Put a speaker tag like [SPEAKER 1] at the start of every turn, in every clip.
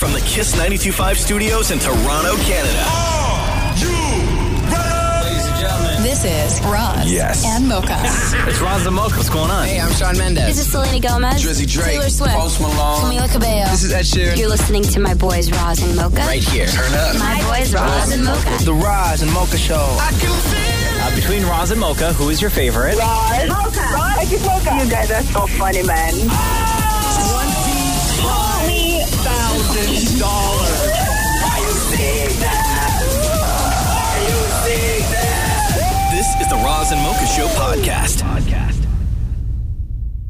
[SPEAKER 1] From the Kiss 925 studios in Toronto, Canada.
[SPEAKER 2] Ladies and gentlemen.
[SPEAKER 3] This is Roz
[SPEAKER 4] Yes.
[SPEAKER 3] and Mocha.
[SPEAKER 2] It's Roz the Mocha. What's going on?
[SPEAKER 5] Hey, I'm Sean Mendes.
[SPEAKER 6] This is Selena Gomez.
[SPEAKER 5] Drizzy Drake.
[SPEAKER 6] Taylor Swift.
[SPEAKER 5] Post Malone.
[SPEAKER 6] Camila Cabello.
[SPEAKER 5] This is Ed Sheeran.
[SPEAKER 6] You're listening to my boys Roz and Mocha.
[SPEAKER 5] right here. Turn up.
[SPEAKER 6] My boys Roz and Mocha.
[SPEAKER 5] The Roz and Mocha Show.
[SPEAKER 2] Uh, between Roz and Mocha, who is your favorite?
[SPEAKER 7] Roz. Mocha. Roz. I just woke up. You guys are so funny, man.
[SPEAKER 1] This is the Roz and Mocha Show podcast.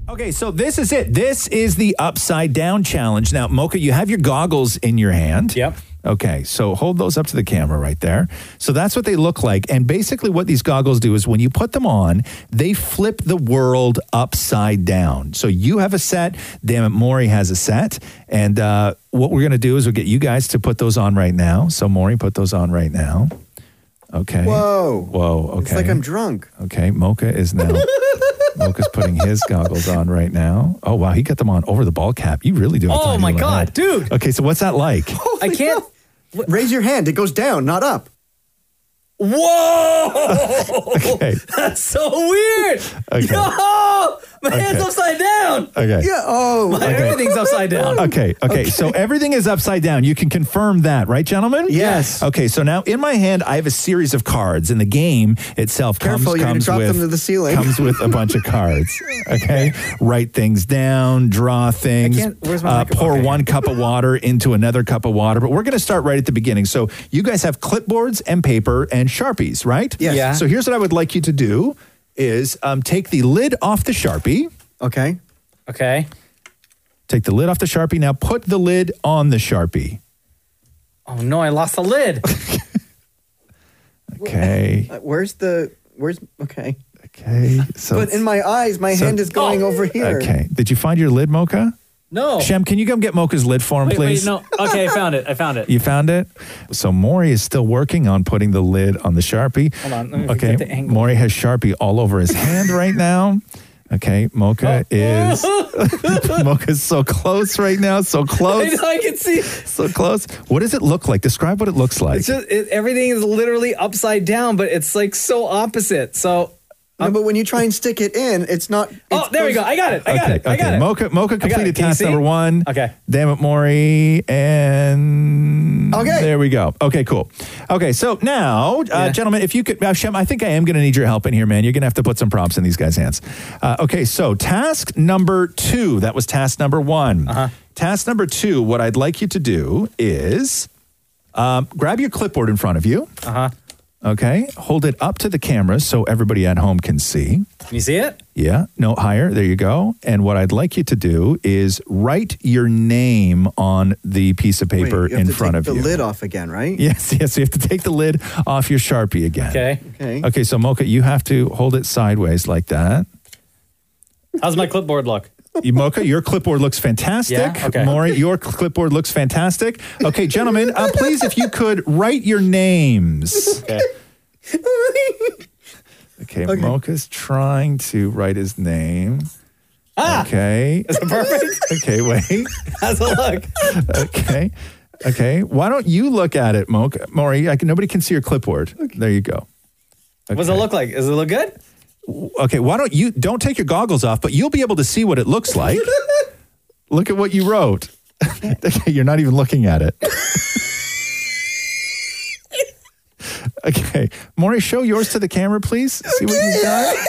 [SPEAKER 4] Okay, so this is it. This is the upside down challenge. Now, Mocha, you have your goggles in your hand.
[SPEAKER 2] Yep.
[SPEAKER 4] Okay, so hold those up to the camera right there. So that's what they look like. And basically, what these goggles do is when you put them on, they flip the world upside down. So you have a set, damn it, Maury has a set. And uh, what we're going to do is we'll get you guys to put those on right now. So, Maury, put those on right now. Okay.
[SPEAKER 8] Whoa.
[SPEAKER 4] Whoa. Okay.
[SPEAKER 8] It's like I'm drunk.
[SPEAKER 4] Okay, Mocha is now. Mocha's putting his goggles on right now. Oh wow, he got them on over the ball cap. You really do. have a
[SPEAKER 2] Oh,
[SPEAKER 4] tiny
[SPEAKER 2] my
[SPEAKER 4] little
[SPEAKER 2] God,
[SPEAKER 4] head.
[SPEAKER 2] dude.
[SPEAKER 4] Okay, so what's that like?
[SPEAKER 2] I can't.
[SPEAKER 8] Raise your hand. It goes down, not up.
[SPEAKER 2] Whoa!
[SPEAKER 4] Okay,
[SPEAKER 2] That's so weird.
[SPEAKER 4] Okay.
[SPEAKER 2] Yo, my
[SPEAKER 4] Okay.
[SPEAKER 2] hand's upside down.
[SPEAKER 4] okay,
[SPEAKER 8] Yeah. Oh.
[SPEAKER 2] Everything's upside down.
[SPEAKER 4] okay, okay. So everything is upside down. You can confirm that, right, gentlemen?
[SPEAKER 8] Yes.
[SPEAKER 4] Okay, so now in my hand, I have a series of cards, and the game itself
[SPEAKER 8] Careful,
[SPEAKER 4] comes,
[SPEAKER 8] you're gonna
[SPEAKER 4] comes
[SPEAKER 8] drop
[SPEAKER 4] with
[SPEAKER 8] them to the ceiling.
[SPEAKER 4] comes with a bunch of cards. Okay, write things down, draw things,
[SPEAKER 2] can't- where's my
[SPEAKER 4] uh,
[SPEAKER 2] microphone?
[SPEAKER 4] pour
[SPEAKER 2] Okay.
[SPEAKER 4] one cup of water into another cup of water. But we're going to start right at the beginning. So you guys have clipboards and paper and sharpies, right?
[SPEAKER 8] Yes. Yeah.
[SPEAKER 4] So here's what I would like you to do: is um, take the lid off the sharpie.
[SPEAKER 8] Okay.
[SPEAKER 2] Okay.
[SPEAKER 4] Take the lid off the sharpie. Now put the lid on the sharpie.
[SPEAKER 2] Oh no, I lost the lid.
[SPEAKER 4] Okay.
[SPEAKER 8] Uh, Where's the? Where's? Okay.
[SPEAKER 4] Okay. So.
[SPEAKER 8] But in my eyes, my
[SPEAKER 4] So-
[SPEAKER 8] hand is going
[SPEAKER 2] Oh.
[SPEAKER 8] over here.
[SPEAKER 4] okay. Did you find your lid, Mocha?
[SPEAKER 2] No.
[SPEAKER 4] Shem, can you come get Mocha's lid for him,
[SPEAKER 2] wait,
[SPEAKER 4] please?
[SPEAKER 2] wait, no. Okay, I found it. I found it.
[SPEAKER 4] You found it? So Maury is still working on putting the lid on the Sharpie.
[SPEAKER 2] Hold on, let me
[SPEAKER 4] okay.
[SPEAKER 2] get the angle.
[SPEAKER 4] Maury has Sharpie all over his hand right now. Okay,
[SPEAKER 2] Oh.
[SPEAKER 4] Mocha is Mocha's so close right now, so
[SPEAKER 2] I,
[SPEAKER 4] close,
[SPEAKER 2] know, I can see.
[SPEAKER 4] so close. What does it look like? Describe what it looks like.
[SPEAKER 2] It's just it, everything is literally upside down, but it's like so opposite. So
[SPEAKER 8] No, but when you try and stick it in, it's not. It's
[SPEAKER 2] oh, there we go.
[SPEAKER 8] goes-
[SPEAKER 2] I got it. I
[SPEAKER 4] okay,
[SPEAKER 2] got it. I
[SPEAKER 4] okay.
[SPEAKER 2] got it.
[SPEAKER 4] Mocha, Mocha
[SPEAKER 2] got it.
[SPEAKER 4] completed
[SPEAKER 2] Can you
[SPEAKER 4] task
[SPEAKER 2] see
[SPEAKER 4] number
[SPEAKER 2] it?
[SPEAKER 4] one.
[SPEAKER 2] Okay.
[SPEAKER 4] Damn it, Maury, and
[SPEAKER 8] Okay.
[SPEAKER 4] there we go. Okay, cool. Okay, so now, uh,
[SPEAKER 2] Yeah.
[SPEAKER 4] gentlemen, if you could, uh, Shem, I think I am going to need your help in here, man. You're going to have to put some prompts in these guys' hands. Uh, okay, so task number two. That was task number one. Uh-huh. Task number two. What I'd like you to do is um, grab your clipboard in front of you. Uh
[SPEAKER 2] Uh-huh.
[SPEAKER 4] huh. Okay, hold it up to the camera so everybody at home can see.
[SPEAKER 2] Can you see it?
[SPEAKER 4] Yeah, no higher. There you go. And what I'd like you to do is write your name on the piece of
[SPEAKER 8] Wait,
[SPEAKER 4] paper
[SPEAKER 8] you have
[SPEAKER 4] in
[SPEAKER 8] to
[SPEAKER 4] front
[SPEAKER 8] take
[SPEAKER 4] of
[SPEAKER 8] the
[SPEAKER 4] you.
[SPEAKER 8] lid off again, right?
[SPEAKER 4] Yes, yes. You have to take the lid off your sharpie again.
[SPEAKER 2] Okay.
[SPEAKER 8] Okay.
[SPEAKER 4] Okay. So Mocha, you have to hold it sideways like that.
[SPEAKER 2] How's my clipboard look?
[SPEAKER 4] You- Mocha, your clipboard looks fantastic.
[SPEAKER 2] Yeah? Okay.
[SPEAKER 4] Maury, your clipboard looks fantastic. Okay, gentlemen, uh, please, if you could write your names.
[SPEAKER 2] Okay.
[SPEAKER 4] Okay, Mocha's trying to write his name. Okay.
[SPEAKER 2] Ah! Is it perfect?
[SPEAKER 4] Okay, wait.
[SPEAKER 2] How's it look?
[SPEAKER 4] okay. Okay. Why don't you look at it, Mo? Maury, I can, nobody can see your clipboard. There you go.
[SPEAKER 2] What does it look like? Does it look good?
[SPEAKER 4] Okay. Why don't you don't take your goggles off, but you'll be able to see what it looks like. look at what you wrote. okay, you're not even looking at it. okay. Maury, show yours to the camera, please. See what you got.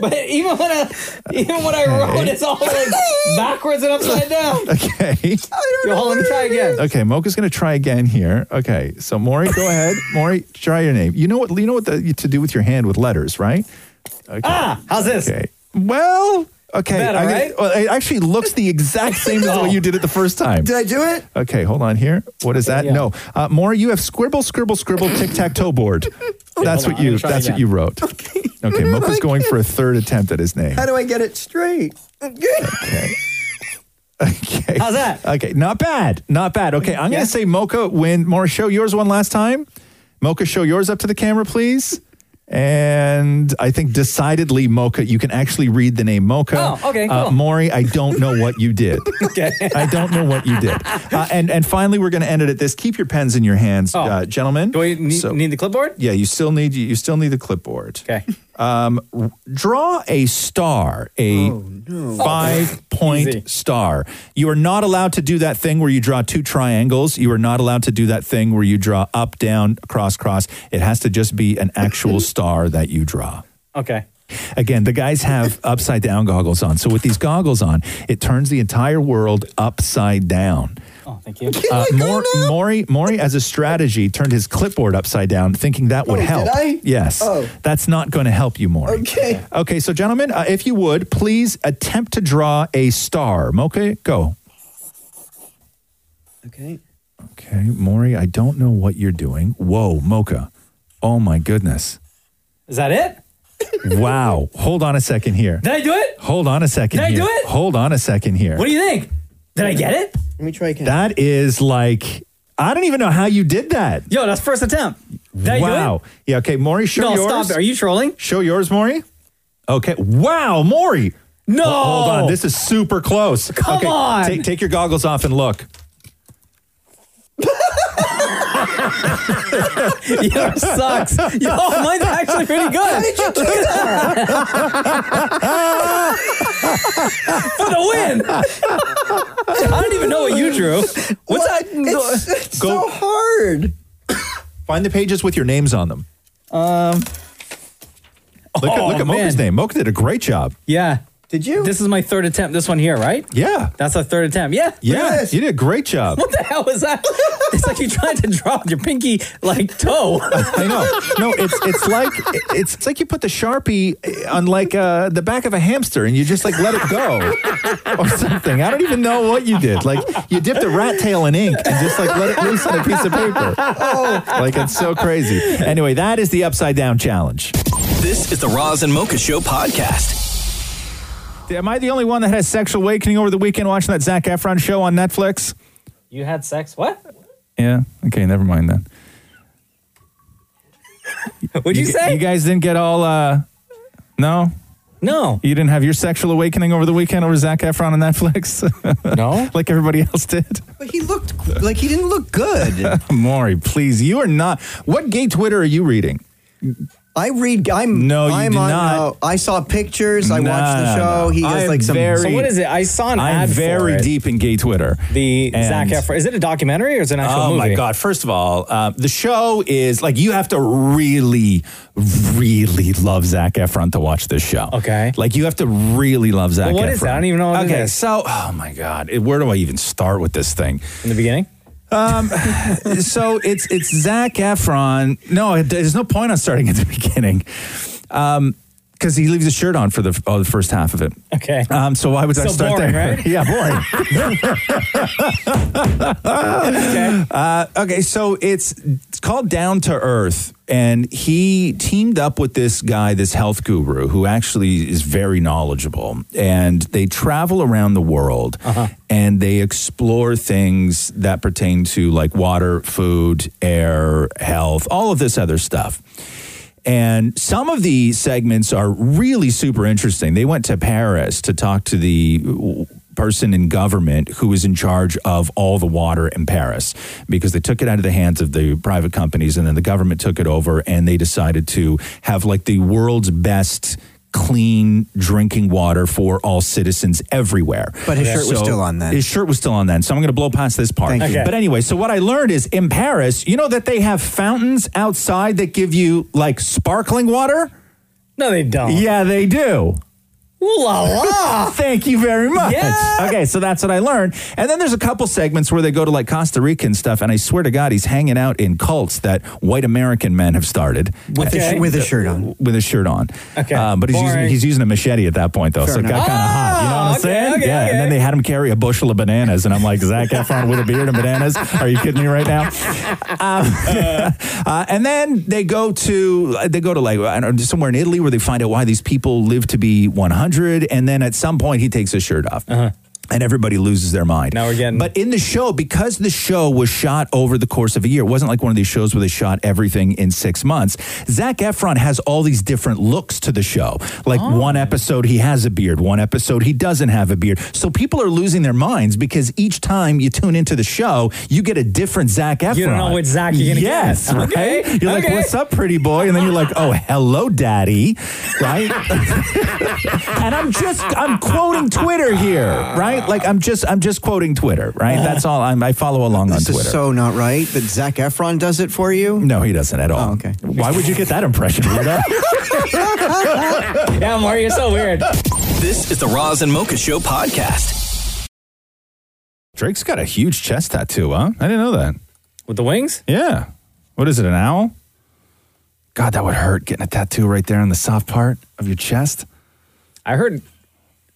[SPEAKER 2] But even when I even when I wrote, it's all like backwards and upside down.
[SPEAKER 4] Okay.
[SPEAKER 2] Yo, hold on, let me try again.
[SPEAKER 4] Okay, Mocha's gonna try again here. Okay, so Maury, go ahead. Maury, try your name. You know what? You know what the, to do with your hand with letters, right?
[SPEAKER 2] Ah, how's this?
[SPEAKER 4] Okay. Well, okay.
[SPEAKER 2] Better,
[SPEAKER 4] I
[SPEAKER 2] right?
[SPEAKER 4] well, it actually looks the exact same as the way you did it the first time.
[SPEAKER 8] Did I do it?
[SPEAKER 4] Okay, hold on here. What is that?
[SPEAKER 2] Yeah.
[SPEAKER 4] No, uh, Maury, you have scribble, scribble, scribble, tic tac toe board. That's
[SPEAKER 2] hold on,
[SPEAKER 4] what
[SPEAKER 2] I'm
[SPEAKER 4] you.
[SPEAKER 2] gonna try
[SPEAKER 4] That's
[SPEAKER 2] again.
[SPEAKER 4] what you wrote. Okay. Okay, Mocha's going for a third attempt at his name.
[SPEAKER 8] How do I get it straight?
[SPEAKER 4] Okay. Okay.
[SPEAKER 2] How's that?
[SPEAKER 4] Okay, not bad. Not bad. Okay, I'm
[SPEAKER 2] Yeah.
[SPEAKER 4] going to say Mocha win. More show yours one last time. Mocha, show yours up to the camera, please. And I think decidedly Mocha. You can actually read the name Mocha.
[SPEAKER 2] Oh, okay,
[SPEAKER 4] Uh,
[SPEAKER 2] cool.
[SPEAKER 4] Maury, I don't know what you did.
[SPEAKER 2] Okay.
[SPEAKER 4] I don't know what you did. Uh, and and finally, we're going to end it at this. Keep your pens in your hands,
[SPEAKER 2] Oh.
[SPEAKER 4] uh, gentlemen.
[SPEAKER 2] Do we need,
[SPEAKER 4] So-
[SPEAKER 2] need the clipboard?
[SPEAKER 4] yeah, you still need you still need the clipboard. Um,
[SPEAKER 2] Okay.
[SPEAKER 4] Draw a star, a
[SPEAKER 2] Oh,
[SPEAKER 9] Oh.
[SPEAKER 4] five point
[SPEAKER 2] Easy.
[SPEAKER 4] star. You are not allowed to do that thing where you draw two triangles. You are not allowed to do that thing where you draw up, down, cross, cross. It has to just be an actual star that you draw.
[SPEAKER 2] Okay.
[SPEAKER 4] Again, the guys have upside down goggles on. So with these goggles on, it turns the entire world upside down.
[SPEAKER 2] Oh, thank you.
[SPEAKER 4] Uh, Mor- Maury, Maury, as a strategy, turned his clipboard upside down, thinking that would
[SPEAKER 8] Oh, did
[SPEAKER 4] help.
[SPEAKER 8] I?
[SPEAKER 4] Yes.
[SPEAKER 8] Oh.
[SPEAKER 4] That's not going to help you, Maury.
[SPEAKER 8] Okay.
[SPEAKER 4] Okay, so gentlemen, uh, if you would, please attempt to draw a star. Mocha, go.
[SPEAKER 8] Okay.
[SPEAKER 4] Okay, Maury, I don't know what you're doing. Whoa, Mocha. Oh my goodness.
[SPEAKER 2] Is that it?
[SPEAKER 4] Wow. Hold on a second here.
[SPEAKER 2] Did I do it?
[SPEAKER 4] Hold on a second
[SPEAKER 2] Did I
[SPEAKER 4] here.
[SPEAKER 2] do it?
[SPEAKER 4] Hold on a second here.
[SPEAKER 2] What do you think? Did I get it?
[SPEAKER 8] Let me try again.
[SPEAKER 4] that is like, I don't even know how you did that.
[SPEAKER 2] Yo, that's first attempt. Did I do it?
[SPEAKER 4] wow. Yeah, okay, Maury, show
[SPEAKER 2] No,
[SPEAKER 4] yours.
[SPEAKER 2] stop it. Are you trolling?
[SPEAKER 4] Show yours, Maury. Okay. Wow, Maury.
[SPEAKER 2] No.
[SPEAKER 4] Hold on. This is super close.
[SPEAKER 2] Come
[SPEAKER 4] okay,
[SPEAKER 2] on.
[SPEAKER 4] Take, take your goggles off and look.
[SPEAKER 2] Yours sucks. Yo, mine's actually pretty good. For the win. I don't even know what Oh, you drew. What's
[SPEAKER 8] What?
[SPEAKER 2] that?
[SPEAKER 8] It's, it's
[SPEAKER 4] Go-
[SPEAKER 8] so hard.
[SPEAKER 4] Find the pages with your names on them. Um. Look at, look
[SPEAKER 2] oh,
[SPEAKER 4] at Mocha's
[SPEAKER 2] man.
[SPEAKER 4] name. Mocha did a great job.
[SPEAKER 2] Yeah.
[SPEAKER 8] Did you?
[SPEAKER 2] This is my third attempt. This one here, right?
[SPEAKER 4] Yeah.
[SPEAKER 2] That's our third attempt. Yeah.
[SPEAKER 4] Yeah.
[SPEAKER 8] this.
[SPEAKER 4] You did a great job.
[SPEAKER 2] What the hell was that? It's like you tried to draw with your pinky like toe.
[SPEAKER 4] I know. No, it's it's like it's, it's like you put the sharpie on like uh, the back of a hamster and you just like let it go or something. I don't even know what you did. Like you dipped a rat tail in ink and just like let it loose on a piece of paper. Oh, like it's so crazy. Anyway, that is the upside down challenge.
[SPEAKER 1] This is the Roz and Mocha Show podcast.
[SPEAKER 4] Am I the only one that had a sexual awakening over the weekend watching that Zach Efron show on Netflix?
[SPEAKER 2] You had sex? What?
[SPEAKER 4] Yeah. Okay. Never mind then.
[SPEAKER 2] What'd you, say?
[SPEAKER 4] You guys didn't get all. uh No,
[SPEAKER 2] no.
[SPEAKER 4] you didn't have your sexual awakening over the weekend over Zach Efron on Netflix.
[SPEAKER 2] No?
[SPEAKER 4] like everybody else did.
[SPEAKER 8] But he looked like he didn't look good.
[SPEAKER 4] Maury, please, you are not. What gay Twitter are you reading?
[SPEAKER 8] I read. I'm
[SPEAKER 4] No, you
[SPEAKER 8] I'm
[SPEAKER 4] did
[SPEAKER 8] on,
[SPEAKER 4] not.
[SPEAKER 8] uh, I saw pictures. I
[SPEAKER 4] No,
[SPEAKER 8] watched
[SPEAKER 4] no,
[SPEAKER 8] the show.
[SPEAKER 4] no.
[SPEAKER 8] He has
[SPEAKER 4] I'm
[SPEAKER 8] like some.
[SPEAKER 4] very-
[SPEAKER 2] So what is it? I saw an
[SPEAKER 4] I'm
[SPEAKER 2] ad
[SPEAKER 4] very
[SPEAKER 2] for it.
[SPEAKER 4] deep in gay Twitter.
[SPEAKER 2] The
[SPEAKER 4] And-
[SPEAKER 2] Zac Efron. Is it a documentary or is it an actual
[SPEAKER 4] Oh
[SPEAKER 2] movie?
[SPEAKER 4] my God. First of all, uh, the show is like you have to really, really love Zach Efron to watch this show.
[SPEAKER 2] Okay.
[SPEAKER 4] Like you have to really love Zach
[SPEAKER 2] what
[SPEAKER 4] Efron.
[SPEAKER 2] is that? I don't even know what it
[SPEAKER 4] okay,
[SPEAKER 2] is.
[SPEAKER 4] so, oh my God. Where do I even start with this thing?
[SPEAKER 2] In the beginning?
[SPEAKER 4] Um, so it's it's Zach Efron. No, it- there's no point on starting at the beginning, because he leaves his shirt on for the, oh, the first half of it.
[SPEAKER 2] Okay.
[SPEAKER 4] Um, so why would I
[SPEAKER 2] So
[SPEAKER 4] start
[SPEAKER 2] boring,
[SPEAKER 4] there?
[SPEAKER 2] right?
[SPEAKER 4] Yeah, boring.
[SPEAKER 2] okay.
[SPEAKER 4] Uh, okay, so it's it's called Down to Earth, and he teamed up with this guy, this health guru, who actually is very knowledgeable, and they travel around the world. And they explore things that pertain to like water, food, air, health, all of this other stuff. And some of the segments are really super interesting. They went to Paris to talk to the person in government who was in charge of all the water in Paris because they took it out of the hands of the private companies and then the government took it over and they decided to have like the world's best clean drinking water for all citizens everywhere.
[SPEAKER 8] But his shirt was still on then.
[SPEAKER 4] His shirt was still on then. So I'm going to blow past this part.
[SPEAKER 8] Thank you.
[SPEAKER 2] Okay.
[SPEAKER 4] But anyway, so what I learned is in Paris, you know that they have fountains outside that give you like sparkling water?
[SPEAKER 2] No, they don't.
[SPEAKER 4] Yeah, they do.
[SPEAKER 2] Ooh la la.
[SPEAKER 4] Thank you very much.
[SPEAKER 2] Yeah.
[SPEAKER 4] Okay, so that's what I learned. And then there's a couple segments where they go to like Costa Rica and stuff, and I swear to God, he's hanging out in cults that white American men have started
[SPEAKER 8] with, a,
[SPEAKER 2] Okay.
[SPEAKER 8] sh- with a shirt on.
[SPEAKER 4] with his shirt on.
[SPEAKER 2] Okay.
[SPEAKER 4] Uh, but he's using,
[SPEAKER 2] Boring.
[SPEAKER 4] he's using a machete at that point, though. so it got
[SPEAKER 8] enough.
[SPEAKER 4] kind of hot. You know what I'm
[SPEAKER 2] Ah, okay,
[SPEAKER 4] saying?
[SPEAKER 2] okay,
[SPEAKER 4] yeah.
[SPEAKER 2] okay.
[SPEAKER 4] And then they had him carry a bushel of bananas. And I'm like, Zach Efron with a beard and bananas? Are you kidding me right now? Um, uh, and then they go to, they go to like, I don't know, somewhere in Italy where they find out why these people live to be 100. And then at some point, he takes his shirt off. and everybody loses their mind.
[SPEAKER 2] Uh-huh. Now we're getting-
[SPEAKER 4] But in the show, because the show was shot over the course of a year, it wasn't like one of these shows where they shot everything in six months. Zach Efron has all these different looks to the show. Like
[SPEAKER 2] Oh.
[SPEAKER 4] one episode he has a beard, one episode he doesn't have a beard. So people are losing their minds because each time you tune into the show, you get a different Zach Efron.
[SPEAKER 2] You don't know which Zac you're gonna
[SPEAKER 4] yes,
[SPEAKER 2] get.
[SPEAKER 4] Right?
[SPEAKER 2] Okay,
[SPEAKER 4] You're like,
[SPEAKER 2] okay.
[SPEAKER 4] what's up, pretty boy? And then you're like, oh, hello, daddy. Right? and I'm just I'm quoting Twitter here, right? Like I'm just I'm just quoting Twitter, right? That's all I'm, I follow along
[SPEAKER 8] This
[SPEAKER 4] on Twitter.
[SPEAKER 8] is so not right that Zach Efron does it for you.
[SPEAKER 4] no, he doesn't at all.
[SPEAKER 8] Oh, okay.
[SPEAKER 4] Why would you get that impression? weirdo?
[SPEAKER 2] Yeah, Mario, you're so weird.
[SPEAKER 1] This is the Roz and Mocha Show podcast.
[SPEAKER 4] Drake's got a huge chest tattoo, huh? I didn't know that.
[SPEAKER 2] With the wings?
[SPEAKER 4] Yeah. What is it? An owl? God, that would hurt getting a tattoo right there on the soft part of your chest.
[SPEAKER 2] I heard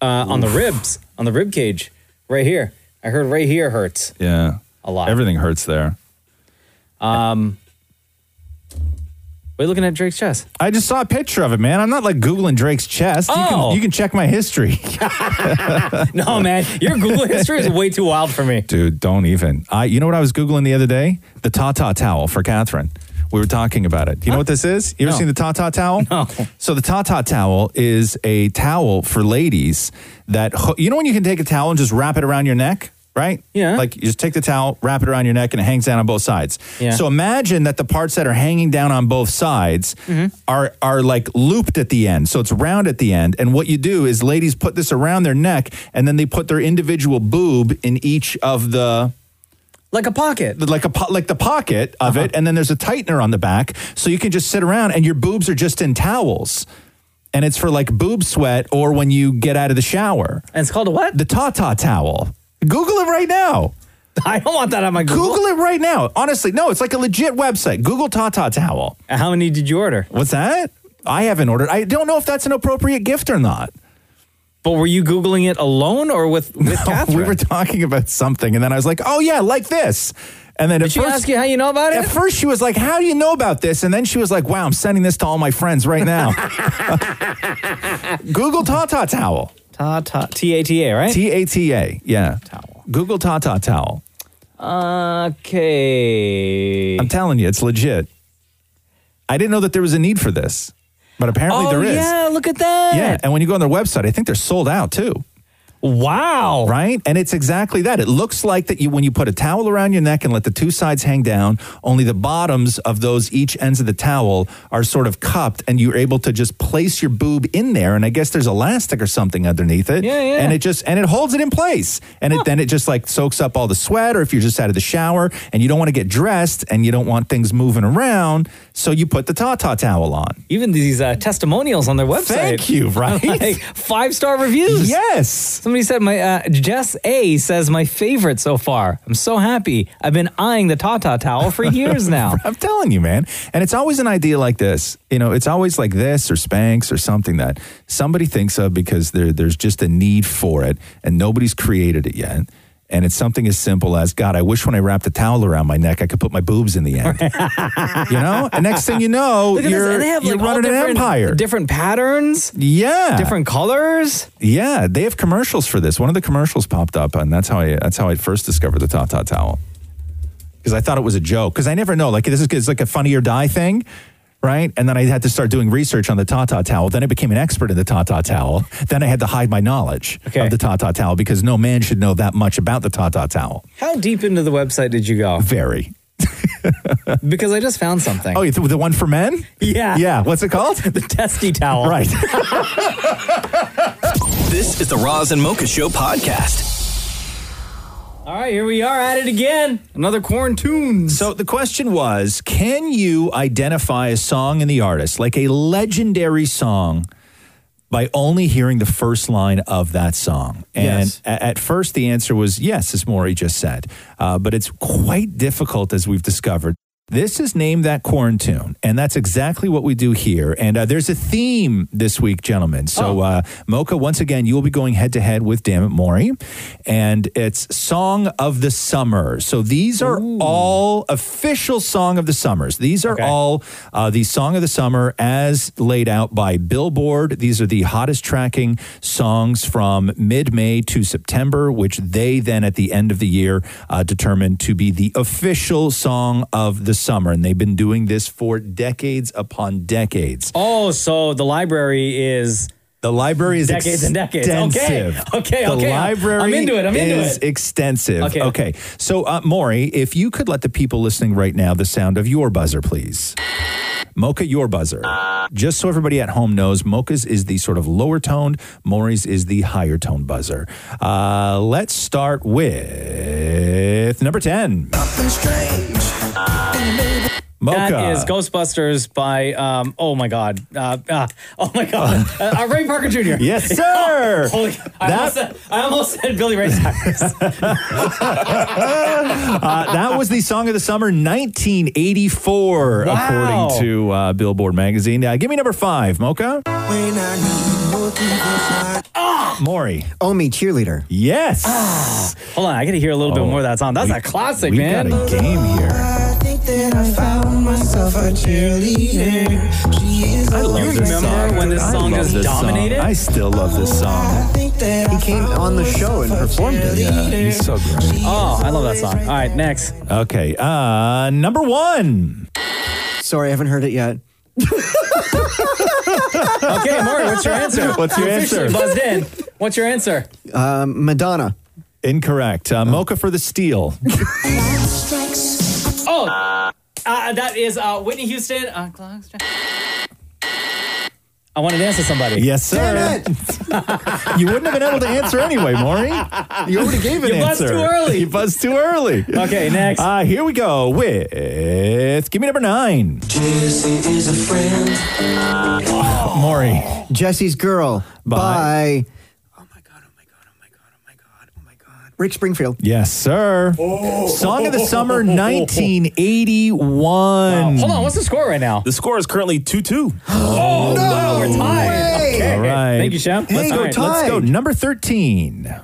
[SPEAKER 2] uh, on the ribs, on the rib cage, right here. I heard right here hurts.
[SPEAKER 4] Yeah.
[SPEAKER 2] A lot. Um,
[SPEAKER 4] Everything hurts there.
[SPEAKER 2] Wait, looking at Drake's chest.
[SPEAKER 4] I just saw a picture of it, man. I'm not like Googling Drake's chest. You,
[SPEAKER 2] Oh.
[SPEAKER 4] can, you can check my history.
[SPEAKER 2] No, man, your Google history is way too wild for me.
[SPEAKER 4] Oh. Dude, don't even. I you know what I was googling the other day? The Tata towel for Catherine. We were talking about it. You know what this is? You ever
[SPEAKER 2] No.
[SPEAKER 4] seen the Tata towel? No. So the Tata towel is a towel for ladies that hoo- you know when you can take a towel and just wrap it around your neck, right?
[SPEAKER 2] Yeah.
[SPEAKER 4] Like you just take the towel, wrap it around your neck, and it hangs down on both sides.
[SPEAKER 2] Yeah.
[SPEAKER 4] So imagine that the parts that are hanging down on both sides
[SPEAKER 2] Mm-hmm.
[SPEAKER 4] are are like looped at the end. So it's round at the end. And what you do is ladies put this around their neck and then they put their individual boob in each of the
[SPEAKER 2] Like a pocket. Uh-huh.
[SPEAKER 4] like a po- like the pocket of it and then there's a tightener on the back so you can just sit around and your boobs are just in towels. And it's for like boob sweat or when you get out of the shower.
[SPEAKER 2] And it's called a what?
[SPEAKER 4] The Tata towel. Google it right now.
[SPEAKER 2] I don't want that on my Google.
[SPEAKER 4] Google it right now. Honestly, no, it's like a legit website. Google Tata Towel.
[SPEAKER 2] How many did you order?
[SPEAKER 4] What's that? I haven't ordered. I don't know if that's an appropriate gift or not.
[SPEAKER 2] But were you Googling it alone or with, with Catherine?
[SPEAKER 4] We were talking about something, and then I was like, "Oh yeah, like this." And then at
[SPEAKER 2] Did she
[SPEAKER 4] first,
[SPEAKER 2] ask you how you know about it?
[SPEAKER 4] at first she was like, "How do you know about this?" And then she was like, "Wow, I'm sending this to all my friends right now." Google Tata Towel.
[SPEAKER 2] Ta ta Uh, T A T A, right?
[SPEAKER 4] T A T A. Yeah.
[SPEAKER 2] Towel.
[SPEAKER 4] Google Tata Towel.
[SPEAKER 2] okay.
[SPEAKER 4] I'm telling you, it's legit. I didn't know that there was a need for this, but apparently
[SPEAKER 2] oh
[SPEAKER 4] there is.
[SPEAKER 2] yeah, look at that.
[SPEAKER 4] Yeah, and when you go on their website, I think they're sold out too,
[SPEAKER 2] Wow.
[SPEAKER 4] right? And it's exactly that. It looks like that you when you put a towel around your neck and let the two sides hang down, only the bottoms of those each ends of the towel are sort of cupped and you're able to just place your boob in there and I guess there's elastic or something underneath it.
[SPEAKER 2] Yeah, yeah.
[SPEAKER 4] And it just and it holds it in place. And it then it just like soaks up all the sweat or if you're just out of the shower and you don't want to get dressed and you don't want things moving around, so you put the Tata towel on.
[SPEAKER 2] Even these uh, testimonials on their website.
[SPEAKER 4] Thank you, right?
[SPEAKER 2] Like five star reviews.
[SPEAKER 4] Yes.
[SPEAKER 2] Somebody said my uh, Jess A says my favorite so far. I'm so happy. I've been eyeing the Tata towel for years now.
[SPEAKER 4] I'm telling you, man. And it's always an idea like this. You know, it's always like this or Spanx or something that somebody thinks of because there, there's just a need for it and nobody's created it yet. And it's something as simple as God, I wish when I wrapped a towel around my neck, I could put my boobs in the end. you know? Oh, And next thing you know,
[SPEAKER 2] Look at this,
[SPEAKER 4] you're,
[SPEAKER 2] and they have
[SPEAKER 4] you're
[SPEAKER 2] like all
[SPEAKER 4] running an
[SPEAKER 2] different-
[SPEAKER 4] empire.
[SPEAKER 2] different patterns,
[SPEAKER 4] yeah.
[SPEAKER 2] different colors.
[SPEAKER 4] Yeah. They have commercials for this. One of the commercials popped up, and that's how I that's how I first discovered the Tata towel. because I thought it was a joke. Because I never know. Like this is it's like a funny or die thing, right? And then I had to start doing research on the Tata towel. Then I became an expert in the Tata towel. Then I had to hide my knowledge
[SPEAKER 2] Okay.
[SPEAKER 4] of the Tata towel because no man should know that much about the Tata towel.
[SPEAKER 2] How deep into the website did you go?
[SPEAKER 4] Very.
[SPEAKER 2] Because I just found something.
[SPEAKER 4] Oh, you th- the one for men?
[SPEAKER 2] yeah.
[SPEAKER 4] Yeah. What's it called?
[SPEAKER 2] The testy towel.
[SPEAKER 4] right.
[SPEAKER 1] This is the Roz and Mocha Show podcast.
[SPEAKER 2] All right, here we are at it again. Another quarantine.
[SPEAKER 4] So the question was can you identify a song and the artist, like a legendary song, by only hearing the first line of that song? And
[SPEAKER 2] Yes.
[SPEAKER 4] a- at, first, the answer was yes, as Maury just said, uh, but it's quite difficult, as we've discovered. This is Name That Quarantine, and that's exactly what we do here. And uh, there's a theme this week, gentlemen. So, uh, Mocha, once again, you will be going head to head with Dammit Maury, and it's Song of the Summer. So, these are all official Song of the Summers. These are all uh, the Song of the Summer as laid out by Billboard. These are the hottest tracking songs from mid May to September, which they then at the end of the year uh, determined to be the official song of the summer. And they've been doing this for decades upon decades.
[SPEAKER 2] Oh, so the library is
[SPEAKER 4] The library is
[SPEAKER 2] Decades and decades.
[SPEAKER 4] extensive.
[SPEAKER 2] Okay. Okay,
[SPEAKER 4] The
[SPEAKER 2] okay. I'm-
[SPEAKER 4] library
[SPEAKER 2] I'm into it. I'm into
[SPEAKER 4] is
[SPEAKER 2] it.
[SPEAKER 4] extensive.
[SPEAKER 2] Okay.
[SPEAKER 4] Okay. So, uh, Maury, if you could let the people listening right now the sound of your buzzer, please. Mocha, your buzzer. Just so everybody at home knows, Mocha's is the sort of lower toned, Maury's is the higher tone buzzer. Uh, let's start with number 10. Mocha.
[SPEAKER 2] that is Ghostbusters by um oh my god uh, uh oh my god uh, uh, Ray Parker Jr.
[SPEAKER 4] Yes, sir.
[SPEAKER 2] Holy, I,
[SPEAKER 4] That-
[SPEAKER 2] almost said, I almost said Billy Ray Cyrus.
[SPEAKER 4] Uh, that was the song of the summer 1984
[SPEAKER 2] Wow.
[SPEAKER 4] according to uh, billboard magazine uh, give me number five mocha Maury.
[SPEAKER 8] Omi cheerleader.
[SPEAKER 4] yes
[SPEAKER 2] Ah,
[SPEAKER 4] Oh,
[SPEAKER 2] Hold on, I gotta hear a little bit more of that song. That's a classic,
[SPEAKER 4] we
[SPEAKER 2] man.
[SPEAKER 4] got a game here I love
[SPEAKER 2] You
[SPEAKER 4] this
[SPEAKER 2] remember
[SPEAKER 4] song.
[SPEAKER 2] when this
[SPEAKER 4] I
[SPEAKER 2] song
[SPEAKER 4] love
[SPEAKER 2] just
[SPEAKER 4] this song.
[SPEAKER 2] dominated?
[SPEAKER 4] I still love this song.
[SPEAKER 8] He came on the show and performed it.
[SPEAKER 4] Yeah, he's so good.
[SPEAKER 2] Oh, I love that song. All right, next.
[SPEAKER 4] Okay, uh, number one.
[SPEAKER 8] Sorry, I haven't heard it yet.
[SPEAKER 2] Okay, Maury, what's your answer?
[SPEAKER 4] What's your
[SPEAKER 2] You officially
[SPEAKER 4] answer?
[SPEAKER 2] Buzzed in. What's your answer?
[SPEAKER 8] Um, Madonna.
[SPEAKER 4] Incorrect. Uh, Mocha for the steal.
[SPEAKER 2] Oh, uh, that is uh, Whitney Houston. Uh, clock strike. I want to dance with somebody.
[SPEAKER 4] Yes, sir. You wouldn't have been able to answer anyway, Maury. You already gave an
[SPEAKER 2] You buzzed
[SPEAKER 4] answer.
[SPEAKER 2] too early.
[SPEAKER 4] You buzzed too early.
[SPEAKER 2] Okay, next.
[SPEAKER 4] Uh, here we go with give me number nine. Oh, Maury.
[SPEAKER 8] Jesse's girl.
[SPEAKER 4] Bye.
[SPEAKER 8] Bye. Rick Springfield.
[SPEAKER 4] Yes, sir. Song of the Summer 1981.
[SPEAKER 2] Hold on, what's the score right now?
[SPEAKER 3] The score is currently 2 2.
[SPEAKER 2] Oh, wow, we're tied. Okay.
[SPEAKER 4] All right.
[SPEAKER 2] Thank you, Champ.
[SPEAKER 8] Hey,
[SPEAKER 2] All
[SPEAKER 8] go
[SPEAKER 2] right,
[SPEAKER 8] Tom.
[SPEAKER 4] Let's go.
[SPEAKER 8] Tied.
[SPEAKER 4] Number 13. Mocha.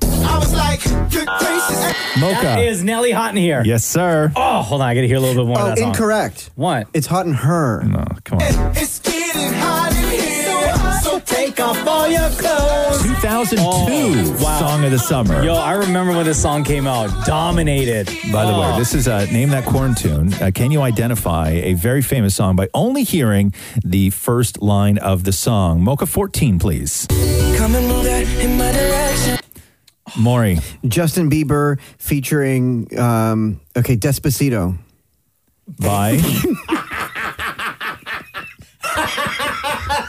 [SPEAKER 2] That is Nelly Hot in here.
[SPEAKER 4] yes, sir.
[SPEAKER 2] Oh, hold on, I gotta hear a little bit more
[SPEAKER 8] Oh,
[SPEAKER 2] of that song.
[SPEAKER 8] incorrect.
[SPEAKER 2] What?
[SPEAKER 8] It's hot in her.
[SPEAKER 4] Oh, come on.
[SPEAKER 2] Take off all your clothes.
[SPEAKER 4] 2002
[SPEAKER 2] Oh, wow.
[SPEAKER 4] Song of the Summer.
[SPEAKER 2] Yo, I remember when this song came out. Dominated.
[SPEAKER 4] By the
[SPEAKER 2] Oh.
[SPEAKER 4] way, this is uh, Name That Quarantine. Uh, can you identify a very famous song by only hearing the first line of the song? Mocha 14, please.
[SPEAKER 5] Come and move that in my direction.
[SPEAKER 4] Maury.
[SPEAKER 8] Justin Bieber featuring, um, okay, Despacito.
[SPEAKER 4] Bye.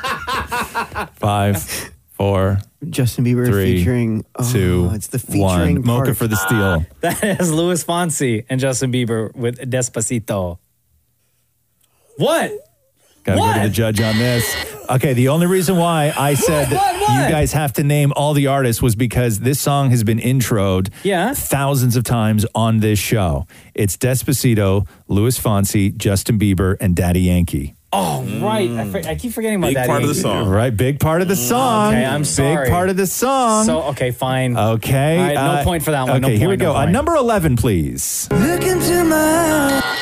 [SPEAKER 4] Five, four,
[SPEAKER 8] Justin Bieber
[SPEAKER 4] three,
[SPEAKER 8] featuring. Oh,
[SPEAKER 4] two,
[SPEAKER 8] It's the
[SPEAKER 4] one.
[SPEAKER 8] featuring.
[SPEAKER 4] Mocha
[SPEAKER 8] part.
[SPEAKER 4] for the steal.
[SPEAKER 2] That is Luis Fonsi and Justin Bieber with Despacito. What?
[SPEAKER 4] Gotta go
[SPEAKER 2] What?
[SPEAKER 4] to the judge on this. Okay, the only reason why I said
[SPEAKER 2] What, what, what?
[SPEAKER 4] you guys have to name all the artists was because this song has been introed
[SPEAKER 2] Yeah.
[SPEAKER 4] thousands of times on this show. It's Despacito, Luis Fonsi, Justin Bieber, and Daddy Yankee.
[SPEAKER 2] Oh, right. I, for- I keep forgetting about
[SPEAKER 3] Big
[SPEAKER 2] that.
[SPEAKER 3] part of the
[SPEAKER 2] Mm. Yankee.
[SPEAKER 3] song.
[SPEAKER 4] Right, big part of the song.
[SPEAKER 2] Mm, okay, I'm sorry.
[SPEAKER 4] Big part of the song.
[SPEAKER 2] So, okay, fine.
[SPEAKER 4] okay.
[SPEAKER 2] All right, no
[SPEAKER 4] uh,
[SPEAKER 2] point for that one.
[SPEAKER 4] Okay,
[SPEAKER 2] no point,
[SPEAKER 4] here we
[SPEAKER 2] no
[SPEAKER 4] go. Uh,
[SPEAKER 2] point.
[SPEAKER 4] number 11, please.
[SPEAKER 5] Look into my eyes.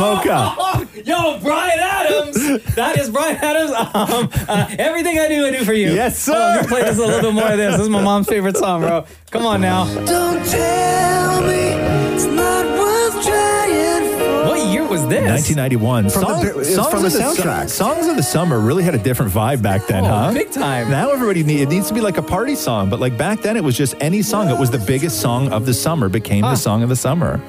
[SPEAKER 4] Mocha.
[SPEAKER 2] Oh, yo, Brian Adams. That is Brian Adams. Um, uh, everything I do, I do for you.
[SPEAKER 4] Yes, sir.
[SPEAKER 2] Hold on, let me play this a little bit more of this. This is my mom's favorite song, bro. Come on now.
[SPEAKER 5] Don't tell me it's not worth trying for.
[SPEAKER 2] What year was this?
[SPEAKER 4] 1991.
[SPEAKER 8] From the
[SPEAKER 4] Songs-
[SPEAKER 8] bi- it was
[SPEAKER 4] songs
[SPEAKER 8] from
[SPEAKER 4] of
[SPEAKER 8] the
[SPEAKER 4] Su-
[SPEAKER 8] soundtrack.
[SPEAKER 4] songs of the summer really had a different vibe back then,
[SPEAKER 2] Oh,
[SPEAKER 4] huh?
[SPEAKER 2] big time.
[SPEAKER 4] Now everybody need, it needs to be like a party song, but like back then it was just any song. It was the biggest song of the summer became the song of the summer.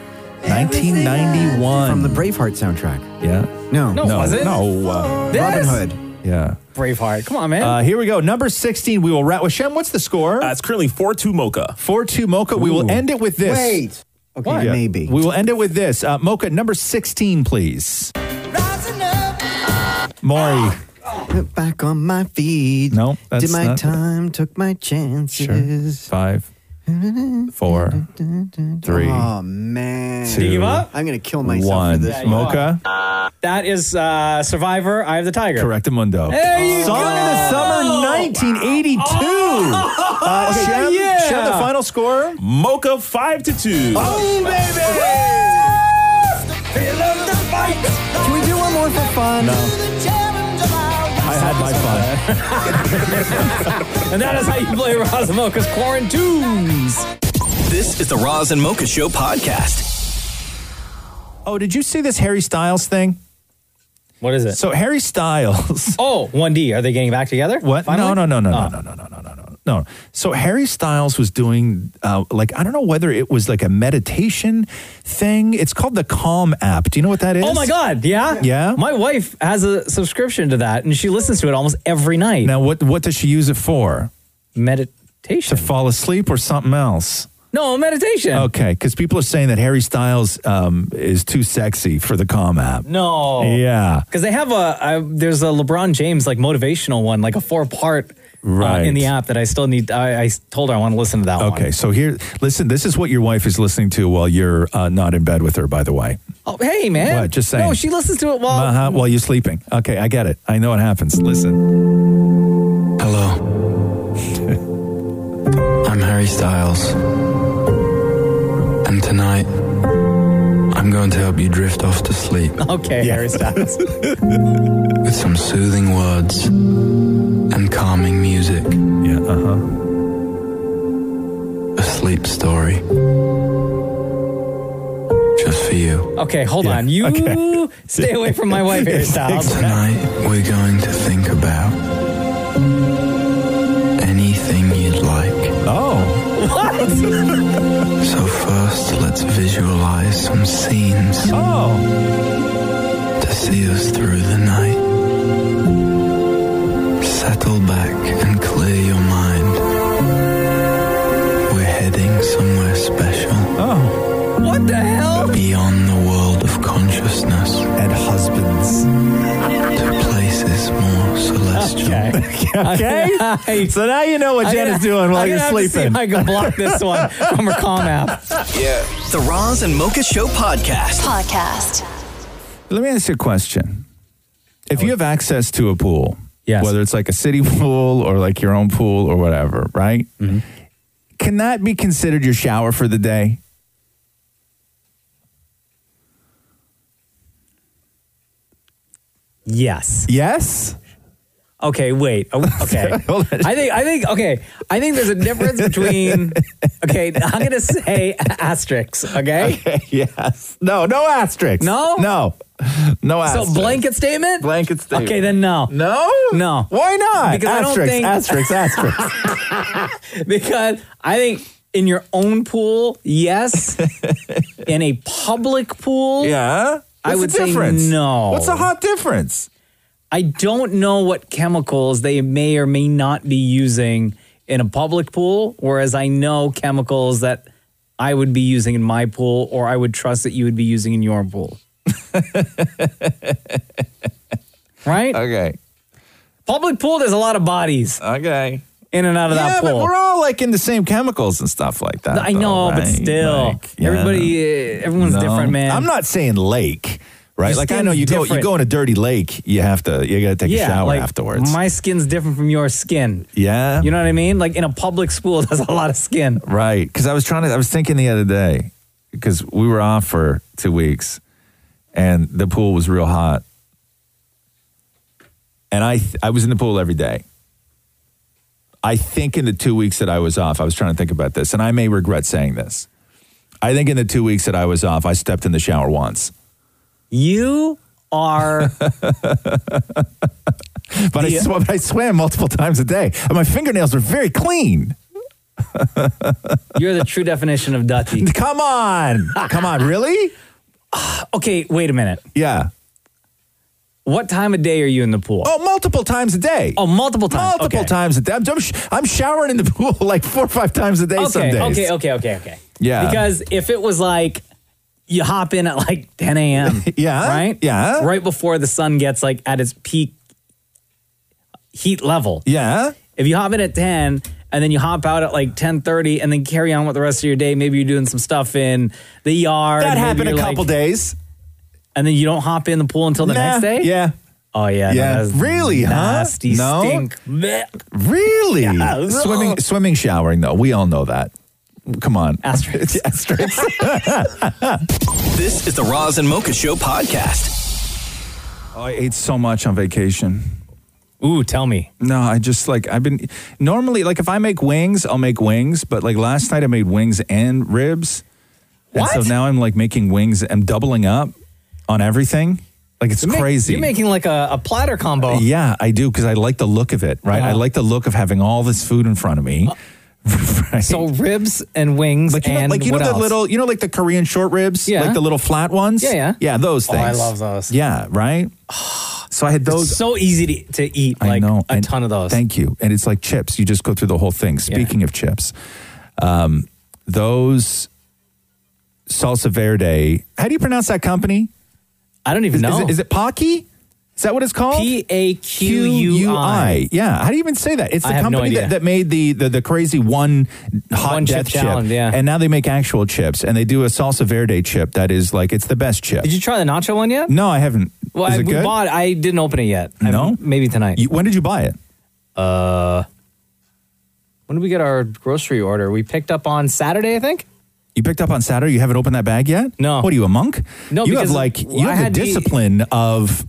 [SPEAKER 8] Ah,
[SPEAKER 4] 1991.
[SPEAKER 8] From the Braveheart soundtrack.
[SPEAKER 4] yeah.
[SPEAKER 8] No.
[SPEAKER 2] No,
[SPEAKER 4] No,
[SPEAKER 2] was it?
[SPEAKER 4] no. uh,
[SPEAKER 2] This?
[SPEAKER 8] Robin Hood.
[SPEAKER 4] yeah.
[SPEAKER 2] Braveheart. Come on, man.
[SPEAKER 4] Uh, here we go. Number 16. We will rat with Shem. What's the score?
[SPEAKER 3] Uh, it's currently 4 2 Mocha.
[SPEAKER 4] 4 2 Mocha. We will end it with this.
[SPEAKER 8] Wait. Okay,
[SPEAKER 4] Yeah.
[SPEAKER 8] maybe.
[SPEAKER 4] We will end it with this. Uh, Mocha, number 16, please.
[SPEAKER 5] Rising up.
[SPEAKER 4] Maury.
[SPEAKER 8] Put back on my feet.
[SPEAKER 4] No, that's
[SPEAKER 8] Did my
[SPEAKER 4] not-
[SPEAKER 8] time, took my chances.
[SPEAKER 4] Five, four, three,
[SPEAKER 8] Oh, man.
[SPEAKER 4] two,
[SPEAKER 2] you give up?
[SPEAKER 8] I'm gonna kill myself
[SPEAKER 4] one.
[SPEAKER 8] for this. one.
[SPEAKER 4] Mocha,
[SPEAKER 2] That is uh, Survivor. I have the tiger.
[SPEAKER 4] correctamundo.
[SPEAKER 2] There you
[SPEAKER 4] Song of the Summer, 1982.
[SPEAKER 8] Oh.
[SPEAKER 4] Uh, Shem,
[SPEAKER 2] yeah.
[SPEAKER 4] Shem, the final score.
[SPEAKER 3] Mocha five to two.
[SPEAKER 8] Can we do one more for fun?
[SPEAKER 4] I had my fun.
[SPEAKER 2] And that is how you play Razamoka's Quarantunes.
[SPEAKER 1] This is the Roz and Mocha Show podcast.
[SPEAKER 4] Oh, did you see this Harry Styles thing?
[SPEAKER 2] What is it?
[SPEAKER 4] So Harry Styles.
[SPEAKER 2] oh, 1D. Are they getting back together?
[SPEAKER 4] What?
[SPEAKER 2] Finally?
[SPEAKER 4] No, no, no, no,
[SPEAKER 2] Oh.
[SPEAKER 4] no, no, no, no, no, no, no. So Harry Styles was doing uh, like I don't know whether it was like a meditation thing. It's called the Calm app. Do you know what that is?
[SPEAKER 2] Oh my God! Yeah,
[SPEAKER 4] Yeah?
[SPEAKER 2] My wife has a subscription to that, and she listens to it almost every night.
[SPEAKER 4] Now what what does she use it for?
[SPEAKER 2] Meditation?
[SPEAKER 4] Fall asleep or something else?
[SPEAKER 2] no, meditation.
[SPEAKER 4] Okay, because people are saying that Harry Styles um, is too sexy for the Calm app.
[SPEAKER 2] No.
[SPEAKER 4] Yeah.
[SPEAKER 2] Because they have a, I, there's a LeBron James like motivational one, like a four part
[SPEAKER 4] Right.
[SPEAKER 2] in the app that I still need. I, I told her I want to listen to that one.
[SPEAKER 4] Okay, so here, listen. This is what your wife is listening to while you're uh, not in bed with her. By the way,
[SPEAKER 2] Oh, hey man.
[SPEAKER 4] What? Just saying.
[SPEAKER 2] No, she listens to it while.
[SPEAKER 4] uh-huh, while you're sleeping. Okay, I get it. I know what happens. Listen.
[SPEAKER 9] Hello. I'm Harry Styles. And tonight, I'm going to help you drift off to sleep
[SPEAKER 2] Okay, Harry Styles.
[SPEAKER 9] with some soothing words and calming music.
[SPEAKER 4] Yeah. Uh huh.
[SPEAKER 9] A sleep story. Just for you.
[SPEAKER 2] okay, hold on. You stay away from my wife, Harry Styles.
[SPEAKER 9] Tonight, we're going to think about anything you'd like.
[SPEAKER 4] Oh.
[SPEAKER 9] So, first, let's visualize some scenes.
[SPEAKER 4] Oh,
[SPEAKER 9] to see us through the night. Settle back and clear your mind. We're heading somewhere special
[SPEAKER 4] oh.
[SPEAKER 2] what the hell?
[SPEAKER 9] beyond the world of consciousness
[SPEAKER 4] And husbands.
[SPEAKER 9] to places more celestial.
[SPEAKER 4] Okay. so now you know what
[SPEAKER 2] I'm
[SPEAKER 4] Jen
[SPEAKER 2] gonna-
[SPEAKER 4] is doing while
[SPEAKER 2] I'm
[SPEAKER 4] you're
[SPEAKER 2] gonna have to see
[SPEAKER 4] sleeping.
[SPEAKER 2] if I can block this one from her com app.
[SPEAKER 1] The Roz and Mocha Show podcast.
[SPEAKER 6] Podcast.
[SPEAKER 4] Let me ask you a question. If you have access to a pool,
[SPEAKER 2] Yes.
[SPEAKER 4] whether it's like a city pool or like your own pool or whatever, right?
[SPEAKER 2] Mm-hmm.
[SPEAKER 4] Can that be considered your shower for the day?
[SPEAKER 2] Yes.
[SPEAKER 4] Yes.
[SPEAKER 2] Okay, wait. Oh, Okay.
[SPEAKER 4] Hold on.
[SPEAKER 2] I think I think okay. I think there's a difference between okay, I'm going to say asterisks, okay?
[SPEAKER 4] yes. No. No asterisks.
[SPEAKER 2] No?
[SPEAKER 4] No. No
[SPEAKER 2] So
[SPEAKER 4] asterisks.
[SPEAKER 2] blanket statement?
[SPEAKER 4] Blanket statement.
[SPEAKER 2] Okay, then no.
[SPEAKER 4] No.
[SPEAKER 2] No.
[SPEAKER 4] Why not?
[SPEAKER 2] Because I don't
[SPEAKER 4] asterisks,
[SPEAKER 2] think-
[SPEAKER 4] asterisks. Asterisks.
[SPEAKER 2] Because I think in your own pool, yes. in a public pool,
[SPEAKER 4] yeah.
[SPEAKER 2] I
[SPEAKER 4] What's
[SPEAKER 2] would
[SPEAKER 4] the
[SPEAKER 2] say
[SPEAKER 4] difference?
[SPEAKER 2] no.
[SPEAKER 4] What's the hot difference?
[SPEAKER 2] I don't know what chemicals they may or may not be using in a public pool, whereas I know chemicals that I would be using in my pool or I would trust that you would be using in your pool. right?
[SPEAKER 4] Okay.
[SPEAKER 2] Public pool, there's a lot of bodies
[SPEAKER 4] Okay.
[SPEAKER 2] in and out of
[SPEAKER 4] yeah,
[SPEAKER 2] that pool.
[SPEAKER 4] but we're all like in the same chemicals and stuff like that.
[SPEAKER 2] I
[SPEAKER 4] though,
[SPEAKER 2] know, but
[SPEAKER 4] right?
[SPEAKER 2] still,
[SPEAKER 4] Like, yeah.
[SPEAKER 2] everybody, uh, everyone's
[SPEAKER 4] No.
[SPEAKER 2] different, man.
[SPEAKER 4] I'm not saying lake, right?
[SPEAKER 2] Your
[SPEAKER 4] like I know
[SPEAKER 2] skin's
[SPEAKER 4] you go you
[SPEAKER 2] different.
[SPEAKER 4] go in a dirty lake, you have to you got to take a shower
[SPEAKER 2] like,
[SPEAKER 4] afterwards.
[SPEAKER 2] My skin's different from your skin.
[SPEAKER 4] yeah,
[SPEAKER 2] You know what I mean? Like in a public school, there's a lot of skin.
[SPEAKER 4] right? Because I was trying to, I was thinking the other day because we were off for two weeks, and the pool was real hot, and I th- I was in the pool every day. I think in the two weeks that I was off, I was trying to think about this, and I may regret saying this. I think in the two weeks that I was off, I stepped in the shower once,
[SPEAKER 2] You are
[SPEAKER 4] but I,
[SPEAKER 2] The- uh,
[SPEAKER 4] sw- but I swam multiple times a day, and my fingernails were very clean.
[SPEAKER 2] You're the true definition of dutty.
[SPEAKER 4] Come on, come on, really?
[SPEAKER 2] Okay, wait a minute.
[SPEAKER 4] Yeah.
[SPEAKER 2] What time of day are you in the pool?
[SPEAKER 4] Oh, multiple times a day.
[SPEAKER 2] Oh, multiple times.
[SPEAKER 4] multiple
[SPEAKER 2] okay.
[SPEAKER 4] times a day. I'm, I'm sh- I'm showering in the pool like four or five times a day
[SPEAKER 2] Okay,
[SPEAKER 4] some days.
[SPEAKER 2] okay, okay, okay, okay.
[SPEAKER 4] Yeah.
[SPEAKER 2] Because if it was like you hop in at like 10 a.m.
[SPEAKER 4] Yeah,
[SPEAKER 2] Right?
[SPEAKER 4] yeah.
[SPEAKER 2] Right before the sun gets like at its peak heat level.
[SPEAKER 4] Yeah.
[SPEAKER 2] If you hop in at 10 and then you hop out at like 10:30 and then carry on with the rest of your day. Maybe you're doing some stuff in the yard.
[SPEAKER 10] That
[SPEAKER 2] Maybe
[SPEAKER 10] happened a
[SPEAKER 2] you're,
[SPEAKER 10] couple
[SPEAKER 2] like-
[SPEAKER 10] days.
[SPEAKER 2] And then you don't hop in the pool until the
[SPEAKER 10] Nah,
[SPEAKER 2] next day?
[SPEAKER 10] Yeah.
[SPEAKER 2] Oh yeah.
[SPEAKER 10] Yeah. Really, huh?
[SPEAKER 2] Nasty
[SPEAKER 10] No?
[SPEAKER 2] stink. Blech.
[SPEAKER 10] Really?
[SPEAKER 2] Yeah.
[SPEAKER 10] Swimming, swimming, showering, though. We all know that. Come on. Asterix.
[SPEAKER 1] This is the Roz and Mocha Show podcast.
[SPEAKER 4] Oh, I ate so much on vacation.
[SPEAKER 2] Ooh, tell me.
[SPEAKER 4] No, I just like I've been normally like if I make wings, I'll make wings, but like last night I made wings and ribs. And
[SPEAKER 2] What?
[SPEAKER 4] so now I'm like making wings. I'm doubling up on everything. Like it's
[SPEAKER 2] You're ma-
[SPEAKER 4] crazy.
[SPEAKER 2] You're making like a, a platter combo.
[SPEAKER 4] Yeah, I do because I like the look of it, right? I
[SPEAKER 2] oh. Uh-huh. Uh,
[SPEAKER 4] like the look of having all this food in front of me. right?
[SPEAKER 2] So ribs and wings
[SPEAKER 4] like you know,
[SPEAKER 2] and
[SPEAKER 4] like you know
[SPEAKER 2] what
[SPEAKER 4] the
[SPEAKER 2] else?
[SPEAKER 4] little, you know, like the Korean short ribs,
[SPEAKER 2] Yeah.
[SPEAKER 4] like the little flat ones.
[SPEAKER 2] Yeah, yeah.
[SPEAKER 4] yeah, those
[SPEAKER 2] Oh, I
[SPEAKER 4] things.
[SPEAKER 2] love those.
[SPEAKER 4] Yeah, right. So I had those.
[SPEAKER 2] so easy to, to eat.
[SPEAKER 4] I
[SPEAKER 2] Like
[SPEAKER 4] know
[SPEAKER 2] a
[SPEAKER 4] and
[SPEAKER 2] ton of those.
[SPEAKER 4] Thank you. And it's like chips. You just go through the whole thing. Speaking of chips, um, those salsa verde. How do you pronounce that company?
[SPEAKER 2] I don't even
[SPEAKER 4] Is,
[SPEAKER 2] know.
[SPEAKER 4] is it, is it Pocky? Is that what it's called?
[SPEAKER 2] P A Q U I.
[SPEAKER 4] Yeah. How do you even say that? It's the
[SPEAKER 2] I have no
[SPEAKER 4] company that,
[SPEAKER 2] idea.
[SPEAKER 4] that made the, the the crazy one hot
[SPEAKER 2] One chip
[SPEAKER 4] death chip.
[SPEAKER 2] challenge, yeah.
[SPEAKER 4] And now they make actual chips and they do a salsa verde chip that is like it's the best chip.
[SPEAKER 2] Did you try the nacho one yet?
[SPEAKER 4] no, I haven't.
[SPEAKER 2] Well,
[SPEAKER 4] is
[SPEAKER 2] I,
[SPEAKER 4] it
[SPEAKER 2] we
[SPEAKER 4] good?
[SPEAKER 2] bought. I didn't open it yet. I-
[SPEAKER 4] No?
[SPEAKER 2] maybe tonight. Uh,
[SPEAKER 4] You- when did you buy it?
[SPEAKER 2] when did we get our grocery order? We picked up on Saturday, I think.
[SPEAKER 4] You picked up on Saturday. You haven't opened that bag yet.
[SPEAKER 2] No.
[SPEAKER 4] What are you, a monk?
[SPEAKER 2] No,
[SPEAKER 4] You have
[SPEAKER 2] because
[SPEAKER 4] like
[SPEAKER 2] I
[SPEAKER 4] you have
[SPEAKER 2] had
[SPEAKER 4] the
[SPEAKER 2] the-
[SPEAKER 4] discipline of.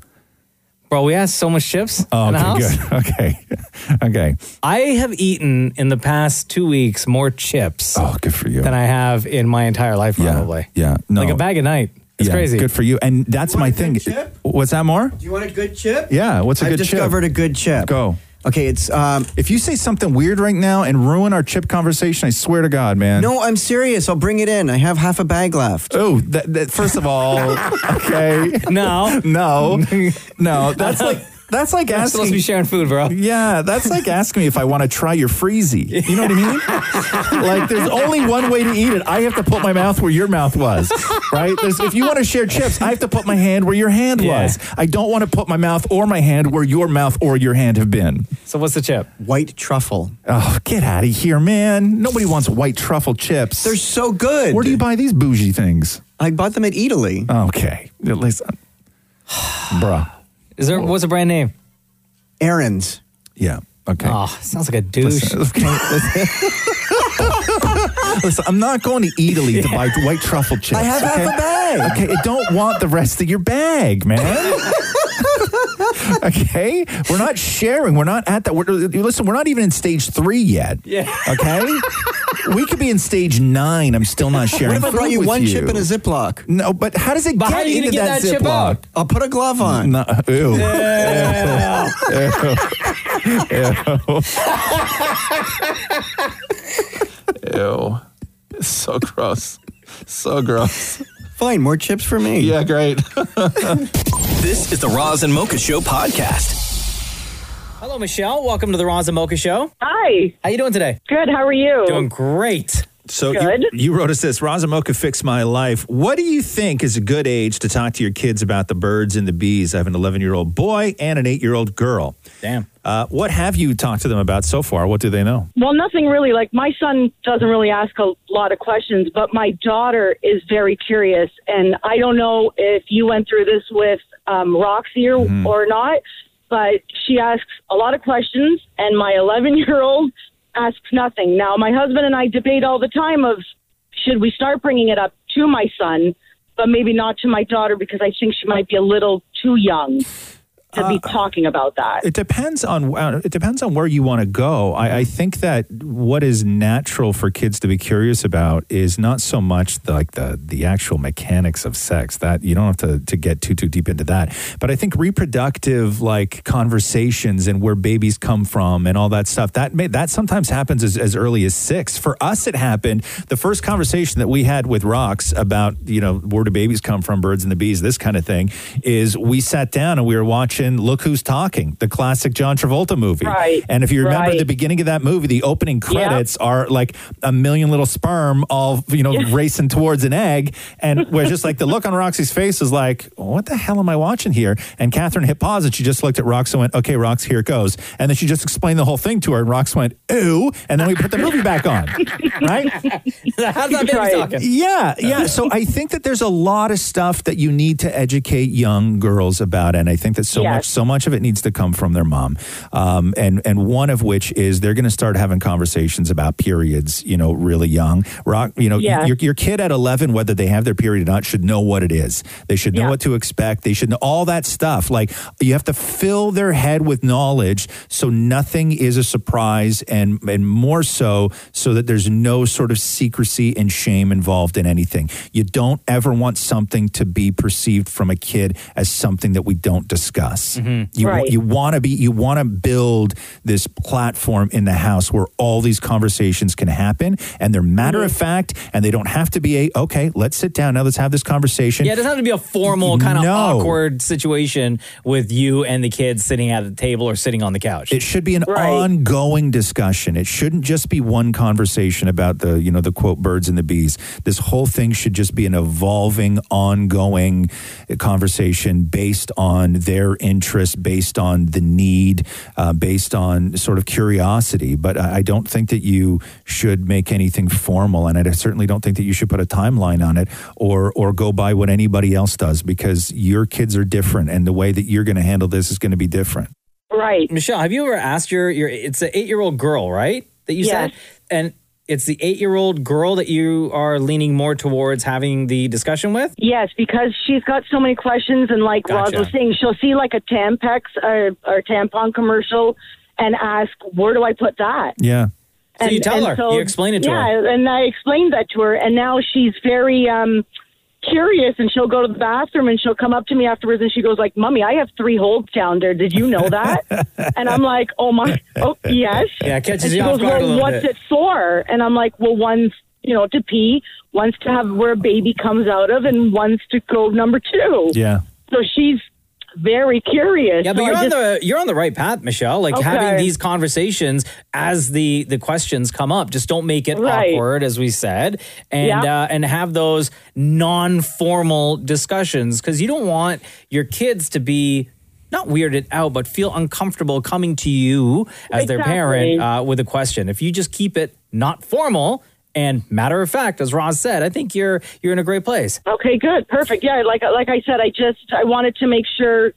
[SPEAKER 2] Bro, we had so much chips
[SPEAKER 4] Oh,
[SPEAKER 2] in the
[SPEAKER 4] okay,
[SPEAKER 2] house.
[SPEAKER 4] good. Okay, okay.
[SPEAKER 2] I have eaten in the past two weeks more chips
[SPEAKER 4] Oh, good for you.
[SPEAKER 2] than I have in my entire life,
[SPEAKER 4] yeah,
[SPEAKER 2] probably.
[SPEAKER 4] yeah. No,
[SPEAKER 2] Like a bag a night. It's
[SPEAKER 4] Yeah,
[SPEAKER 2] crazy.
[SPEAKER 4] Good for you. And that's
[SPEAKER 8] You
[SPEAKER 4] my
[SPEAKER 8] want a
[SPEAKER 4] thing.
[SPEAKER 8] good chip?
[SPEAKER 4] What's that more?
[SPEAKER 8] Do you want a good chip?
[SPEAKER 4] Yeah. What's a
[SPEAKER 8] I've
[SPEAKER 4] good chip?
[SPEAKER 8] discovered a good chip.
[SPEAKER 4] Go.
[SPEAKER 8] Okay, it's um.
[SPEAKER 4] If you say something weird right now and ruin our chip conversation, I swear to God, man.
[SPEAKER 8] No, I'm serious. I'll bring it in. I have half a bag left.
[SPEAKER 4] Oh, that, that, first of all, okay.
[SPEAKER 2] No.
[SPEAKER 4] No, no. oh, That's like that's like
[SPEAKER 2] I'm supposed to
[SPEAKER 4] asking.
[SPEAKER 2] be sharing food, bro.
[SPEAKER 4] Yeah, that's like asking me if I want to try your freezy. You know what I mean? like, there's only one way to eat it. I have to put my mouth where your mouth was, right? There's, if you want to share chips, I have to put my hand where your hand
[SPEAKER 2] Yeah.
[SPEAKER 4] was. I don't want to put my mouth or my hand where your mouth or your hand have been.
[SPEAKER 2] So what's the chip?
[SPEAKER 8] White truffle.
[SPEAKER 4] Oh, get out of here, man. Nobody wants white truffle chips.
[SPEAKER 8] They're so good.
[SPEAKER 4] where do you buy these bougie things?
[SPEAKER 8] I bought them at Italy.
[SPEAKER 4] Okay. At least, bruh.
[SPEAKER 2] Is there what's the brand name?
[SPEAKER 8] Aaron's.
[SPEAKER 4] Yeah. Okay.
[SPEAKER 2] Oh, sounds like a douche.
[SPEAKER 4] Listen, Listen, I'm not going to Italy to buy white truffle chips.
[SPEAKER 8] I have half a bag.
[SPEAKER 4] Okay, I don't want the rest of your bag, man. okay, we're not sharing. We're not at that. We're, listen, we're not even in stage three yet.
[SPEAKER 2] Yeah.
[SPEAKER 4] Okay, we could be in stage nine. I'm still not sharing.
[SPEAKER 8] What if I brought
[SPEAKER 4] food
[SPEAKER 8] you
[SPEAKER 4] with
[SPEAKER 8] one chip in a Ziploc?
[SPEAKER 4] No, but how does it
[SPEAKER 2] But
[SPEAKER 4] get
[SPEAKER 2] how are you
[SPEAKER 4] into
[SPEAKER 2] gonna get that chip
[SPEAKER 4] Ziploc?
[SPEAKER 2] out?
[SPEAKER 8] I'll put a glove on.
[SPEAKER 4] No, ew. Ew. Ew. Ew. So gross. So gross.
[SPEAKER 8] Fine, more chips for me.
[SPEAKER 4] great.
[SPEAKER 1] This is the Roz and Mocha Show podcast.
[SPEAKER 2] Hello, Michelle. Welcome to the Roz and Mocha Show.
[SPEAKER 7] Hi.
[SPEAKER 2] How you doing today?
[SPEAKER 7] Good. How are you?
[SPEAKER 2] Doing great.
[SPEAKER 10] So
[SPEAKER 7] Good.
[SPEAKER 10] you, you wrote us this Razamoka Fix My Life. What do you think is a good age to talk to your kids about the birds and the bees? I have an 11 year old boy and an 8 year old girl.
[SPEAKER 2] Damn.
[SPEAKER 10] Uh, what have you talked to them about so far? What do they know?
[SPEAKER 7] Well, nothing really. Like my son doesn't really ask a lot of questions, but my daughter is very curious, and I don't know if you went through this with um, Roxy or, or not, but she asks a lot of questions, and my 11 year old asks nothing. Now, my husband and I debate all the time of should we start bringing it up to my son, but maybe not to my daughter because I think she might be a little too young to be talking about that.
[SPEAKER 10] It depends on uh, it depends on where you want to go. I, I think that what is natural for kids to be curious about is not so much the, like the the actual mechanics of sex that you don't have to, to get too too deep into that. But I think reproductive like conversations and where babies come from and all that stuff that may, that sometimes happens as, as early as six. For us, it happened. The first conversation that we had with Rox about you know where do babies come from, birds and the bees, this kind of thing, is we sat down and we were watching
[SPEAKER 4] action Look Who's Talking, the classic John Travolta movie.
[SPEAKER 7] Right,
[SPEAKER 4] And if you remember
[SPEAKER 7] right.
[SPEAKER 4] the beginning of that movie, the opening credits are like a million little sperm all, you know, racing towards an egg. And we're just like, the look on Roxy's face is like, what the hell am I watching here? And Catherine hit pause and she just looked at Rox and went, okay, Rox, here it goes. And then she just explained the whole thing to her. And Rox went, ooh. And then we put the movie back on. Right?
[SPEAKER 2] How's that baby
[SPEAKER 7] Right.
[SPEAKER 2] talking?
[SPEAKER 4] Yeah, yeah. So I think that there's a lot of stuff that you need to educate young girls about, and I think that so
[SPEAKER 7] Yes.
[SPEAKER 4] much, so much of it needs to come from their mom, um, and and one of which is they're going to start having conversations about periods, you know, really young. Rock, you know,
[SPEAKER 7] Yeah.
[SPEAKER 4] your your kid at 11, whether they have their period or not, should know what it is. They should know
[SPEAKER 7] Yeah.
[SPEAKER 4] what to expect. They should know all that stuff. Like you have to fill their head with knowledge so nothing is a surprise and and more so so that there's no sort of secrecy and shame involved in anything. You don't ever want something to be perceived from a kid as something that we don't discuss.
[SPEAKER 2] Mm-hmm.
[SPEAKER 4] You
[SPEAKER 7] Right.
[SPEAKER 4] you want to be you want to build this platform in the house where all these conversations can happen and they're matter of
[SPEAKER 2] Mm.
[SPEAKER 4] fact and they don't have to be a okay, let's sit down now let's have this conversation.
[SPEAKER 2] Yeah, it doesn't have to be a formal kind of
[SPEAKER 4] No.
[SPEAKER 2] awkward situation with you and the kids sitting at the table or sitting on the couch.
[SPEAKER 4] It should be an
[SPEAKER 7] Right.
[SPEAKER 4] ongoing discussion. It shouldn't just be one conversation about the, you know, the quote birds and the bees. This whole thing should just be an evolving, ongoing conversation based on their interest, based on the need, uh, based on sort of curiosity. But I I don't think that you should make anything formal, and I certainly don't think that you should put a timeline on it or or go by what anybody else does because your kids are different, and the way that you're going to handle this is going to be different.
[SPEAKER 7] Right.
[SPEAKER 2] Michelle, have you ever asked your your it's an eight year old girl, right? That you said,
[SPEAKER 7] Yes.
[SPEAKER 2] and it's the eight year old girl that you are leaning more towards having the discussion with.
[SPEAKER 7] Yes, because she's got so many questions, and like
[SPEAKER 2] Gotcha.
[SPEAKER 7] Roz was saying, she'll see like a Tampax or, or tampon commercial and ask, "Where do I put that?"
[SPEAKER 4] Yeah.
[SPEAKER 2] So you tell her. You explain it to
[SPEAKER 7] yeah,
[SPEAKER 2] her.
[SPEAKER 7] Yeah, and I explained that to her, and now she's very um, curious, and she'll go to the bathroom, and she'll come up to me afterwards, and she goes like, "Mommy, I have three holes down there. Did you know that?" and I'm like, "Oh my, oh yes."
[SPEAKER 2] Yeah, it catches
[SPEAKER 7] and she
[SPEAKER 2] you off
[SPEAKER 7] goes,
[SPEAKER 2] guard a
[SPEAKER 7] "Well,
[SPEAKER 2] little
[SPEAKER 7] what's it
[SPEAKER 2] bit."
[SPEAKER 7] for?" And I'm like, "Well, one's you know to pee, one's to have where a baby comes out of, and one's to go number two.
[SPEAKER 4] Yeah.
[SPEAKER 7] So she's very curious.
[SPEAKER 2] Yeah, but
[SPEAKER 7] So I
[SPEAKER 2] you're on
[SPEAKER 7] just-
[SPEAKER 2] the you're on the right path, Michelle. Like having
[SPEAKER 7] Okay.
[SPEAKER 2] these conversations as the the questions come up. Just don't make it
[SPEAKER 7] Right.
[SPEAKER 2] awkward, as we said, and
[SPEAKER 7] Yeah.
[SPEAKER 2] uh, and have those non formal discussions because you don't want your kids to be. Not weirded out, but feel uncomfortable coming to you as their parent
[SPEAKER 7] Exactly.
[SPEAKER 2] uh, with a question. If you just keep it not formal and matter of fact, as Roz said, I think you're you're in a great place.
[SPEAKER 7] Okay, good, perfect. Yeah, like like I said, I just I wanted to make sure,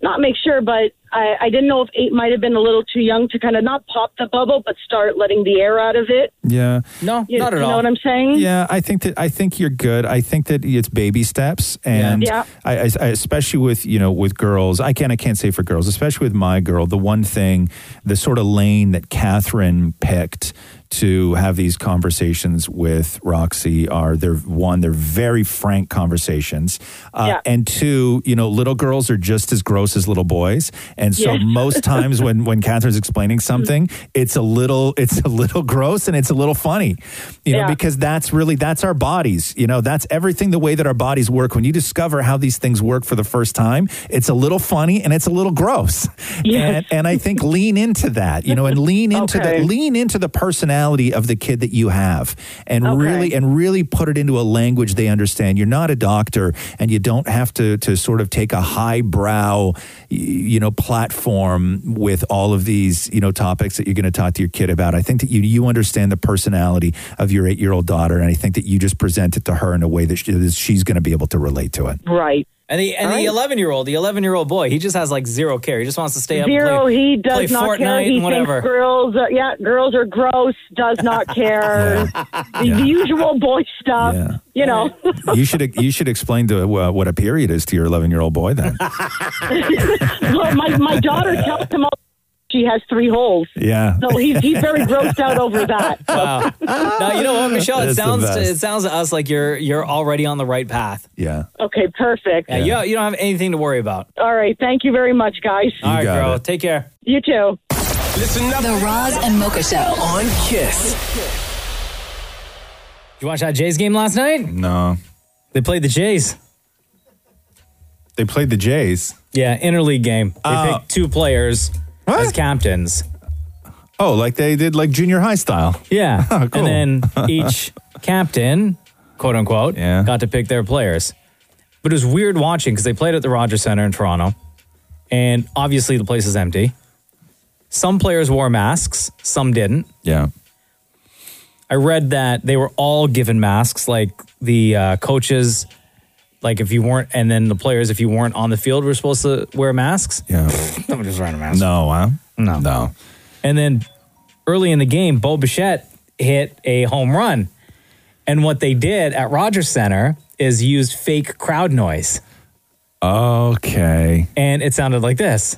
[SPEAKER 7] not make sure, but I, I didn't know if eight might have been a little too young to kind of not pop the bubble, but start letting the air out of it.
[SPEAKER 4] Yeah.
[SPEAKER 2] No,
[SPEAKER 7] You,
[SPEAKER 2] not at
[SPEAKER 7] you
[SPEAKER 2] all.
[SPEAKER 7] know what I'm saying?
[SPEAKER 4] Yeah, I think that I think you're good. I think that it's baby steps, and
[SPEAKER 7] Yeah.
[SPEAKER 4] I, I, I- especially with you know with girls, I can I can't say for girls, especially with my girl. The one thing, the sort of lane that Catherine picked to have these conversations with Roxy are they're one they're very frank conversations, uh,
[SPEAKER 7] Yeah.
[SPEAKER 4] and two, you know, little girls are just as gross as little boys, and so
[SPEAKER 7] Yeah.
[SPEAKER 4] most times when when Catherine's explaining something, it's a little it's a little gross and it's a little funny, you know,
[SPEAKER 7] Yeah.
[SPEAKER 4] because that's really that's our bodies, you know, that's everything the way that our bodies work. When you discover how these things work for the first time, it's a little funny and it's a little gross,
[SPEAKER 7] Yes.
[SPEAKER 4] and and I think lean into that, you know, and lean into
[SPEAKER 7] Okay.
[SPEAKER 4] the lean into the personality of the kid that you have, and
[SPEAKER 7] Okay.
[SPEAKER 4] really and really put it into a language they understand. You're not a doctor, and you don't have to to sort of take a highbrow, y- you know, platform with all of these you know topics that you're going to talk to your kid about. I think that you you understand the personality of your eight year old daughter, and I think that you just present it to her in a way that, she, that she's going to be able to relate to it.
[SPEAKER 7] Right.
[SPEAKER 2] And the and the eleven year old, the eleven year old boy, he just has like zero care. He just wants to stay up.
[SPEAKER 7] Zero.
[SPEAKER 2] and play,
[SPEAKER 7] he does
[SPEAKER 2] play
[SPEAKER 7] not
[SPEAKER 2] Fortnite
[SPEAKER 7] care. He
[SPEAKER 2] and whatever.
[SPEAKER 7] thinks girls. Are, yeah, girls are gross. Does not care. The usual boy stuff.
[SPEAKER 4] Yeah.
[SPEAKER 7] You know.
[SPEAKER 4] you should you should explain to uh, what a period is to your 11 year old boy then.
[SPEAKER 7] Well, my my daughter tells him all. She has three holes.
[SPEAKER 4] Yeah.
[SPEAKER 7] So he's he's very grossed out over that.
[SPEAKER 2] no, you know what, Michelle? It
[SPEAKER 4] That's the
[SPEAKER 2] sounds to,
[SPEAKER 4] best.
[SPEAKER 2] it sounds to us like you're you're already on the right path.
[SPEAKER 4] Yeah.
[SPEAKER 7] Okay, perfect.
[SPEAKER 2] Yeah, you don't- you don't have anything to worry about.
[SPEAKER 7] All right. Thank you very much, guys.
[SPEAKER 2] All right,
[SPEAKER 4] got
[SPEAKER 2] girl,
[SPEAKER 4] it.
[SPEAKER 2] take care.
[SPEAKER 7] You too.
[SPEAKER 1] Listen up
[SPEAKER 11] The Roz and Mocha Show.
[SPEAKER 1] on Kiss.
[SPEAKER 2] Did you watch that Jays game last night?
[SPEAKER 4] No.
[SPEAKER 2] They played the Jays.
[SPEAKER 4] They played the Jays. Ah.
[SPEAKER 2] Yeah, interleague game. They picked two players as captains.
[SPEAKER 4] Oh, like they did like junior high style. Ah, Cool.
[SPEAKER 2] Yeah. And then each captain, quote unquote,
[SPEAKER 4] Yeah.
[SPEAKER 2] got to pick their players. But it was weird watching because they played at the Rogers Center in Toronto. And obviously the place is empty. Some players wore masks, some didn't.
[SPEAKER 4] Yeah.
[SPEAKER 2] I read that they were all given masks, like the uh, coaches, like if you weren't, and then the players, if you weren't on the field, were supposed to wear masks.
[SPEAKER 4] Yeah.
[SPEAKER 2] Nobody was wearing a mask.
[SPEAKER 4] no, huh?
[SPEAKER 2] No.
[SPEAKER 4] No.
[SPEAKER 2] And then early in the game, Bo Bichette hit a home run. And what they did at Rogers Center is used fake crowd noise.
[SPEAKER 4] Okay.
[SPEAKER 2] And it sounded like this.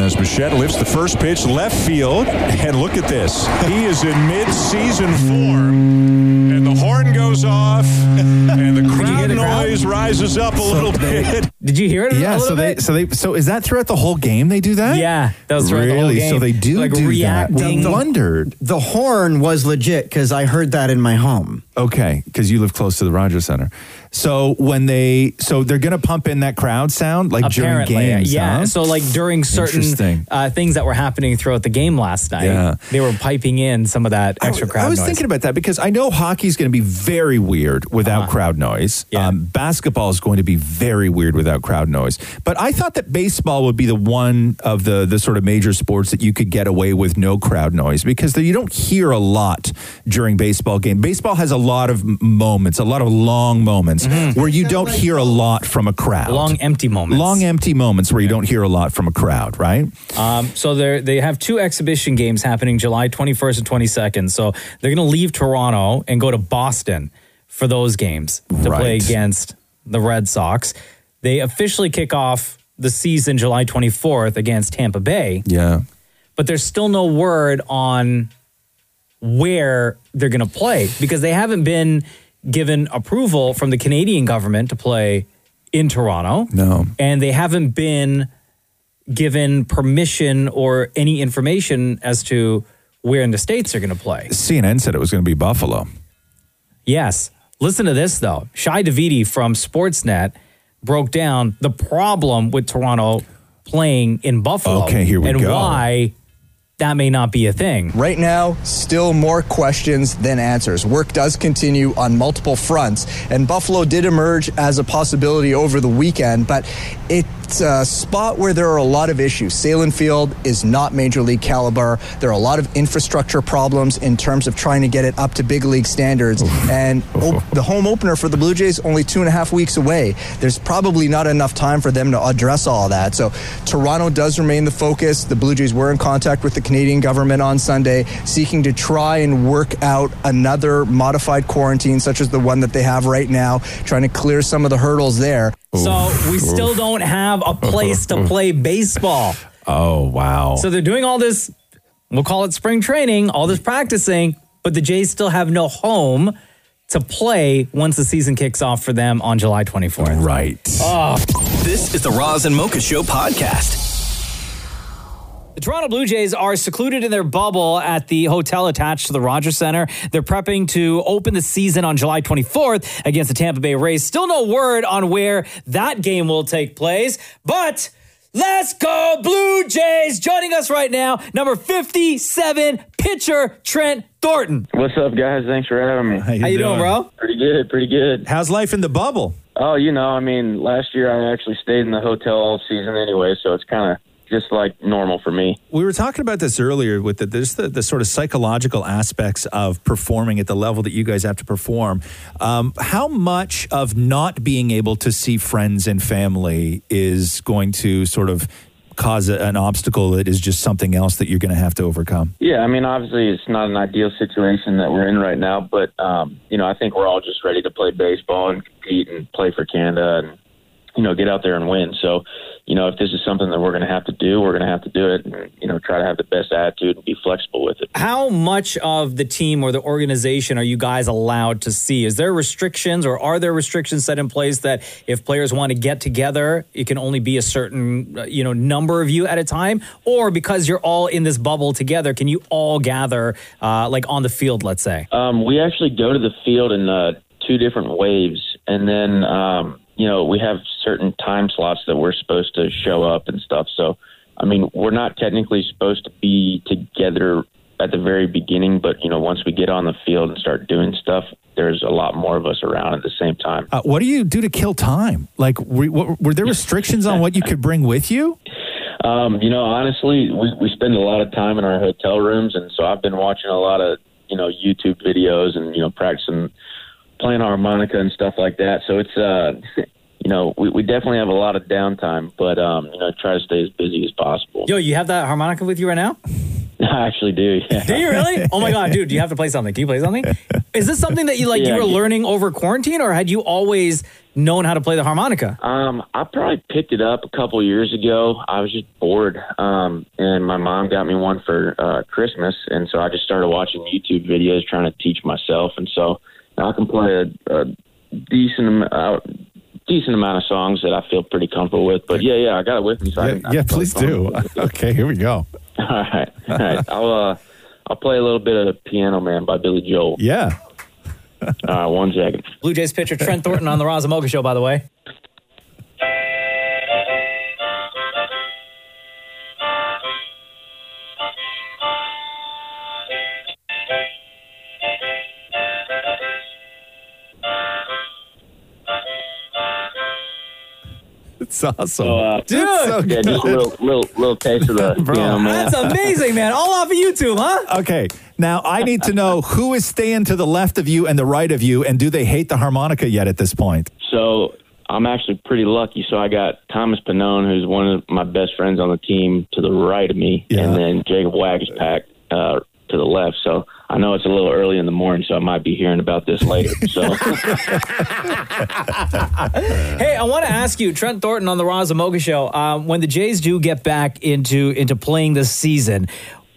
[SPEAKER 9] As Bichette lifts the first pitch left field, and look at this. He is in mid-season form. And the horn goes off, and the crowd
[SPEAKER 2] the crowd?
[SPEAKER 9] noise rises up a little bit.
[SPEAKER 2] Did you hear it?
[SPEAKER 4] Yeah,
[SPEAKER 2] a
[SPEAKER 4] so
[SPEAKER 2] little
[SPEAKER 4] they
[SPEAKER 2] bit?
[SPEAKER 4] so they so is that throughout the whole game they do that?
[SPEAKER 2] yeah, that was throughout the whole
[SPEAKER 4] really. So
[SPEAKER 2] game.
[SPEAKER 4] they do
[SPEAKER 2] like
[SPEAKER 4] do
[SPEAKER 2] reacting.
[SPEAKER 4] that. I wondered.
[SPEAKER 8] The horn was legit because I heard that in my home.
[SPEAKER 4] Okay, because you live close to the Rogers Center. So when they so they're gonna pump in that crowd sound like
[SPEAKER 2] Apparently,
[SPEAKER 4] during games.
[SPEAKER 2] yeah.
[SPEAKER 4] huh?
[SPEAKER 2] So like during certain
[SPEAKER 4] Interesting.
[SPEAKER 2] uh, things that were happening throughout the game last night,
[SPEAKER 4] Yeah.
[SPEAKER 2] they were piping in some of that
[SPEAKER 4] I
[SPEAKER 2] extra
[SPEAKER 4] w-
[SPEAKER 2] crowd
[SPEAKER 4] I was
[SPEAKER 2] noise.
[SPEAKER 4] thinking about that because I know hockey's going to be very weird without crowd noise.
[SPEAKER 2] Uh-huh. Yeah.
[SPEAKER 4] Um, basketball is going to be very weird without crowd noise. But I thought that baseball would be the one of the the sort of major sports that you could get away with no crowd noise because you don't hear a lot during baseball game. Baseball has a lot of m- moments, a lot of long moments where you don't hear a lot from a crowd.
[SPEAKER 2] Mm-hmm. long empty moments.
[SPEAKER 4] Long empty moments where you don't hear a lot from a crowd, right?
[SPEAKER 2] Um, so they they have two exhibition games happening July 21st and 22nd. So they're going to leave Toronto and go to Boston for those games to play
[SPEAKER 4] Right.
[SPEAKER 2] against the Red Sox. They officially kick off the season July 24th against Tampa Bay,
[SPEAKER 4] Yeah.
[SPEAKER 2] but there's still no word on where they're going to play because they haven't been given approval from the Canadian government to play in Toronto.
[SPEAKER 4] No.
[SPEAKER 2] And they haven't been given permission or any information as to where in the states they're going to play.
[SPEAKER 4] CNN said it was going to be Buffalo.
[SPEAKER 2] Yes. Listen to this though. Shai Davidi from Sportsnet broke down the problem with Toronto playing in Buffalo.
[SPEAKER 4] Okay, here we
[SPEAKER 2] and
[SPEAKER 4] go.
[SPEAKER 2] why that may not be a thing.
[SPEAKER 12] Right now, still more questions than answers. Work does continue on multiple fronts, and Buffalo did emerge as a possibility over the weekend, but it's a spot where there are a lot of issues. Salem Field is not major league caliber. There are a lot of infrastructure problems in terms of trying to get it up to big league standards, and op- the home opener for the Blue Jays only two and a half weeks away. There's probably not enough time for them to address all that. So Toronto does remain the focus. The Blue Jays were in contact with the Canadian government on Sunday, seeking to try and work out another modified quarantine, such as the one that they have right now, trying to clear some of the hurdles there.
[SPEAKER 2] So we still don't have a place to play baseball.
[SPEAKER 4] Oh, wow.
[SPEAKER 2] So they're doing all this, we'll call it spring training, all this practicing, but the Jays still have no home to play once the season kicks off for them on July 24th.
[SPEAKER 4] right.
[SPEAKER 1] This is the Roz and Mocha Show podcast.
[SPEAKER 2] The Toronto Blue Jays are secluded in their bubble at the hotel attached to the Rogers Center. They're prepping to open the season on July 24th against the Tampa Bay Rays. Still no word on where that game will take place, but let's go Blue Jays! Joining us right now, number 57 pitcher Trent Thornton.
[SPEAKER 13] What's up, guys? Thanks for having me.
[SPEAKER 2] How you doing, bro?
[SPEAKER 13] Pretty good, pretty good.
[SPEAKER 4] How's life in the bubble?
[SPEAKER 13] Oh, you know, I mean, last year I actually stayed in the hotel all season anyway, so it's kind of just like normal for me.
[SPEAKER 4] We were talking about this earlier with the, there's the, the sort of psychological aspects of performing at the level that you guys have to perform. Um, how much of not being able to see friends and family is going to sort of cause a, an obstacle that is just something else that you're going to have to overcome?
[SPEAKER 13] Yeah, I mean, obviously it's not an ideal situation that we're in right now, but um, you know, I think we're all just ready to play baseball and compete and play for Canada and you know get out there and win. So, you know, if this is something that we're going to have to do, we're going to have to do it, and you know, try to have the best attitude and be flexible with it.
[SPEAKER 2] How much of the team or the organization are you guys allowed to see? Is there restrictions or are there restrictions set in place that if players want to get together, it can only be a certain uh, you know number of you at a time? Or because you're all in this bubble together, can you all gather uh, like on the field? Let's say
[SPEAKER 13] Um, we actually go to the field in uh, two different waves, and then um, you know we have certain time slots that we're supposed to show up and stuff. So, I mean, we're not technically supposed to be together at the very beginning, but you know, once we get on the field and start doing stuff, there's a lot more of us around at the same time.
[SPEAKER 4] Uh, what do you do to kill time? Like, were, were were there restrictions on what you could bring with you?
[SPEAKER 13] Um, you know, honestly, we, we spend a lot of time in our hotel rooms, and so I've been watching a lot of you know YouTube videos and you know practicing playing harmonica and stuff like that. So it's uh, you know, we, we definitely have a lot of downtime, but um, you know, try to stay as busy as possible.
[SPEAKER 2] Yo, you have that harmonica with you right now?
[SPEAKER 13] I actually do. Yeah.
[SPEAKER 2] Do you really? Oh my god, dude, you have to play something. Can you play something? Is this something that you like
[SPEAKER 13] Yeah,
[SPEAKER 2] you were
[SPEAKER 13] yeah.
[SPEAKER 2] learning over quarantine or had you always known how to play the harmonica?
[SPEAKER 13] Um, I probably picked it up a couple years ago. I was just bored, um, and my mom got me one for uh, Christmas, and so I just started watching YouTube videos trying to teach myself, and so now I can play a, a decent am- uh, decent amount of songs that I feel pretty comfortable with. But yeah, yeah, I got it with me. So I,
[SPEAKER 4] Yeah, please do. okay, here we go.
[SPEAKER 13] All right, all right. I'll uh, I'll play a little bit of Piano Man by Billy Joel.
[SPEAKER 4] Yeah.
[SPEAKER 13] All right, one second.
[SPEAKER 2] Blue Jays pitcher Trent Thornton on the Razamoka show, by the way.
[SPEAKER 4] It's awesome.
[SPEAKER 13] So, uh,
[SPEAKER 2] Dude!
[SPEAKER 13] yeah, just a little, little, little taste of the Piano Man.
[SPEAKER 2] That's amazing, man. All off of YouTube, huh?
[SPEAKER 4] Okay, now I need to know who is staying to the left of you and the right of you, and do they hate the harmonica yet at this point?
[SPEAKER 13] So I'm actually pretty lucky. So I got Thomas Panone, who's one of my best friends on the team, to the right of me, and then Jacob Wagerspack uh, to the left. So I know it's a little early in the morning, so I might be hearing about this later. So
[SPEAKER 2] Hey, I want to ask you, Trent Thornton on the Roz and Mocha show. Um, when the Jays do get back into into playing this season,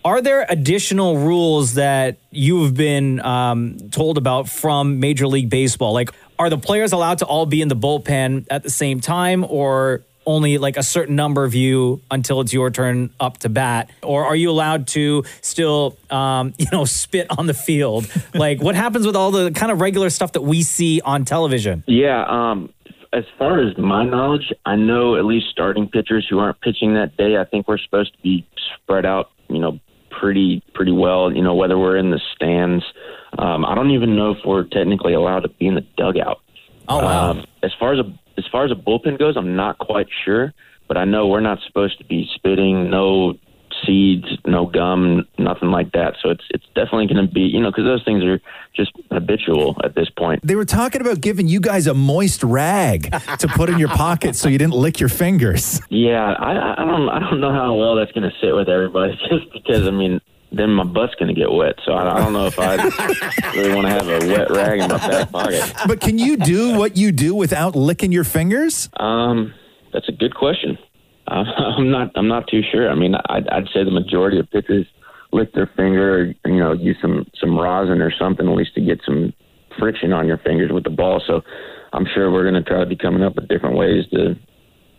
[SPEAKER 2] are there additional rules that you have been um, told about from Major League Baseball? Like, are the players allowed to all be in the bullpen at the same time, or only like a certain number of you until it's your turn up to bat, or are you allowed to still, um, you know, spit on the field? Like, what happens with all the kind of regular stuff that we see on television?
[SPEAKER 13] yeah, um, as far as my knowledge, I know at least starting pitchers who aren't pitching that day. I think we're supposed to be spread out. You know. Pretty pretty well, you know. Whether we're in the stands, um, I don't even know if we're technically allowed to be in the dugout.
[SPEAKER 2] Oh
[SPEAKER 13] wow! Um, as far as a as far as a bullpen goes, I'm not quite sure, but I know we're not supposed to be spitting no seeds, no gum, nothing like that. So it's it's definitely going to be you know because those things are just habitual at this point.
[SPEAKER 4] They were talking about giving you guys a moist rag to put in your pocket so you didn't lick your fingers.
[SPEAKER 13] Yeah, I- I, I don't I don't know how well that's going to sit with everybody just because I mean. Then my butt's gonna get wet, so I I don't know if I really want to have a wet rag in my back pocket.
[SPEAKER 4] But can you do what you do without licking your fingers?
[SPEAKER 13] Um, that's a good question. I'm- I'm not. I'm not too sure. I mean, I'd, I'd say the majority of pitchers lick their finger, or, you know, use some some rosin or something at least to get some friction on your fingers with the ball. So, I'm sure we're going to try to be coming up with different ways to,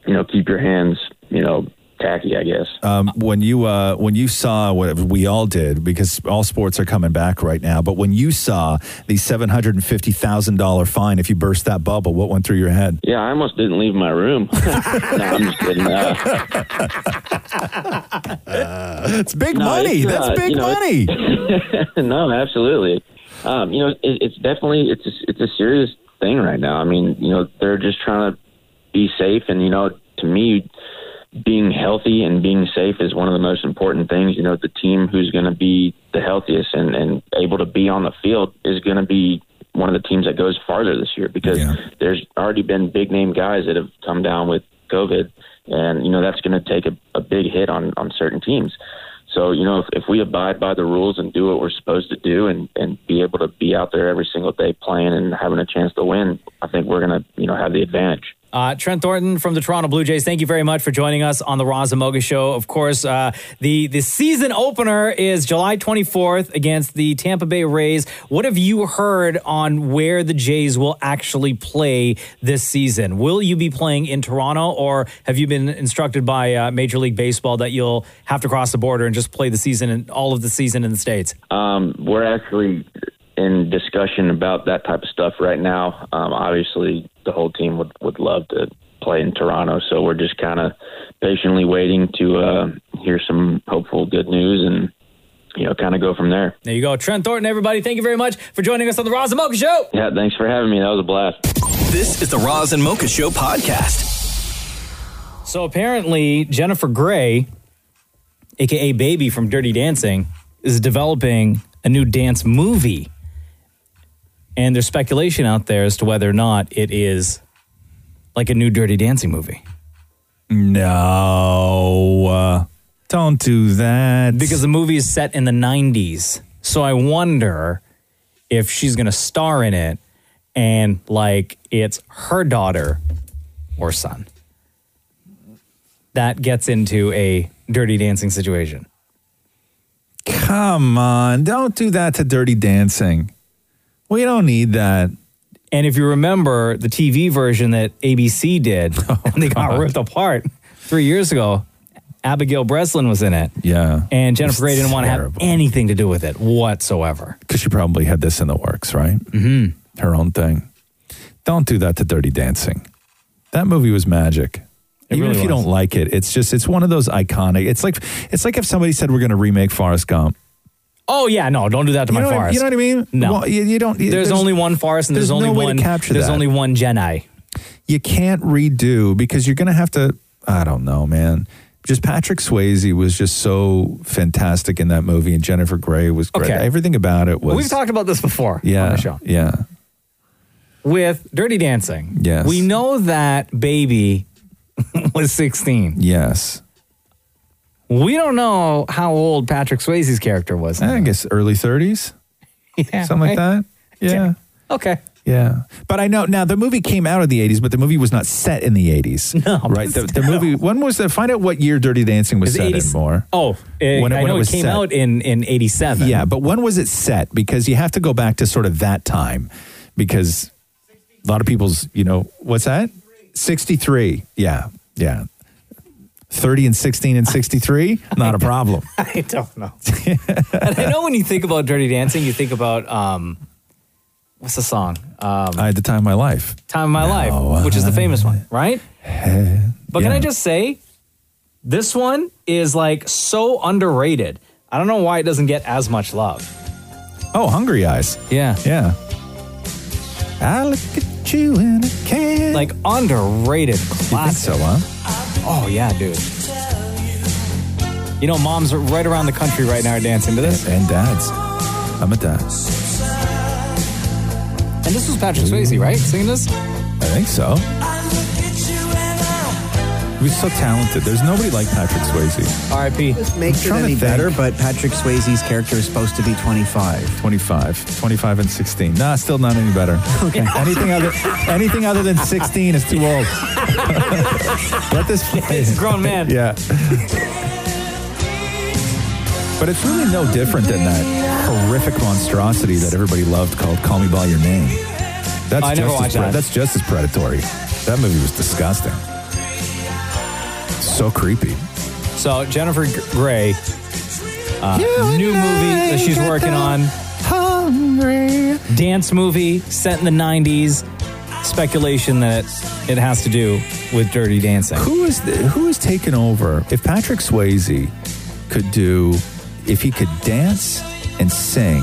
[SPEAKER 13] you know, keep your hands, you know, tacky. I guess.
[SPEAKER 4] Um, when you uh, when you saw what we all did, because all sports are coming back right now. But when you saw the seven hundred and fifty thousand dollar fine if you burst that bubble, what went through your head?
[SPEAKER 13] Yeah, I almost didn't leave my room. no, I'm just kidding. Uh,
[SPEAKER 4] it's big
[SPEAKER 13] no,
[SPEAKER 4] money.
[SPEAKER 13] it's,
[SPEAKER 4] That's
[SPEAKER 13] uh,
[SPEAKER 4] big
[SPEAKER 13] you know,
[SPEAKER 4] money.
[SPEAKER 13] it's- no, absolutely. Um, you know, it, it's definitely it's a, it's a serious thing right now. I mean, you know, they're just trying to be safe, and you know, to me, being healthy and being safe is one of the most important things. You know, the team who's going to be the healthiest and, and able to be on the field is going to be one of the teams that goes farther this year because there's already been big name guys that have come down with COVID, and you know that's going to take a, a big hit on on certain teams. So you know if, if we abide by the rules and do what we're supposed to do and and be able to be out there every single day playing and having a chance to win, I think we're going to you know have the advantage.
[SPEAKER 2] Uh, Trent Thornton from the Toronto Blue Jays, thank you very much for joining us on the Roz and Mocha Show. Of course, uh, the, the season opener is July 24th against the Tampa Bay Rays. What have you heard on where the Jays will actually play this season? Will you be playing in Toronto, or have you been instructed by uh, Major League Baseball that you'll have to cross the border and just play the season and all of the season in the States?
[SPEAKER 13] Um, we're actually
[SPEAKER 14] in discussion about that type of stuff right now. Um, obviously, the whole team would would love to play in Toronto, so we're just kind of patiently waiting to uh, hear some hopeful good news and you know kind of go from there.
[SPEAKER 2] There you go. Trent Thornton, everybody, thank you very much for joining us on the Roz and Mocha Show.
[SPEAKER 14] Yeah, thanks for having me. That was a blast.
[SPEAKER 1] This is the Roz and Mocha Show podcast.
[SPEAKER 2] So apparently, Jennifer Grey, aka Baby from Dirty Dancing, is developing a new dance movie. And there's speculation out there as to whether or not it is like a new Dirty Dancing movie.
[SPEAKER 4] No. Uh, don't do that.
[SPEAKER 2] Because the movie is set in the 90s. So I wonder if she's going to star in it and like it's her daughter or son that gets into a dirty dancing situation.
[SPEAKER 4] Come on, don't do that to Dirty Dancing. We don't need that.
[SPEAKER 2] And if you remember the TV version that ABC did,
[SPEAKER 4] Oh,
[SPEAKER 2] and they got ripped apart three years ago, Abigail Breslin was in it.
[SPEAKER 4] Yeah.
[SPEAKER 2] And Jennifer Grey didn't want to have anything to do with it whatsoever.
[SPEAKER 4] Because she probably had this in the works, right?
[SPEAKER 2] Mm-hmm.
[SPEAKER 4] Her own thing. Don't do that to Dirty Dancing. That movie was magic.
[SPEAKER 2] It
[SPEAKER 4] Even
[SPEAKER 2] really
[SPEAKER 4] if you
[SPEAKER 2] was.
[SPEAKER 4] don't like it, it's just it's one of those iconic. It's like it's like if somebody said we're going to remake Forrest Gump.
[SPEAKER 2] Oh yeah, no, don't do that
[SPEAKER 4] You
[SPEAKER 2] to my
[SPEAKER 4] know what-
[SPEAKER 2] forest.
[SPEAKER 4] you know what I mean?
[SPEAKER 2] No,
[SPEAKER 4] Well, you- you don't- you-
[SPEAKER 2] there's,
[SPEAKER 4] there's-
[SPEAKER 2] only one forest, and there's,
[SPEAKER 4] there's
[SPEAKER 2] only
[SPEAKER 4] no way to
[SPEAKER 2] one.
[SPEAKER 4] capture
[SPEAKER 2] there's
[SPEAKER 4] that.
[SPEAKER 2] only one Jedi.
[SPEAKER 4] You can't redo because you're going to have to. I don't know, man. Just Patrick Swayze was just so fantastic in that movie, and Jennifer Grey was great.
[SPEAKER 2] Okay.
[SPEAKER 4] Everything about it was.
[SPEAKER 2] We've talked about this before
[SPEAKER 4] yeah,
[SPEAKER 2] on the show.
[SPEAKER 4] yeah.
[SPEAKER 2] with Dirty Dancing.
[SPEAKER 4] Yes.
[SPEAKER 2] We know that baby was 16.
[SPEAKER 4] Yes.
[SPEAKER 2] We don't know how old Patrick Swayze's character was.
[SPEAKER 4] I guess early 30s,
[SPEAKER 2] Yeah,
[SPEAKER 4] something like
[SPEAKER 2] right?
[SPEAKER 4] that. Yeah.
[SPEAKER 2] Okay.
[SPEAKER 4] Yeah. But I know now the movie came out of the 80s, but the movie was not set in the 80s.
[SPEAKER 2] No.
[SPEAKER 4] Right. The, the movie, when was the, find out what year Dirty Dancing was
[SPEAKER 2] It's
[SPEAKER 4] set
[SPEAKER 2] 80s.
[SPEAKER 4] in more.
[SPEAKER 2] Oh, eh,
[SPEAKER 4] When it-
[SPEAKER 2] I
[SPEAKER 4] when
[SPEAKER 2] know
[SPEAKER 4] it
[SPEAKER 2] it,
[SPEAKER 4] was
[SPEAKER 2] came
[SPEAKER 4] set.
[SPEAKER 2] out in, in 87.
[SPEAKER 4] Yeah. But when was it set? Because you have to go back to sort of that time because a lot of people's, you know, what's that? 63. Yeah. Yeah. 30 and 16 and 63, not a problem.
[SPEAKER 2] I don't know. and I know when you think about Dirty Dancing, you think about um, what's the song? Um,
[SPEAKER 4] I had the time of my life.
[SPEAKER 2] Time of My Life, which is the famous one, right? But can I just say, this one is like so underrated. I don't know why it doesn't get as much love.
[SPEAKER 4] Oh, Hungry Eyes.
[SPEAKER 2] Yeah.
[SPEAKER 4] Yeah. I look at you and I can't.
[SPEAKER 2] Like underrated classic.
[SPEAKER 4] so, huh?
[SPEAKER 2] Oh yeah, dude. You know, moms are right around the country right now are dancing to this.
[SPEAKER 4] And dads. I'm a dad.
[SPEAKER 2] And this was Patrick Swayze, right? Singing this?
[SPEAKER 4] I think so. He was so talented. There's nobody like Patrick Swayze.
[SPEAKER 2] R.I.P.
[SPEAKER 8] This makes it
[SPEAKER 4] trying to
[SPEAKER 8] any
[SPEAKER 4] think.
[SPEAKER 8] better, but Patrick Swayze's character is supposed to be 25.
[SPEAKER 4] 25, 25 and 16. Nah, still not any better. Okay. anything other anything other than 16 is too old. Let this play.
[SPEAKER 2] It's a grown man.
[SPEAKER 4] yeah. But it's really no different than that horrific monstrosity that everybody loved called Call Me By Your Name. That's
[SPEAKER 2] I never
[SPEAKER 4] just as
[SPEAKER 2] watched that.
[SPEAKER 4] That's just as predatory. That movie was disgusting. So creepy.
[SPEAKER 2] So Jennifer G- Grey, uh, new movie that she's working on,
[SPEAKER 4] Hungry.
[SPEAKER 2] dance movie set in the '90s. Speculation that it has to do with Dirty Dancing.
[SPEAKER 4] Who is the, who is taking over? If Patrick Swayze could do, if he could dance and sing,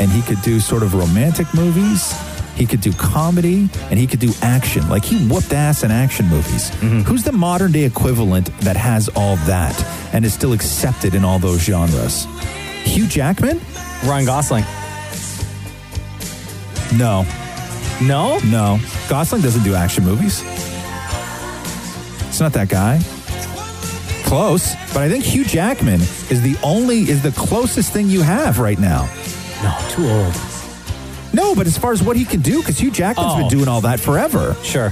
[SPEAKER 4] and he could do sort of romantic movies, he could do comedy, and he could do action. Like he whooped ass in action movies.
[SPEAKER 2] Mm-hmm.
[SPEAKER 4] Who's the modern day equivalent that has all that and is still accepted in all those genres? Hugh Jackman?
[SPEAKER 2] Ryan Gosling.
[SPEAKER 4] No,
[SPEAKER 2] No,
[SPEAKER 4] no. Gosling doesn't do action movies. It's not that guy. Close, but I think Hugh Jackman is the only is the closest thing you have right now.
[SPEAKER 2] no, too old.
[SPEAKER 4] No, but as far as what he can do, because Hugh Jackman's
[SPEAKER 2] Oh.
[SPEAKER 4] been doing all that forever.
[SPEAKER 2] Sure.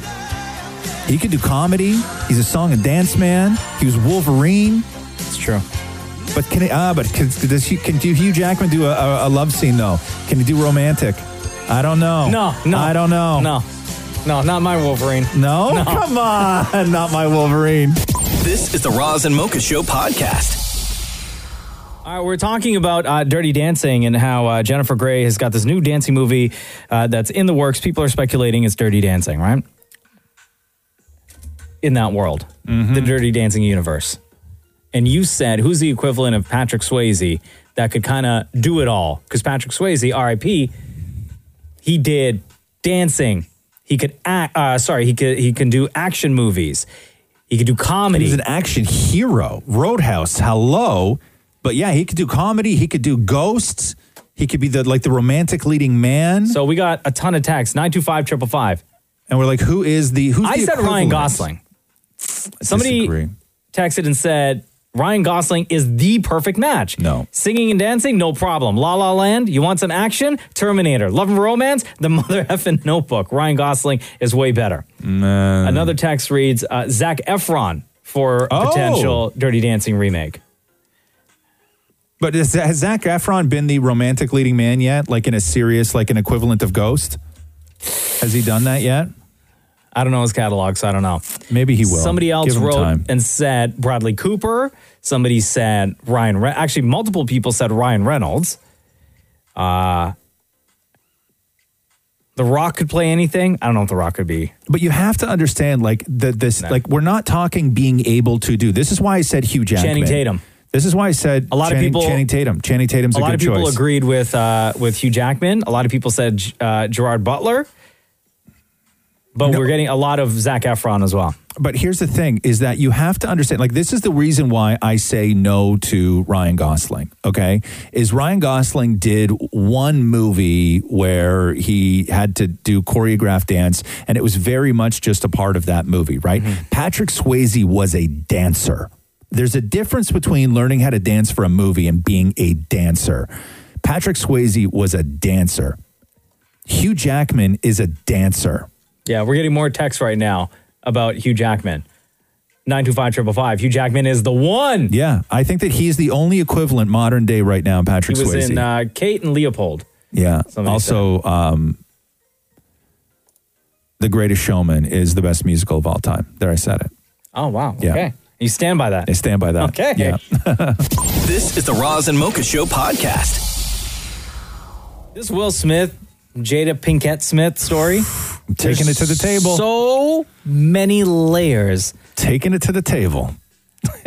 [SPEAKER 4] He could do comedy. He's a song and dance man. He was Wolverine.
[SPEAKER 2] It's true.
[SPEAKER 4] But can he, ah? But can, does he, can do Hugh Jackman do a, a, a love scene though? Can he do romantic? I don't know.
[SPEAKER 2] No, no.
[SPEAKER 4] I don't know.
[SPEAKER 2] No, no, not my Wolverine.
[SPEAKER 4] no,
[SPEAKER 2] No.
[SPEAKER 4] Oh, come on, not my Wolverine.
[SPEAKER 1] This is the Roz and Mocha Show podcast.
[SPEAKER 2] All right, we're talking about uh, Dirty Dancing and how uh, Jennifer Grey has got this new dancing movie uh, that's in the works. People are speculating it's Dirty Dancing, right? In that world, the Dirty Dancing universe. And you said, who's the equivalent of Patrick Swayze that could kind of do it all? Because Patrick Swayze, RIP, he did dancing. He could act. Uh, sorry, he could he can do action movies. He could do comedy.
[SPEAKER 4] He's an action hero. Roadhouse, hello. But yeah, he could do comedy. He could do ghosts. He could be the like the romantic leading man.
[SPEAKER 2] So we got a ton of texts. Nine two five triple five.
[SPEAKER 4] And we're like, who is the who's
[SPEAKER 2] I
[SPEAKER 4] the
[SPEAKER 2] said Ryan
[SPEAKER 4] equivalent?
[SPEAKER 2] Gosling. Somebody
[SPEAKER 4] disagree.
[SPEAKER 2] texted and said Ryan Gosling is the perfect match. No. Singing and dancing, no problem. La La Land, you want some action? Terminator. Love and romance, the mother effing notebook. Ryan Gosling is way better. Another text reads uh, Zach Efron for a
[SPEAKER 4] Oh.
[SPEAKER 2] potential Dirty Dancing remake.
[SPEAKER 4] But is, has Zach Efron been the romantic leading man yet? Like in a serious, like an equivalent of Ghost? Has he done that yet?
[SPEAKER 2] I don't know his catalog, so I don't know.
[SPEAKER 4] Maybe he will.
[SPEAKER 2] Somebody else
[SPEAKER 4] Give him
[SPEAKER 2] wrote
[SPEAKER 4] time.
[SPEAKER 2] and said Bradley Cooper. Somebody said Ryan. Re- Actually, multiple people said Ryan Reynolds. Uh The Rock could play anything. I don't know what The Rock could be.
[SPEAKER 4] But you have to understand, like the, this, like we're not talking being able to do. This is why I said Hugh Jackman,
[SPEAKER 2] Channing Tatum.
[SPEAKER 4] This is why I said
[SPEAKER 2] A lot of
[SPEAKER 4] Channing,
[SPEAKER 2] people-
[SPEAKER 4] Channing Tatum. Channing Tatum's a,
[SPEAKER 2] a lot
[SPEAKER 4] good
[SPEAKER 2] of people
[SPEAKER 4] choice.
[SPEAKER 2] agreed with uh, with Hugh Jackman. A lot of people said uh, Gerard Butler. But we're getting a lot of Zach Efron as well.
[SPEAKER 4] But here's the thing is that you have to understand like this is the reason why I say no to Ryan Gosling, okay? Is Ryan Gosling did one movie where he had to do choreographed dance and it was very much just a part of that movie, right? Patrick Swayze was a dancer. There's a difference between learning how to dance for a movie and being a dancer. Patrick Swayze was a dancer. Hugh Jackman is a dancer.
[SPEAKER 2] Yeah, we're getting more texts right now about Hugh Jackman. Nine two five triple five. Hugh Jackman is the one.
[SPEAKER 4] Yeah, I think that he's the only equivalent modern day right now, Patrick
[SPEAKER 2] he was
[SPEAKER 4] Swayze.
[SPEAKER 2] in uh, Kate and Leopold.
[SPEAKER 4] yeah.
[SPEAKER 2] somebody
[SPEAKER 4] Also, um, The Greatest Showman is the best musical of all time. There, I said it.
[SPEAKER 2] Oh wow.
[SPEAKER 4] Yeah.
[SPEAKER 2] Okay. You stand by that.
[SPEAKER 4] I stand by that.
[SPEAKER 2] Okay.
[SPEAKER 4] Yeah.
[SPEAKER 1] This is the Roz and Mocha Show podcast.
[SPEAKER 2] This Will Smith, Jada Pinkett Smith story.
[SPEAKER 4] Taking it to the table.
[SPEAKER 2] So many layers.
[SPEAKER 4] Taking it to the table.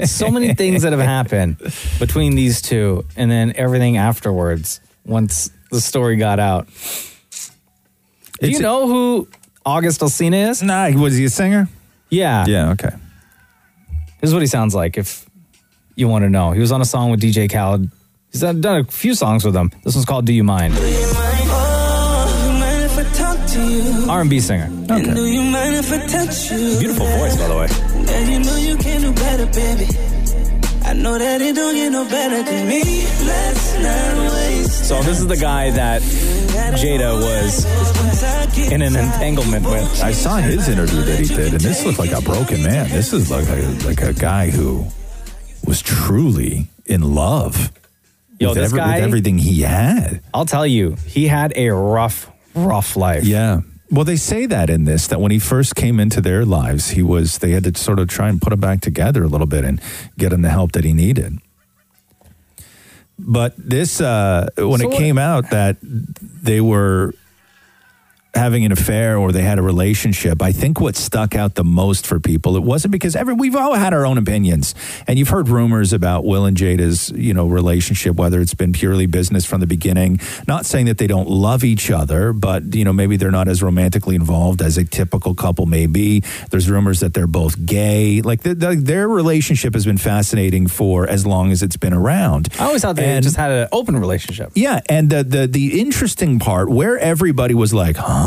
[SPEAKER 2] so many things that have happened between these two and then everything afterwards once the story got out. Do you know who August Alsina is?
[SPEAKER 4] Nah, was he a singer?
[SPEAKER 2] Yeah.
[SPEAKER 4] Yeah, okay.
[SPEAKER 2] This is what he sounds like if you want to know. He was on a song with DJ Khaled. He's done done a few songs with him. This one's called Do You Mind?
[SPEAKER 5] mind Oh, if I talk to you?
[SPEAKER 2] R&B singer.
[SPEAKER 5] And do you mind if I touch you?
[SPEAKER 2] Beautiful voice, by the way.
[SPEAKER 5] And you know you can do better, baby. I know that it don't get no better than me. Let's not waste
[SPEAKER 2] So this is the guy that Jada was in an entanglement with.
[SPEAKER 4] I saw his interview that he did, and this looked like a broken man. This is like a, like a guy who was truly in love
[SPEAKER 2] Yo,
[SPEAKER 4] with,
[SPEAKER 2] this
[SPEAKER 4] every- with
[SPEAKER 2] guy-
[SPEAKER 4] everything he had.
[SPEAKER 2] I'll tell you, he had a rough, rough life.
[SPEAKER 4] Yeah. Well, they say that in this that when he first came into their lives, he was they had to sort of try and put him back together a little bit and get him the help that he needed. But this uh when
[SPEAKER 15] So
[SPEAKER 4] it
[SPEAKER 15] what-
[SPEAKER 4] came out that they were having an affair or they had a relationship, I think what stuck out the most for people, it wasn't because every we've all had our own opinions. And you've heard rumors about Will and Jada's, you know, relationship, whether it's been purely business from the beginning. Not saying that they don't love each other, but you know, maybe they're not as romantically involved as a typical couple may be. There's rumors that they're both gay. Like the, the, their relationship has been fascinating for as long as it's been around.
[SPEAKER 2] I always thought they
[SPEAKER 4] And-
[SPEAKER 2] just had an open relationship.
[SPEAKER 4] yeah, and the the the interesting part where everybody was like, "Huh?"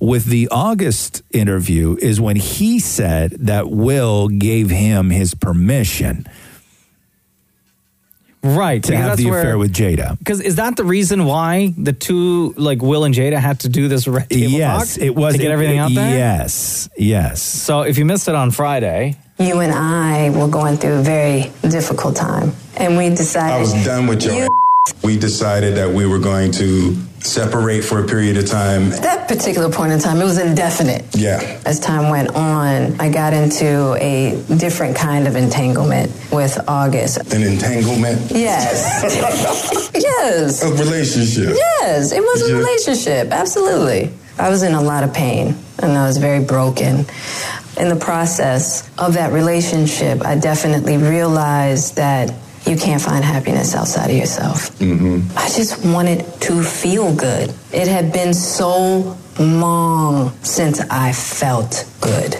[SPEAKER 4] with the August interview is when he said that Will gave him his permission
[SPEAKER 2] Right.
[SPEAKER 4] to
[SPEAKER 2] because
[SPEAKER 4] have
[SPEAKER 2] that's
[SPEAKER 4] the
[SPEAKER 2] where-
[SPEAKER 4] affair with Jada.
[SPEAKER 2] Because is that the reason why the two, like Will and Jada, had to do this red table
[SPEAKER 4] Yes,
[SPEAKER 2] talk
[SPEAKER 4] it was
[SPEAKER 2] to
[SPEAKER 4] it-
[SPEAKER 2] get everything out there?
[SPEAKER 4] Yes, yes. So
[SPEAKER 2] if you missed it on Friday,
[SPEAKER 16] You and I were going through a very difficult time, and we decided
[SPEAKER 17] I was done with your
[SPEAKER 15] We decided that we were going to separate for a period of time.
[SPEAKER 16] At that particular point in time, it was indefinite.
[SPEAKER 15] Yeah.
[SPEAKER 16] As time went on, I got into a different kind of entanglement with August.
[SPEAKER 15] An entanglement?
[SPEAKER 16] Yes. yes.
[SPEAKER 15] A relationship.
[SPEAKER 16] Yes, it was a relationship, absolutely. I was in a lot of pain and I was very broken. In the process of that relationship, I definitely realized that you can't find happiness outside of yourself.
[SPEAKER 15] Mm-hmm.
[SPEAKER 16] I just wanted to feel good. It had been so long since I felt good.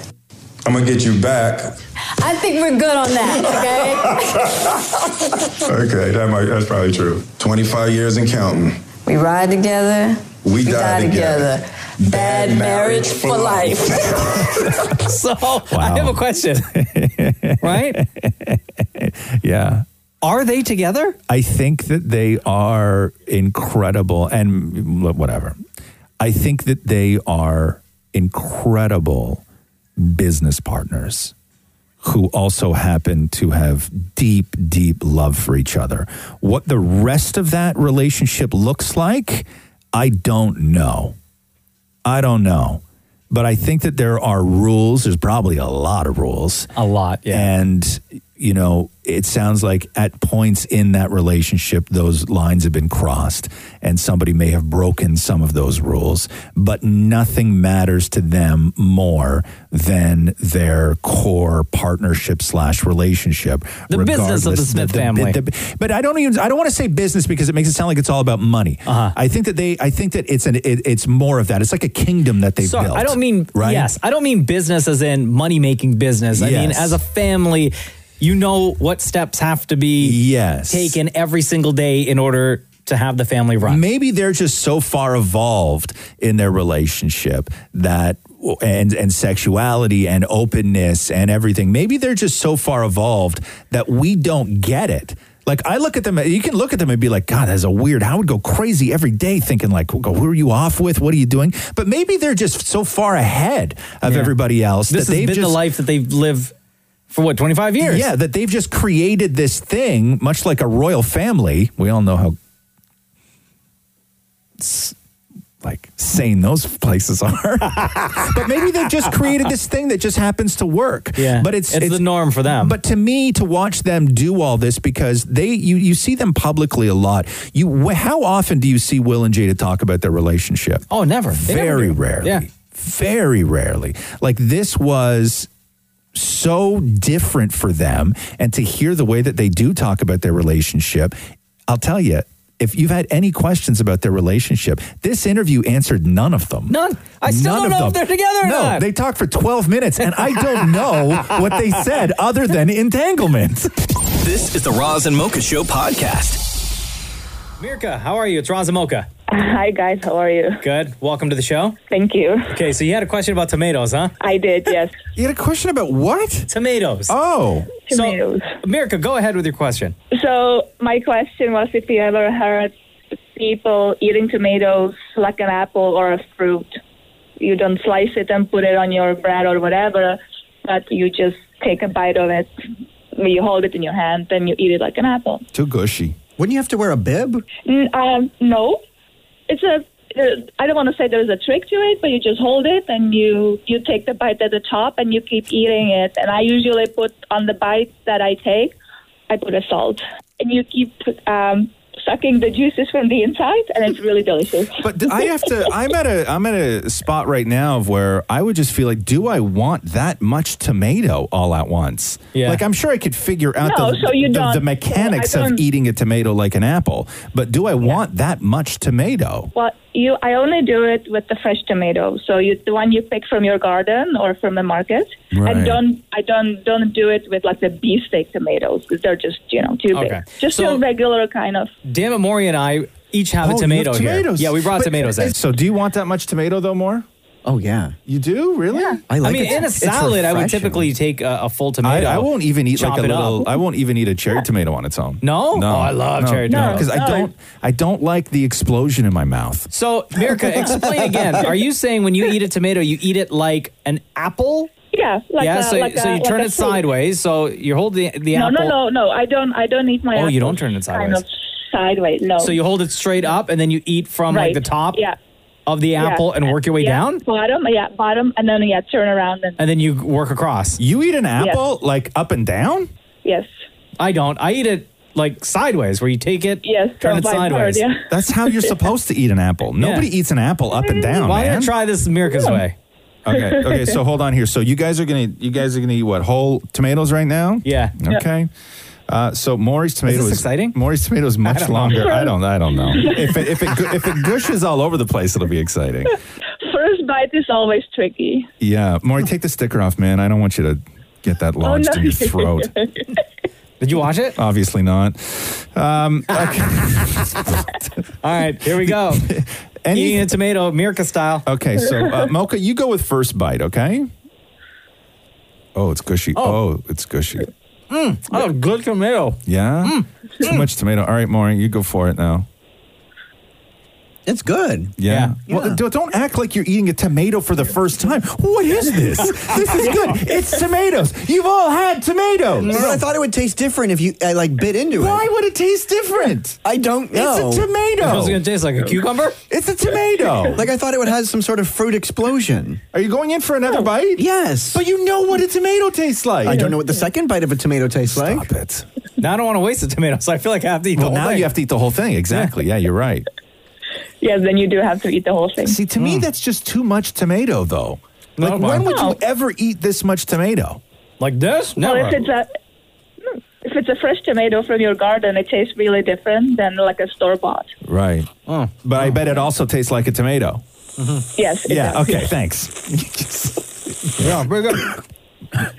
[SPEAKER 15] I'm going to get you back.
[SPEAKER 16] I think we're good on that, okay?
[SPEAKER 15] Okay, that might, that's probably true. 25 years and counting.
[SPEAKER 16] we ride together.
[SPEAKER 15] We die together.
[SPEAKER 16] Bad, marriage for life.
[SPEAKER 2] so I have a question. right?
[SPEAKER 4] Yeah.
[SPEAKER 2] Are they together?
[SPEAKER 4] I think that they are incredible and wh- whatever. I think that they are incredible business partners who also happen to have deep, deep love for each other. What the rest of that relationship looks like, I don't know. I don't know. But I think that there are rules. There's probably a lot of rules.
[SPEAKER 2] A lot,
[SPEAKER 4] yeah. And, you know, it sounds like at points in that relationship, those lines have been crossed and somebody may have broken some of those rules, but nothing matters to them more than their core partnership slash relationship.
[SPEAKER 2] The business of the
[SPEAKER 4] regardless-
[SPEAKER 2] Smith family.
[SPEAKER 4] but I don't even I don't want to say business because it makes it sound like it's all about money.
[SPEAKER 2] Uh-huh.
[SPEAKER 4] I think that they I think that it's an it, it's more of that. It's like a kingdom that they've
[SPEAKER 2] Sorry,
[SPEAKER 4] built.
[SPEAKER 2] I don't mean
[SPEAKER 4] right.
[SPEAKER 2] yes. I don't mean business as in money making business. I mean
[SPEAKER 4] Yes.
[SPEAKER 2] as a family, you know what steps have to be
[SPEAKER 4] yes.
[SPEAKER 2] taken every single day in order to have the family run.
[SPEAKER 4] Maybe they're just so far evolved in their relationship that and and sexuality and openness and everything. Maybe they're just so far evolved that we don't get it. Like I look at them, you can look at them and be like, God, that's a weird. I would go crazy every day thinking like, go, who are you off with? What are you doing? But maybe they're just so far ahead of everybody else
[SPEAKER 2] This
[SPEAKER 4] that
[SPEAKER 2] has
[SPEAKER 4] they've
[SPEAKER 2] been
[SPEAKER 4] just
[SPEAKER 2] the life that they've lived for what twenty five years.
[SPEAKER 4] yeah, that they've just created this thing, much like a royal family. We all know how s- like sane those places are. but maybe they've just created this thing that just happens to work.
[SPEAKER 2] Yeah.
[SPEAKER 4] But it's,
[SPEAKER 2] It's the norm for them.
[SPEAKER 4] But to me, to watch them do all this because they you you see them publicly a lot. You wh- how often do you see Will and Jada talk about their relationship?
[SPEAKER 2] Oh, never. They never
[SPEAKER 4] Very
[SPEAKER 2] do.
[SPEAKER 4] rarely.
[SPEAKER 2] Yeah.
[SPEAKER 4] Very rarely. Like this was so different for them and to hear the way that they do talk about their relationship i'll tell you if you've had any questions about their relationship this interview answered none of them
[SPEAKER 2] none I still don't know if they're together or
[SPEAKER 4] no
[SPEAKER 2] not.
[SPEAKER 4] they talked for 12 minutes and i don't know what they said other than entanglement
[SPEAKER 1] This is the Roz and Mocha Show podcast.
[SPEAKER 2] Mirka, how are you? It's Razamoka.
[SPEAKER 17] Hi guys, how are you?
[SPEAKER 2] Good. Welcome to the show.
[SPEAKER 17] Thank you.
[SPEAKER 2] Okay, so you had a question about tomatoes, huh?
[SPEAKER 17] I did, yes.
[SPEAKER 4] You had a question about what?
[SPEAKER 2] Tomatoes.
[SPEAKER 4] Oh.
[SPEAKER 2] Tomatoes. So, Mirka, go ahead with your question.
[SPEAKER 17] So my question was if you ever heard people eating tomatoes like an apple or a fruit. You don't slice it and put it on your bread or whatever, but you just take a bite of it. You hold it in your hand and you eat it like an apple.
[SPEAKER 4] Too gushy.
[SPEAKER 8] Wouldn't you have to wear a bib?
[SPEAKER 17] N- Um, no, it's a. Uh, I don't want to say there's a trick to it, but you just hold it and you you take the bite at the top and you keep eating it. And I usually put on the bites that I take, I put a salt, and you keep um, sucking the juices from the inside, and it's really delicious.
[SPEAKER 4] But I have to. I'm at a. I'm at a spot right now of where I would just feel like, do I want that much tomato all at once?
[SPEAKER 9] Yeah.
[SPEAKER 4] Like I'm sure I could figure out
[SPEAKER 9] No,
[SPEAKER 4] the,
[SPEAKER 9] so you
[SPEAKER 4] the,
[SPEAKER 9] don't.
[SPEAKER 4] the mechanics
[SPEAKER 17] I
[SPEAKER 4] of
[SPEAKER 17] don't-
[SPEAKER 4] eating a tomato like an apple, but do I want that much tomato?
[SPEAKER 17] Well, you I only do it with the fresh tomato, so you the one you pick from your garden or from the market,
[SPEAKER 4] Right.
[SPEAKER 17] and don't I don't don't do it with like the beefsteak tomatoes because they're just you know too
[SPEAKER 2] Okay.
[SPEAKER 17] big, just a regular kind of.
[SPEAKER 2] Damn it, Maury and I each have
[SPEAKER 4] Oh,
[SPEAKER 2] a
[SPEAKER 4] you
[SPEAKER 2] tomato
[SPEAKER 4] have
[SPEAKER 2] here.
[SPEAKER 4] tomatoes.
[SPEAKER 2] Yeah, we brought
[SPEAKER 4] But- uh,
[SPEAKER 2] tomatoes in.
[SPEAKER 4] So do you want that much tomato though, more?
[SPEAKER 8] Oh yeah.
[SPEAKER 4] You do really?
[SPEAKER 2] I, mean, in a salad, I would typically take a, a full tomato.
[SPEAKER 4] I, I won't even eat
[SPEAKER 2] chop
[SPEAKER 4] like a
[SPEAKER 2] it up.
[SPEAKER 4] little. I won't even eat a cherry tomato on its own.
[SPEAKER 2] No? Oh, I love cherry tomatoes.
[SPEAKER 4] because I
[SPEAKER 2] No.
[SPEAKER 4] don't. I don't like the explosion in my mouth.
[SPEAKER 2] So, Mirka, explain again. Are you saying when you eat a tomato, you eat it like an apple?
[SPEAKER 17] Yeah, like
[SPEAKER 2] yeah.
[SPEAKER 17] a,
[SPEAKER 2] so,
[SPEAKER 17] like
[SPEAKER 2] so
[SPEAKER 17] a-
[SPEAKER 2] you
[SPEAKER 17] like
[SPEAKER 2] turn
[SPEAKER 17] a
[SPEAKER 2] it
[SPEAKER 17] fruit.
[SPEAKER 2] sideways. So you hold the the
[SPEAKER 17] no,
[SPEAKER 2] apple.
[SPEAKER 17] no, no, no. I don't. I don't eat my.
[SPEAKER 2] Oh, you
[SPEAKER 17] apple
[SPEAKER 2] don't turn
[SPEAKER 17] kind
[SPEAKER 2] it sideways.
[SPEAKER 17] of. sideways. No.
[SPEAKER 2] So you hold it straight up and then you eat from like
[SPEAKER 17] Right.
[SPEAKER 2] the top
[SPEAKER 17] Yeah.
[SPEAKER 2] of the
[SPEAKER 17] Yeah.
[SPEAKER 2] apple and work your way
[SPEAKER 17] Yeah,
[SPEAKER 2] down?
[SPEAKER 17] Bottom, yeah, bottom, and then yeah, turn around and
[SPEAKER 2] And then you work across.
[SPEAKER 4] You eat an
[SPEAKER 17] apple,
[SPEAKER 4] like up and down?
[SPEAKER 17] yes.
[SPEAKER 2] I don't. I eat it like sideways where you take it,
[SPEAKER 17] Yes,
[SPEAKER 2] turn
[SPEAKER 17] so
[SPEAKER 2] it
[SPEAKER 17] by
[SPEAKER 2] sideways.
[SPEAKER 17] part, yeah.
[SPEAKER 4] That's how you're supposed to eat an apple. Nobody eats an apple up and down.
[SPEAKER 2] Why
[SPEAKER 4] man.
[SPEAKER 2] not try this America's way?
[SPEAKER 4] Okay. Okay. So hold on here. So you guys are gonna you guys are gonna eat what whole tomatoes right now?
[SPEAKER 2] Yeah.
[SPEAKER 4] Okay. Uh, so Maury's tomato
[SPEAKER 2] this
[SPEAKER 4] is
[SPEAKER 2] exciting?
[SPEAKER 4] Maury's tomato is
[SPEAKER 2] I
[SPEAKER 4] much
[SPEAKER 2] don't know.
[SPEAKER 4] longer. I don't. I don't know. if it if it gu- if it gushes all over the place, it'll be exciting.
[SPEAKER 17] First bite is always tricky.
[SPEAKER 4] Yeah, Maury, take the sticker off, man. I don't want you to get
[SPEAKER 17] Oh,
[SPEAKER 4] that lodged in your throat.
[SPEAKER 2] Did you watch it?
[SPEAKER 4] Obviously not. Um,
[SPEAKER 2] All right, here we go. Eating a tomato, Mirka style.
[SPEAKER 4] Okay, so uh, Mocha, you go with first bite, okay? Oh, it's gushy. Oh, it's gushy.
[SPEAKER 2] Mm, oh, good tomato.
[SPEAKER 4] Yeah,
[SPEAKER 2] Mm.
[SPEAKER 4] too much tomato. All right, Maury, you go for it now.
[SPEAKER 8] It's good.
[SPEAKER 4] Yeah. Well, don't- don't act like you're eating a tomato for the first time. What is this? this is good. It's tomatoes. You've all had tomatoes.
[SPEAKER 8] I thought it would taste different if you uh, like bit into it.
[SPEAKER 4] Why would it taste different?
[SPEAKER 8] I don't know.
[SPEAKER 4] It's a tomato.
[SPEAKER 2] What's it gonna taste like? A cucumber?
[SPEAKER 4] It's a tomato.
[SPEAKER 8] like I thought it would have some sort of fruit explosion.
[SPEAKER 4] Are you going in for another bite?
[SPEAKER 8] Yes.
[SPEAKER 4] But you know what a tomato tastes like.
[SPEAKER 8] I don't know what the second bite of a tomato tastes like.
[SPEAKER 4] it.
[SPEAKER 2] Now I don't want to waste the tomato, so I feel like I have to eat
[SPEAKER 4] Well,
[SPEAKER 2] the whole
[SPEAKER 4] now
[SPEAKER 2] thing.
[SPEAKER 4] you have to eat the whole thing. Exactly. Yeah, you're right.
[SPEAKER 17] Yes, then you do have to eat the whole thing.
[SPEAKER 4] See, to me, that's just too much tomato, though.
[SPEAKER 2] No,
[SPEAKER 4] Like,
[SPEAKER 2] why?
[SPEAKER 4] when would you
[SPEAKER 17] No.
[SPEAKER 4] ever eat this much tomato?
[SPEAKER 2] Like this?
[SPEAKER 17] Well,
[SPEAKER 4] uh,
[SPEAKER 17] if it's a no, if it's a fresh tomato from your garden, it tastes really different than like a store bought.
[SPEAKER 4] Right.
[SPEAKER 2] Oh.
[SPEAKER 4] But I bet it also tastes like a tomato.
[SPEAKER 17] Yes. it
[SPEAKER 4] Yeah,
[SPEAKER 17] does.
[SPEAKER 4] okay, thanks. yeah,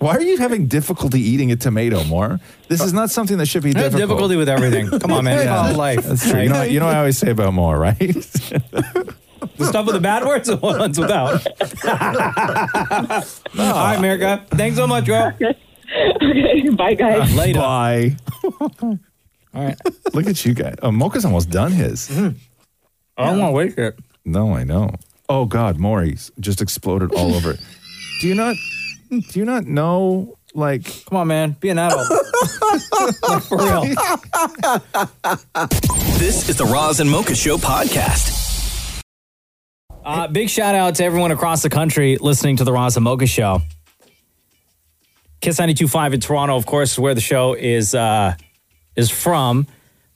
[SPEAKER 4] Why are you having difficulty eating a tomato, more? This is not something that should be
[SPEAKER 2] I have
[SPEAKER 4] difficult.
[SPEAKER 2] difficulty with everything. Come on, man. It's called life.
[SPEAKER 4] That's true. You know, you know what I always say about more, right?
[SPEAKER 2] The stuff with the bad words and the ones without. Oh. All right, America. Thanks so much, bro.
[SPEAKER 17] okay. Bye, guys.
[SPEAKER 2] Later.
[SPEAKER 4] Bye. All
[SPEAKER 2] right. Mm-hmm.
[SPEAKER 4] Look at you guys. Oh, Mocha's almost done his.
[SPEAKER 2] I don't want to waste it.
[SPEAKER 4] No, I know. Oh God, Maury's just exploded all over it. Do you not? Do you not know? Like,
[SPEAKER 2] Come on, man. Be an adult. Like, for real.
[SPEAKER 1] This is the Roz and Mocha Show podcast.
[SPEAKER 2] Uh, big shout out to everyone across the country listening to the Roz and Mocha Show. Kiss 92.5 in Toronto, of course, is where the show is uh, is from.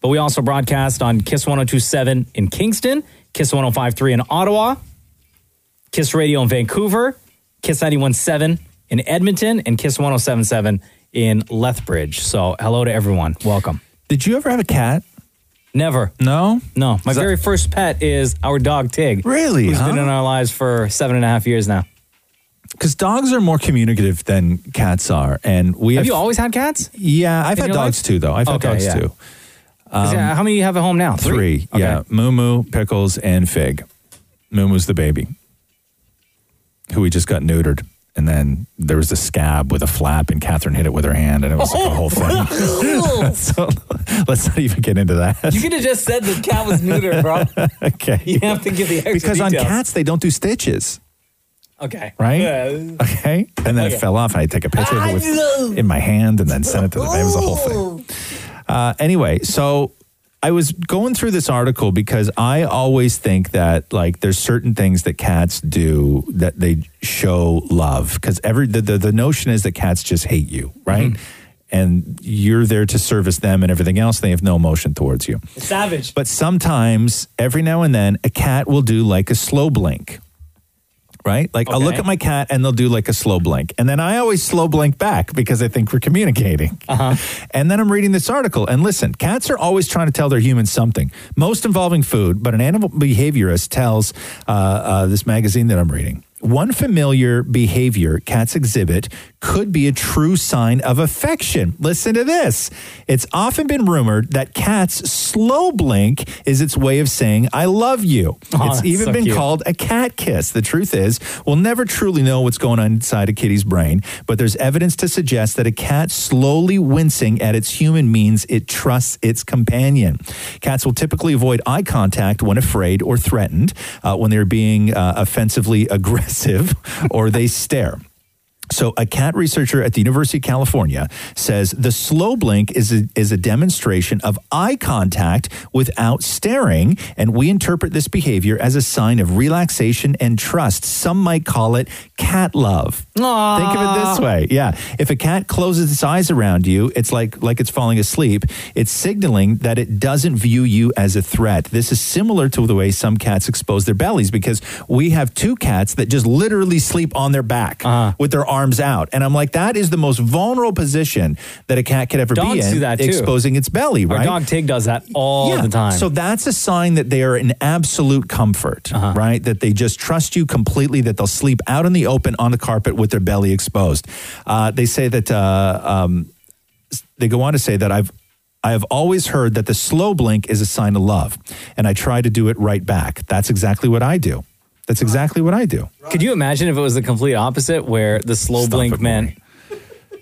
[SPEAKER 2] But we also broadcast on Kiss 102.7 in Kingston, Kiss 105.3 in Ottawa, Kiss Radio in Vancouver, Kiss 91.7 in Edmonton, and Kiss 107.7 in Lethbridge. So hello to everyone. Welcome.
[SPEAKER 4] Did you ever have a cat?
[SPEAKER 2] Never.
[SPEAKER 4] No.
[SPEAKER 2] No. Oh, My very first pet is our dog Tig.
[SPEAKER 4] Really,
[SPEAKER 2] who's been
[SPEAKER 4] huh?
[SPEAKER 2] in our lives for seven and a half years now.
[SPEAKER 4] Because dogs are more communicative than cats are, and we
[SPEAKER 2] Have,
[SPEAKER 4] have.
[SPEAKER 2] you always had cats?
[SPEAKER 4] Yeah, I've
[SPEAKER 2] in
[SPEAKER 4] had
[SPEAKER 2] your
[SPEAKER 4] dogs
[SPEAKER 2] life?
[SPEAKER 4] too, though. I've had
[SPEAKER 2] Okay,
[SPEAKER 4] dogs
[SPEAKER 2] yeah.
[SPEAKER 4] too.
[SPEAKER 2] 'Cause,
[SPEAKER 4] Um,
[SPEAKER 2] yeah, how many do you have at home now?
[SPEAKER 4] Three.
[SPEAKER 2] Okay.
[SPEAKER 4] Yeah. Moo Moo, Pickles, and Fig. Moo Moo's the baby who we just got neutered. And then there was a scab with a flap, and Catherine hit it with her hand, and it was like a whole thing. so let's not even get into that.
[SPEAKER 2] Oh, You could have just said the cat was neutered, bro.
[SPEAKER 4] Okay.
[SPEAKER 2] You have to give the extra
[SPEAKER 4] Because on
[SPEAKER 2] details.
[SPEAKER 4] cats, they don't do stitches,
[SPEAKER 2] Okay.
[SPEAKER 4] right?
[SPEAKER 2] Yeah.
[SPEAKER 4] Okay. And then
[SPEAKER 2] Okay.
[SPEAKER 4] it fell off, and I take a picture of it with, in my hand and then sent it to the It was a whole thing. Uh, anyway, so I was going through this article because I always think that like there's certain things that cats do that they show love because every the, the the notion is that cats just hate you, right? And you're there to service them and everything else. They have no emotion towards you.
[SPEAKER 2] Savage.
[SPEAKER 4] But sometimes, every now and then, a cat will do like a slow blink. Right? Like I'll look
[SPEAKER 2] Okay.
[SPEAKER 4] at my cat and they'll do like a slow blink. And then I always slow blink back because I think we're communicating.
[SPEAKER 2] Uh-huh.
[SPEAKER 4] And then I'm reading this article and listen, cats are always trying to tell their humans something, most involving food, but an animal behaviorist tells uh, uh, this magazine that I'm reading. One familiar behavior cats exhibit could be a true sign of affection. Listen to this. It's often been rumored that cats' slow blink is its way of saying, I love you.
[SPEAKER 2] Aw,
[SPEAKER 4] it's
[SPEAKER 2] that's
[SPEAKER 4] even
[SPEAKER 2] so
[SPEAKER 4] been
[SPEAKER 2] cute.
[SPEAKER 4] called called a cat kiss. The truth is, we'll never truly know what's going on inside a kitty's brain, but there's evidence to suggest that a cat slowly wincing at its human means it trusts its companion. Cats will typically avoid eye contact when afraid or threatened, uh, when they're being uh, offensively aggressive, or they stare. So, a cat researcher at the University of California says the slow blink is a, is a demonstration of eye contact without staring, and we interpret this behavior as a sign of relaxation and trust. Some might call it cat love. Think of it this way. Yeah. If a cat closes its eyes around you, it's like like it's falling asleep. It's signaling that it doesn't view you as a threat. This is similar to the way some cats expose their bellies because we have two cats that just literally sleep on their back
[SPEAKER 2] Uh-huh.
[SPEAKER 4] with their arms out. And I'm like that is the most vulnerable position that a cat could ever be
[SPEAKER 2] Dogs
[SPEAKER 4] in,
[SPEAKER 2] do that too.
[SPEAKER 4] exposing its belly,
[SPEAKER 2] Our
[SPEAKER 4] right?
[SPEAKER 2] dog Tig does that all
[SPEAKER 4] Yeah.
[SPEAKER 2] the time.
[SPEAKER 4] So that's a sign that they are in absolute comfort,
[SPEAKER 2] Uh-huh.
[SPEAKER 4] right? That they just trust you completely, that they'll sleep out in the open on the carpet with their belly exposed. Uh, they say that, uh, um, s- they go on to say that I've, I have always heard that the slow blink is a sign of love, and I try to do it right back. That's exactly what I do. That's exactly what I do.
[SPEAKER 2] Could you imagine if it was the complete opposite, where the slow blink meant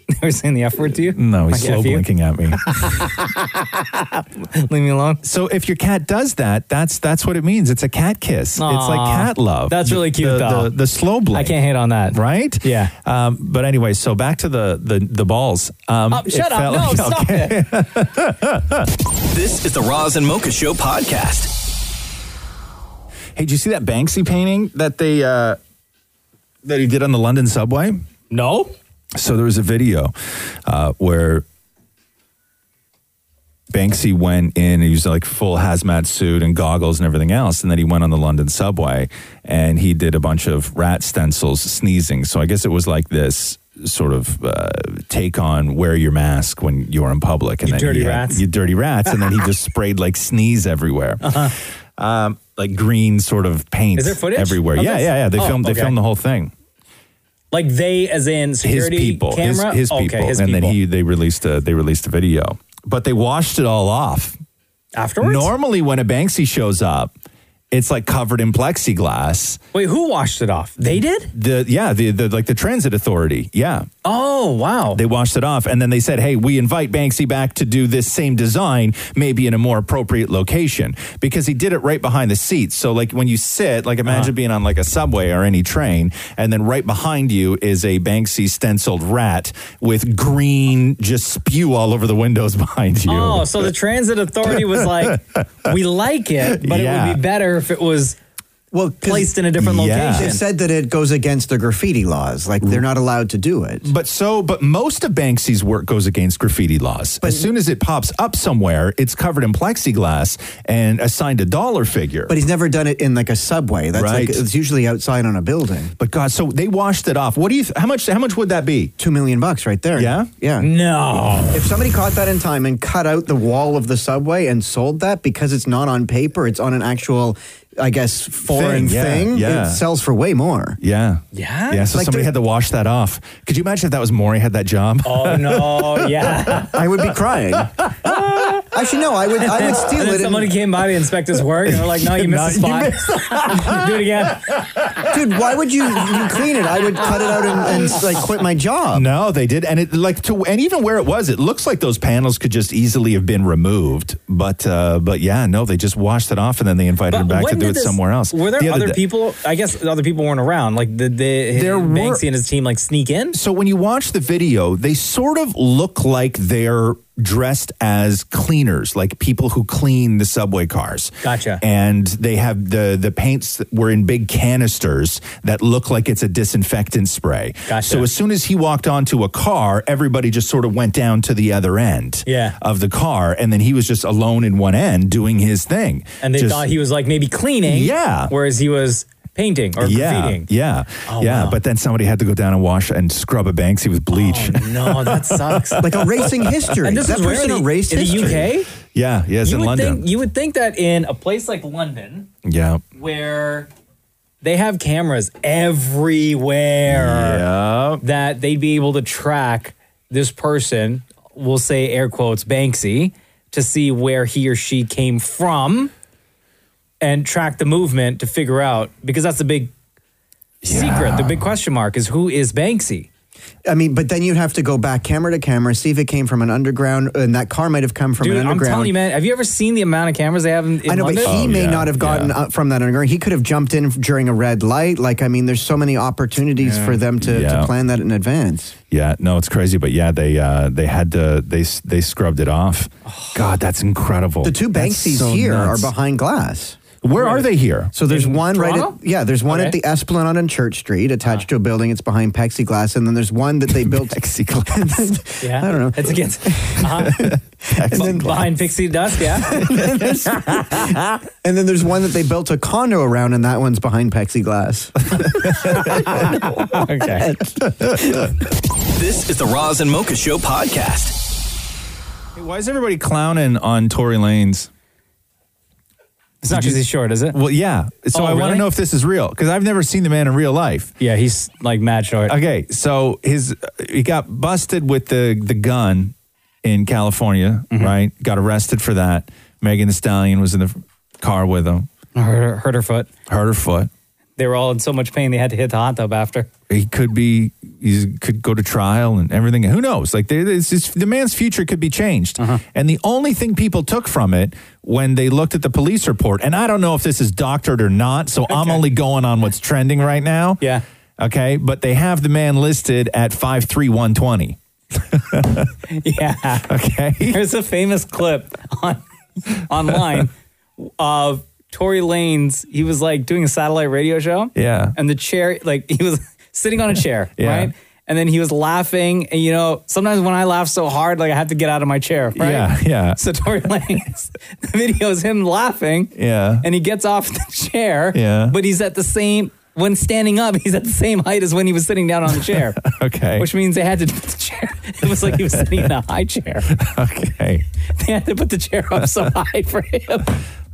[SPEAKER 2] they were saying the F word to you?
[SPEAKER 4] No,
[SPEAKER 2] Like
[SPEAKER 4] he's slow
[SPEAKER 2] F you?
[SPEAKER 4] blinking at me.
[SPEAKER 2] Leave me alone.
[SPEAKER 4] So if your cat does that, that's that's what it means. It's a cat kiss. It's like
[SPEAKER 2] Aw.
[SPEAKER 4] cat love.
[SPEAKER 2] That's
[SPEAKER 4] The-
[SPEAKER 2] really cute,
[SPEAKER 4] The,
[SPEAKER 2] though.
[SPEAKER 4] the, the slow blink. I can't
[SPEAKER 2] hate on that.
[SPEAKER 4] Right? Yeah. Um, but anyway, so back to the the, the balls. Um,
[SPEAKER 1] Oh, shut
[SPEAKER 4] it
[SPEAKER 1] up.
[SPEAKER 4] felt-
[SPEAKER 1] No, stop
[SPEAKER 4] Okay.
[SPEAKER 1] This is the Roz and Mocha Show podcast.
[SPEAKER 4] hey, did you see that Banksy painting that they uh, that he did on the London subway?
[SPEAKER 2] No.
[SPEAKER 4] So there was a video uh, where Banksy went in, he was like full hazmat suit and goggles and everything else. And then he went on the London subway and he did a bunch of rat stencils sneezing. So I guess it was like this sort of uh, take on wear your mask when you're in public. And
[SPEAKER 2] You dirty
[SPEAKER 4] he had-
[SPEAKER 2] rats.
[SPEAKER 4] You dirty rats. And then he just sprayed like sneeze everywhere. Um, like green sort of paint
[SPEAKER 2] Uh-huh. Is there footage
[SPEAKER 4] everywhere.
[SPEAKER 2] of
[SPEAKER 4] Yeah,
[SPEAKER 2] this?
[SPEAKER 4] yeah, yeah. They
[SPEAKER 2] Oh,
[SPEAKER 4] filmed they
[SPEAKER 2] okay.
[SPEAKER 4] filmed the whole thing.
[SPEAKER 2] Like they, as in security,
[SPEAKER 4] his people, his-
[SPEAKER 2] camera,
[SPEAKER 4] his,
[SPEAKER 2] Okay,
[SPEAKER 4] people,
[SPEAKER 2] his
[SPEAKER 4] and
[SPEAKER 2] people.
[SPEAKER 4] then he they released a they released a video, but they washed it all off
[SPEAKER 2] afterwards.
[SPEAKER 4] Normally, when a Banksy shows up, it's like covered in plexiglass.
[SPEAKER 2] Wait, who washed it off? They did.
[SPEAKER 4] The yeah, the, the like the transit authority. Yeah.
[SPEAKER 2] Oh wow.
[SPEAKER 4] They washed it off, and then they said, "Hey, we invite Banksy back to do this same design, maybe in a more appropriate location, because he did it right behind the seats. So, like when you sit, like imagine
[SPEAKER 2] Uh-huh.
[SPEAKER 4] being on like a subway or any train, and then right behind you is a Banksy stenciled rat with green just spew all over the windows behind you.
[SPEAKER 2] Oh, so the transit authority was like, we like it, but it
[SPEAKER 4] Yeah.
[SPEAKER 2] would be better if it was
[SPEAKER 8] well
[SPEAKER 2] placed in a different
[SPEAKER 8] They
[SPEAKER 2] location.
[SPEAKER 8] said that it goes against the graffiti laws. Like they're not allowed to do it.
[SPEAKER 4] But so, but most of Banksy's work goes against graffiti laws. as soon as it pops up somewhere, it's covered in plexiglass and assigned a dollar figure.
[SPEAKER 8] But he's never done it in like a subway. That's
[SPEAKER 4] Right.
[SPEAKER 8] like it's usually outside on a building.
[SPEAKER 4] But God, so they washed it off. What do you? Th- how much? How much would that be?
[SPEAKER 8] Two million bucks, right there.
[SPEAKER 4] Yeah.
[SPEAKER 8] Yeah.
[SPEAKER 2] No.
[SPEAKER 8] If somebody caught that in time and cut out the wall of the subway and sold that because it's not on paper, it's on an actual, I guess, foreign
[SPEAKER 4] Thing, yeah,
[SPEAKER 8] thing.
[SPEAKER 4] yeah.
[SPEAKER 8] It sells for way more.
[SPEAKER 4] Yeah.
[SPEAKER 2] Yeah.
[SPEAKER 4] Yeah. So
[SPEAKER 8] Like
[SPEAKER 4] somebody
[SPEAKER 8] the-
[SPEAKER 4] had to wash that off. Could you imagine if that was Maury had that job?
[SPEAKER 2] Oh no! Yeah,
[SPEAKER 8] I would be crying. Actually, no, I would. I would steal
[SPEAKER 2] And
[SPEAKER 8] it.
[SPEAKER 2] then
[SPEAKER 8] and-
[SPEAKER 2] Somebody came by to inspect his work, and they're like, "No, you missed
[SPEAKER 8] No, you
[SPEAKER 2] a spot. Do it again."
[SPEAKER 8] Dude, why would you you clean it? I would cut it out and,
[SPEAKER 2] Ah.
[SPEAKER 8] and like quit my job.
[SPEAKER 4] No, they did, and it like to, and even where it was, it looks like those panels could just easily have been removed. But, uh, but yeah, no, they just washed it off, and then they invited him back to
[SPEAKER 2] when
[SPEAKER 4] do
[SPEAKER 2] did
[SPEAKER 4] it
[SPEAKER 2] this-
[SPEAKER 4] somewhere else.
[SPEAKER 2] Were there
[SPEAKER 4] The
[SPEAKER 2] other
[SPEAKER 4] day-
[SPEAKER 2] people? I guess the other people weren't around. Like did the
[SPEAKER 4] There were-
[SPEAKER 2] Banksy and his team like sneak in.
[SPEAKER 4] So when you watch the video, they sort of look like they're dressed as cleaners, like people who clean the subway cars.
[SPEAKER 2] Gotcha.
[SPEAKER 4] And they have the the paints that were in big canisters that look like it's a disinfectant spray.
[SPEAKER 2] Gotcha.
[SPEAKER 4] So as soon as he walked onto a car, everybody just sort of went down to the other end
[SPEAKER 2] Yeah.
[SPEAKER 4] of the car, and then he was just alone in one end doing his thing.
[SPEAKER 2] And they
[SPEAKER 4] Just-
[SPEAKER 2] thought he was like maybe cleaning.
[SPEAKER 4] Yeah.
[SPEAKER 2] Whereas he was painting or
[SPEAKER 4] yeah,
[SPEAKER 2] graffitiing.
[SPEAKER 4] yeah,
[SPEAKER 2] Oh,
[SPEAKER 4] yeah. But then somebody had to go down and wash and scrub a Banksy with bleach.
[SPEAKER 2] Oh, No, that sucks.
[SPEAKER 8] Like erasing history.
[SPEAKER 2] And this
[SPEAKER 8] That
[SPEAKER 2] is where
[SPEAKER 8] person
[SPEAKER 2] in the,
[SPEAKER 8] erased
[SPEAKER 2] in the
[SPEAKER 8] history.
[SPEAKER 2] UK.
[SPEAKER 4] Yeah, yes,
[SPEAKER 2] you
[SPEAKER 4] in
[SPEAKER 2] would
[SPEAKER 4] London.
[SPEAKER 2] Think, you would think that in a place like London,
[SPEAKER 4] yeah.
[SPEAKER 2] where they have cameras everywhere, that they'd be able to track this person, we'll say air quotes, Banksy, to see where he or she came from and track the movement to figure out, because that's the big secret, the big question mark is who is Banksy?
[SPEAKER 8] I mean, but then you'd have to go back camera to camera, see if it came from an underground, and that car might have come from
[SPEAKER 2] Dude,
[SPEAKER 8] an
[SPEAKER 2] I'm
[SPEAKER 8] underground.
[SPEAKER 2] telling you, man. Have you ever seen the amount of cameras they have in, in
[SPEAKER 8] I know,
[SPEAKER 2] London?
[SPEAKER 8] but he may
[SPEAKER 4] Oh,
[SPEAKER 8] not have gotten up from that underground. He could have jumped in during a red light. Like, I mean, there's so many opportunities
[SPEAKER 4] Yeah.
[SPEAKER 8] for them to,
[SPEAKER 4] Yeah.
[SPEAKER 8] to plan that in advance.
[SPEAKER 4] Yeah, no, it's crazy, but yeah, they uh, they had to they s- they scrubbed it off. God, that's incredible.
[SPEAKER 8] The two
[SPEAKER 4] That's
[SPEAKER 8] Banksy's
[SPEAKER 4] so
[SPEAKER 8] here
[SPEAKER 4] nuts.
[SPEAKER 8] are behind glass.
[SPEAKER 4] Where are they here?
[SPEAKER 8] So there's one right
[SPEAKER 4] Toronto?
[SPEAKER 8] at yeah, there's one at
[SPEAKER 4] Okay.
[SPEAKER 8] the Esplanade on Church Street attached to a building. It's behind plexiglass, and then there's one that they built plexiglass.
[SPEAKER 2] Yeah.
[SPEAKER 8] I don't know.
[SPEAKER 2] It's against uh-huh. B- behind pixie dust. Yeah.
[SPEAKER 8] and there's- and then there's one that they built a condo around, and that one's behind plexiglass.
[SPEAKER 2] okay.
[SPEAKER 1] This is the Roz and Mocha Show podcast.
[SPEAKER 4] Hey, why is everybody clowning on Tory Lanes?
[SPEAKER 2] It's not 'cause he's short, is it?
[SPEAKER 4] Well, yeah. So
[SPEAKER 2] Oh,
[SPEAKER 4] I want
[SPEAKER 2] really?
[SPEAKER 4] to know if this is real because I've never seen the man in real life.
[SPEAKER 2] Yeah, he's like mad short.
[SPEAKER 4] Okay, so his he got busted with the the gun in California,
[SPEAKER 2] Mm-hmm.
[SPEAKER 4] right? Got arrested for that. Megan the Stallion was in the car with him.
[SPEAKER 2] Hurt her, hurt her foot.
[SPEAKER 4] Hurt her foot.
[SPEAKER 2] They were all in so much pain they had to hit the hot tub after.
[SPEAKER 4] He could be he could go to trial and everything. Who knows? Like there, it's just, the man's future could be changed.
[SPEAKER 2] Uh-huh.
[SPEAKER 4] And the only thing people took from it when they looked at the police report, and I don't know if this is doctored or not, so I'm only going on what's trending right now.
[SPEAKER 2] Yeah.
[SPEAKER 4] Okay, but they have the man listed at five three one twenty.
[SPEAKER 2] Yeah.
[SPEAKER 4] Okay.
[SPEAKER 2] There's a famous clip on online of Tory Lanez. He was like doing a satellite radio show.
[SPEAKER 4] Yeah.
[SPEAKER 2] And the chair, like he was sitting on a chair,
[SPEAKER 4] Yeah.
[SPEAKER 2] right? And then he was laughing. And you know, sometimes when I laugh so hard, like I have to get out of my chair, right?
[SPEAKER 4] Yeah, yeah.
[SPEAKER 2] So Tory Lanez, the video is him laughing.
[SPEAKER 4] Yeah.
[SPEAKER 2] And he gets off the chair.
[SPEAKER 4] Yeah.
[SPEAKER 2] But he's at the same when standing up, he's at the same height as when he was sitting down on the chair.
[SPEAKER 4] Okay.
[SPEAKER 2] Which means they had to put the chair. It was like he was sitting in a high chair.
[SPEAKER 4] Okay.
[SPEAKER 2] They had to put the chair up so high for him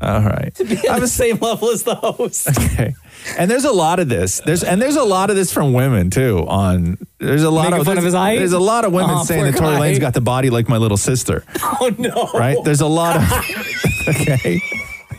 [SPEAKER 4] All right.
[SPEAKER 2] to be on the same level as the host.
[SPEAKER 4] Okay. And there's a lot of this. There's and there's a lot of this from women too. On there's a lot
[SPEAKER 2] Making
[SPEAKER 4] of
[SPEAKER 2] fun
[SPEAKER 4] there's,
[SPEAKER 2] of his height?
[SPEAKER 4] There's a lot of women
[SPEAKER 2] Aw,
[SPEAKER 4] saying
[SPEAKER 2] poor
[SPEAKER 4] that Tory
[SPEAKER 2] guy.
[SPEAKER 4] Lane's got the body like my little sister.
[SPEAKER 2] Oh no!
[SPEAKER 4] Right? There's a lot of okay.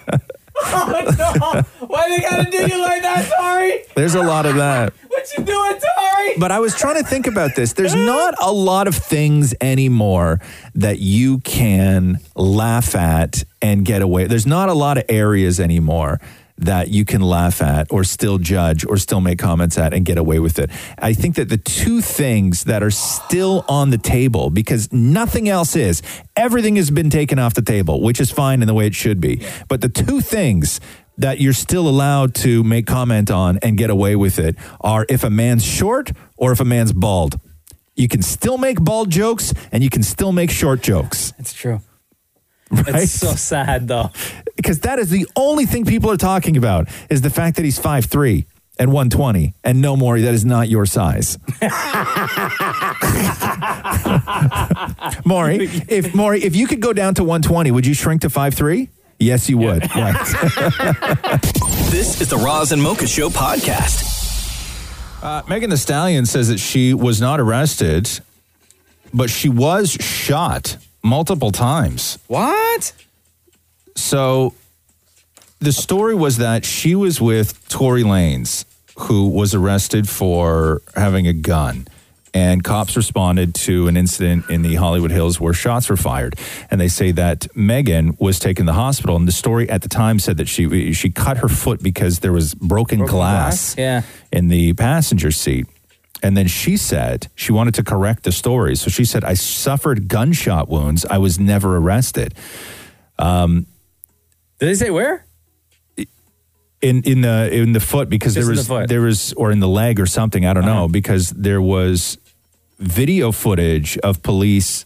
[SPEAKER 2] Oh no! Why they gotta do you like that, Tori?
[SPEAKER 4] There's a lot of that.
[SPEAKER 2] What you doing, Tori?
[SPEAKER 4] But I was trying to think about this. There's not a lot of things anymore that you can laugh at and get away. There's not a lot of areas anymore that you can laugh at or still judge or still make comments at and get away with it. I think that the two things that are still on the table because nothing else is, everything has been taken off the table, which is fine in the way it should be. But the two things that you're still allowed to make comment on and get away with it are if a man's short or if a man's bald. You can still make bald jokes and you can still make short jokes.
[SPEAKER 2] It's true.
[SPEAKER 4] Right?
[SPEAKER 2] It's so sad though.
[SPEAKER 4] Because that is the only thing people are talking about is the fact that he's 5'3 and 120 and no more that is not your size. Maury, if Maury, if you could go down to 120, would you shrink to 5'3? Yes, you would. Right.
[SPEAKER 1] This is the Roz and Mocha Show podcast.
[SPEAKER 4] Uh, Megan the Stallion says that she was not arrested, but she was shot multiple times.
[SPEAKER 2] What?
[SPEAKER 4] So the story was that she was with Tory Lanez, who was arrested for having a gun. And cops responded to an incident in the Hollywood Hills where shots were fired. And they say that Megan was taken to the hospital. And the story at the time said that she she cut her foot because there was broken, glass
[SPEAKER 2] Yeah.
[SPEAKER 4] in the passenger seat. And then she said she wanted to correct the story. So she said, I suffered gunshot wounds. I was never arrested. Um,
[SPEAKER 2] Did they say where?
[SPEAKER 4] In in the in the foot because
[SPEAKER 2] Just
[SPEAKER 4] there
[SPEAKER 2] in
[SPEAKER 4] was
[SPEAKER 2] the foot. Uh-huh.
[SPEAKER 4] there was or in the leg or something I don't know because there was video footage of police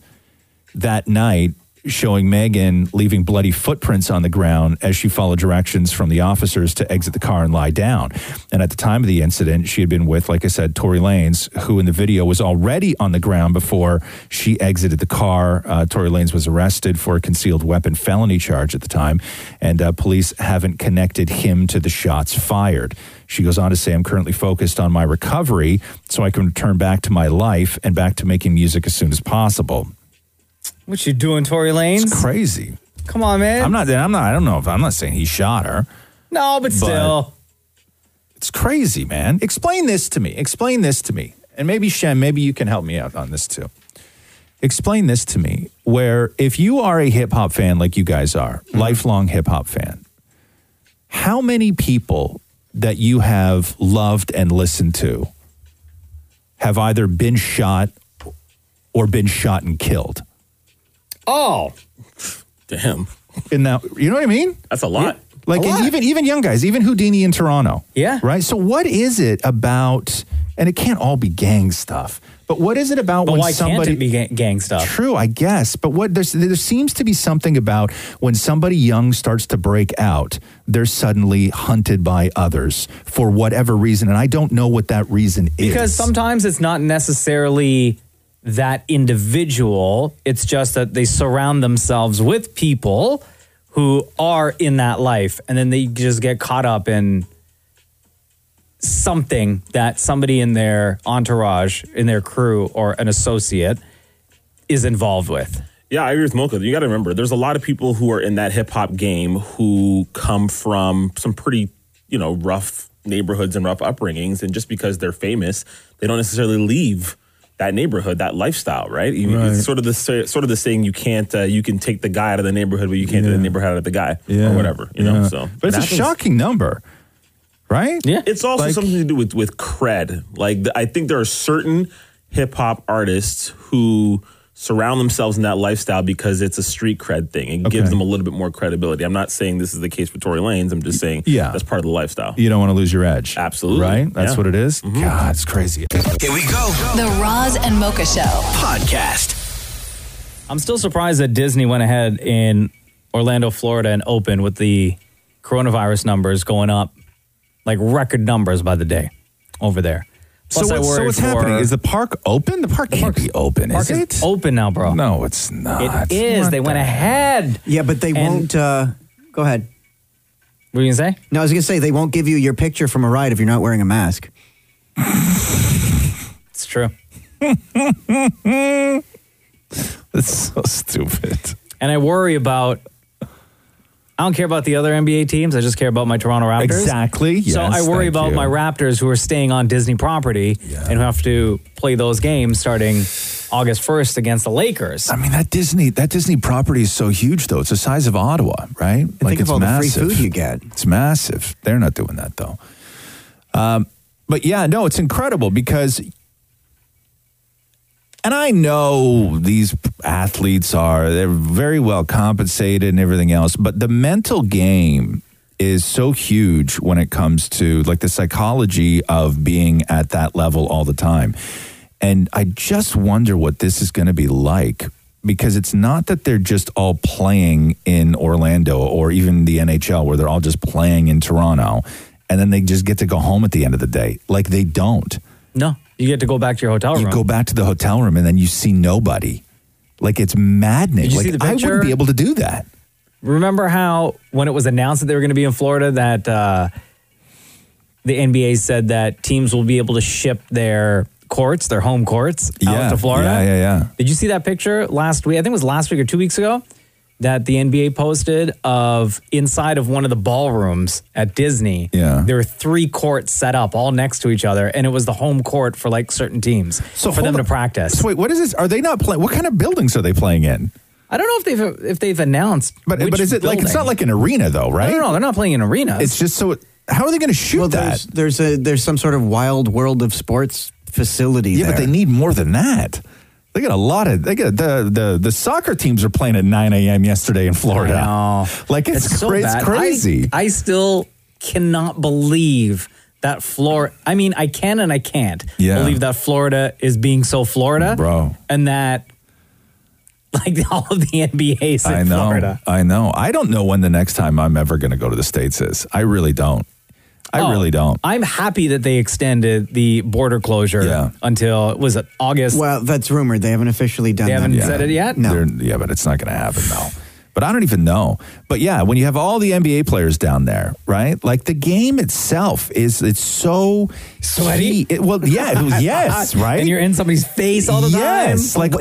[SPEAKER 4] that night showing Megan leaving bloody footprints on the ground as she followed directions from the officers to exit the car and lie down. And at the time of the incident, she had been with, like I said, Tory Lanez, who in the video was already on the ground before she exited the car. Uh, Tory Lanez was arrested for a concealed weapon felony charge at the time, and uh, police haven't connected him to the shots fired. She goes on to say, I'm currently focused on my recovery so I can return back to my life and back to making music as soon as possible.
[SPEAKER 2] What you doing, Tory Lanez?
[SPEAKER 4] It's crazy.
[SPEAKER 2] Come on, man.
[SPEAKER 4] I'm not. I'm not. I don't know if I'm not saying he shot her.
[SPEAKER 2] No, but still.
[SPEAKER 4] it's crazy, man. Explain this to me. Explain this to me. and maybe Shem, maybe you can help me out on this too. Explain this to me where if you are a hip hop fan like you guys are,
[SPEAKER 2] Mm-hmm.
[SPEAKER 4] lifelong hip hop fan, how many people that you have loved and listened to have either been shot or been shot and killed?
[SPEAKER 18] Oh,
[SPEAKER 4] Damn. And now, you know what I mean?
[SPEAKER 18] That's a lot.
[SPEAKER 4] Like
[SPEAKER 18] A
[SPEAKER 4] and
[SPEAKER 18] lot.
[SPEAKER 4] even even young guys, even Houdini in Toronto. Yeah. Right. So what is it about? And it can't all be gang stuff. But what is it about
[SPEAKER 2] But
[SPEAKER 4] when
[SPEAKER 2] why can't
[SPEAKER 4] somebody
[SPEAKER 2] it be gang, gang stuff?
[SPEAKER 4] True, I guess. But what there's, there seems to be something about when somebody young starts to break out, they're suddenly hunted by others for whatever reason, and I don't know what that reason is.
[SPEAKER 2] Because sometimes it's not necessarily that individual, it's just that they surround themselves with people who are in that life and then they just get caught up in something that somebody in their entourage, in their crew or an associate is involved with.
[SPEAKER 3] Yeah, I agree with Mocha. You got to remember, there's a lot of people who are in that hip hop game who come from some pretty, you know, rough neighborhoods and rough upbringings, and just because they're famous, they don't necessarily leave that neighborhood, that lifestyle, right? You,
[SPEAKER 11] Right.
[SPEAKER 3] It's sort of the sa- sort of the saying you can't uh, you can take the guy out of the neighborhood, but you can't take the neighborhood out of the guy or whatever, you know.
[SPEAKER 4] Yeah.
[SPEAKER 3] So,
[SPEAKER 4] but it's a shocking number, right?
[SPEAKER 3] Yeah, it's also
[SPEAKER 4] Like-
[SPEAKER 3] something to do with with cred. Like the, I think there are certain hip hop artists who surround themselves in that lifestyle because it's a street cred thing. It gives them a little bit more credibility. I'm not saying this is the case for Tory Lanez. I'm just saying
[SPEAKER 4] Yeah.
[SPEAKER 3] that's part of the lifestyle.
[SPEAKER 4] You don't want to lose your edge.
[SPEAKER 3] Absolutely.
[SPEAKER 4] Right? That's
[SPEAKER 3] Yeah.
[SPEAKER 4] what it is? God, it's crazy.
[SPEAKER 1] Here we go.
[SPEAKER 19] The Roz and Mocha Show
[SPEAKER 1] podcast.
[SPEAKER 2] I'm still surprised that Disney went ahead in Orlando, Florida and opened with the coronavirus numbers going up like record numbers by the day over there. Plus,
[SPEAKER 4] so
[SPEAKER 2] I
[SPEAKER 4] what's, so
[SPEAKER 2] worry
[SPEAKER 4] what's
[SPEAKER 2] for-
[SPEAKER 4] happening? Is the park open? The park can't be open,
[SPEAKER 2] park
[SPEAKER 4] is
[SPEAKER 2] is
[SPEAKER 4] it?
[SPEAKER 2] open now, bro.
[SPEAKER 4] No, it's not.
[SPEAKER 2] It is. They went ahead.
[SPEAKER 8] Yeah, but they won't. Uh, go ahead.
[SPEAKER 2] What were you gonna say?
[SPEAKER 8] No, I was gonna say they won't give you your picture from a ride if you're not wearing a mask.
[SPEAKER 2] it's true.
[SPEAKER 4] That's so stupid.
[SPEAKER 2] And I worry about. I don't care about the other NBA teams. I just care about my Toronto Raptors.
[SPEAKER 4] Exactly.
[SPEAKER 2] so
[SPEAKER 4] Yes,
[SPEAKER 2] I worry
[SPEAKER 4] thank
[SPEAKER 2] about
[SPEAKER 4] you.
[SPEAKER 2] my Raptors who are staying on Disney property and who have to play those games starting August 1st against the Lakers.
[SPEAKER 4] I mean, that Disney that Disney property is so huge, though. It's the size of Ottawa, right?
[SPEAKER 8] think of all the free food you get.
[SPEAKER 4] It's massive. They're not doing that though. Um, but yeah, no, it's incredible because, and I know these athletes are they're very well compensated and everything else, but the mental game is so huge when it comes to like the psychology of being at that level all the time. And I just wonder what this is going to be like because it's not that they're just all playing in Orlando or even the NHL where they're all just playing in Toronto and then they just get to go home at the end of the day. Like they don't.
[SPEAKER 2] No, you get to go back to your hotel room.
[SPEAKER 4] You go back to the hotel room and then you see nobody. Like it's maddening.
[SPEAKER 2] Did you
[SPEAKER 4] like
[SPEAKER 2] see the
[SPEAKER 4] I
[SPEAKER 2] picture?
[SPEAKER 4] wouldn't be able to do that.
[SPEAKER 2] Remember how when it was announced that they were going to be in Florida, that uh, the NBA said that teams will be able to ship their courts, their home courts,
[SPEAKER 4] Yeah,
[SPEAKER 2] out to Florida.
[SPEAKER 4] yeah, yeah, yeah.
[SPEAKER 2] Did you see that picture last week? I think it was last week or two weeks ago that the NBA posted of inside of one of the ballrooms at Disney. Yeah, there were three courts set up all next to each other, and it was the home court for like certain teams, so for them to practice.
[SPEAKER 4] So wait, what is this? Are they not playing? What kind of buildings are they playing in?
[SPEAKER 2] I don't know if they've if they've announced,
[SPEAKER 4] But but is it like it's not like an arena though, right?
[SPEAKER 2] No, no, they're not playing in arenas.
[SPEAKER 4] It's just so. How are they going to shoot
[SPEAKER 8] that? There's, there's a there's some sort of wild world of sports facility.
[SPEAKER 4] Yeah, but they need more than that. They got a lot of they got the the the soccer teams are playing at 9 a.m. yesterday in Florida. Like it's,
[SPEAKER 2] so
[SPEAKER 4] cra- it's
[SPEAKER 2] bad.
[SPEAKER 4] crazy.
[SPEAKER 2] I, I still cannot believe that Florida. I mean, I can and I can't
[SPEAKER 4] Yeah.
[SPEAKER 2] believe that Florida is being so Florida, bro, and that like all of the NBA is in
[SPEAKER 4] I know.
[SPEAKER 2] Florida.
[SPEAKER 4] I know. I don't know when the next time I'm ever going to go to the states is. I really don't. I
[SPEAKER 2] Oh,
[SPEAKER 4] really don't.
[SPEAKER 2] I'm happy that they extended the border closure until was it August?
[SPEAKER 8] Well, that's rumored. They haven't officially done.
[SPEAKER 2] They
[SPEAKER 8] that
[SPEAKER 2] haven't said it yet?
[SPEAKER 8] No.
[SPEAKER 4] They're- yeah, but it's not going to happen though. But I don't even know. But yeah, when you have all the NBA players down there, right? Like the game itself is it's so
[SPEAKER 2] Sweaty?
[SPEAKER 4] heat- It, well, yeah, it was- yes, right.
[SPEAKER 2] Uh, And you're in somebody's face all the time.
[SPEAKER 8] But speaking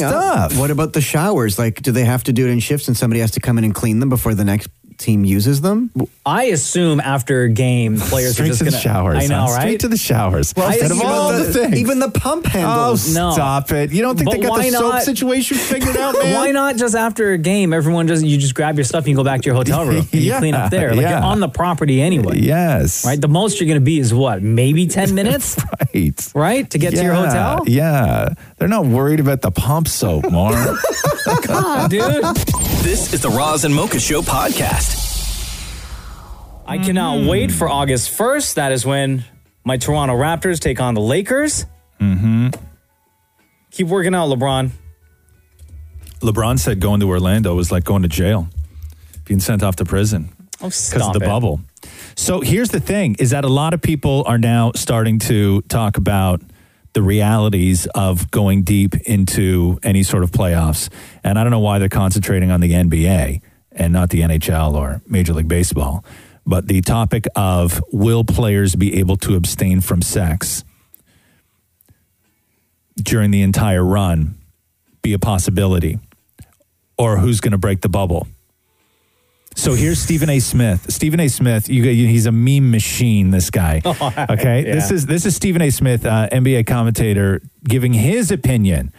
[SPEAKER 8] what about the showers? Like, do they have to do it in shifts, and somebody has to come in and clean them before the next team uses them.
[SPEAKER 2] I assume after game players
[SPEAKER 8] Straight
[SPEAKER 2] are just
[SPEAKER 8] to the
[SPEAKER 2] gonna
[SPEAKER 8] showers,
[SPEAKER 2] I know,
[SPEAKER 8] huh?
[SPEAKER 2] right?
[SPEAKER 8] Straight to the
[SPEAKER 4] showers.
[SPEAKER 8] Well,
[SPEAKER 2] I
[SPEAKER 8] think
[SPEAKER 2] assume-
[SPEAKER 8] about the- even the pump handles.
[SPEAKER 2] No.
[SPEAKER 4] Oh, Stop it. You don't think
[SPEAKER 2] But
[SPEAKER 4] they got
[SPEAKER 2] why
[SPEAKER 4] the soap
[SPEAKER 2] not-
[SPEAKER 4] situation figured out, man?
[SPEAKER 2] Why not just after a game? Everyone just you just grab your stuff and you go back to your hotel room. And
[SPEAKER 4] Yeah,
[SPEAKER 2] you clean up there. Like
[SPEAKER 4] yeah.
[SPEAKER 2] you're on the property anyway.
[SPEAKER 4] Yes.
[SPEAKER 2] Right. The most you're going to be is what? Maybe ten minutes.
[SPEAKER 4] right.
[SPEAKER 2] Right to get to your
[SPEAKER 4] Yeah,
[SPEAKER 2] hotel.
[SPEAKER 4] Yeah. They're not worried about the pump soap, Mark.
[SPEAKER 2] God, dude.
[SPEAKER 1] This is the Roz and Mocha Show podcast.
[SPEAKER 2] I cannot
[SPEAKER 4] Mm.
[SPEAKER 2] wait for August first. That is when my Toronto Raptors take on the Lakers.
[SPEAKER 4] mm-hmm.
[SPEAKER 2] Keep working out, LeBron.
[SPEAKER 4] LeBron said going to Orlando was like going to jail, being sent off to prison
[SPEAKER 2] Oh,
[SPEAKER 4] because of the bubble. So here's the thing: is that a lot of people are now starting to talk about the realities of going deep into any sort of playoffs, and I don't know why they're concentrating on the NBA and not the NHL or Major League Baseball. But the topic of will players be able to abstain from sex during the entire run be a possibility or who's going to break the bubble. So here's Stephen A. Smith. Stephen A. Smith, you, you- he's a meme machine. This guy,
[SPEAKER 9] Oh,
[SPEAKER 4] okay. This
[SPEAKER 2] Yeah.
[SPEAKER 4] is this is Stephen A. Smith, uh, NBA commentator, giving his opinion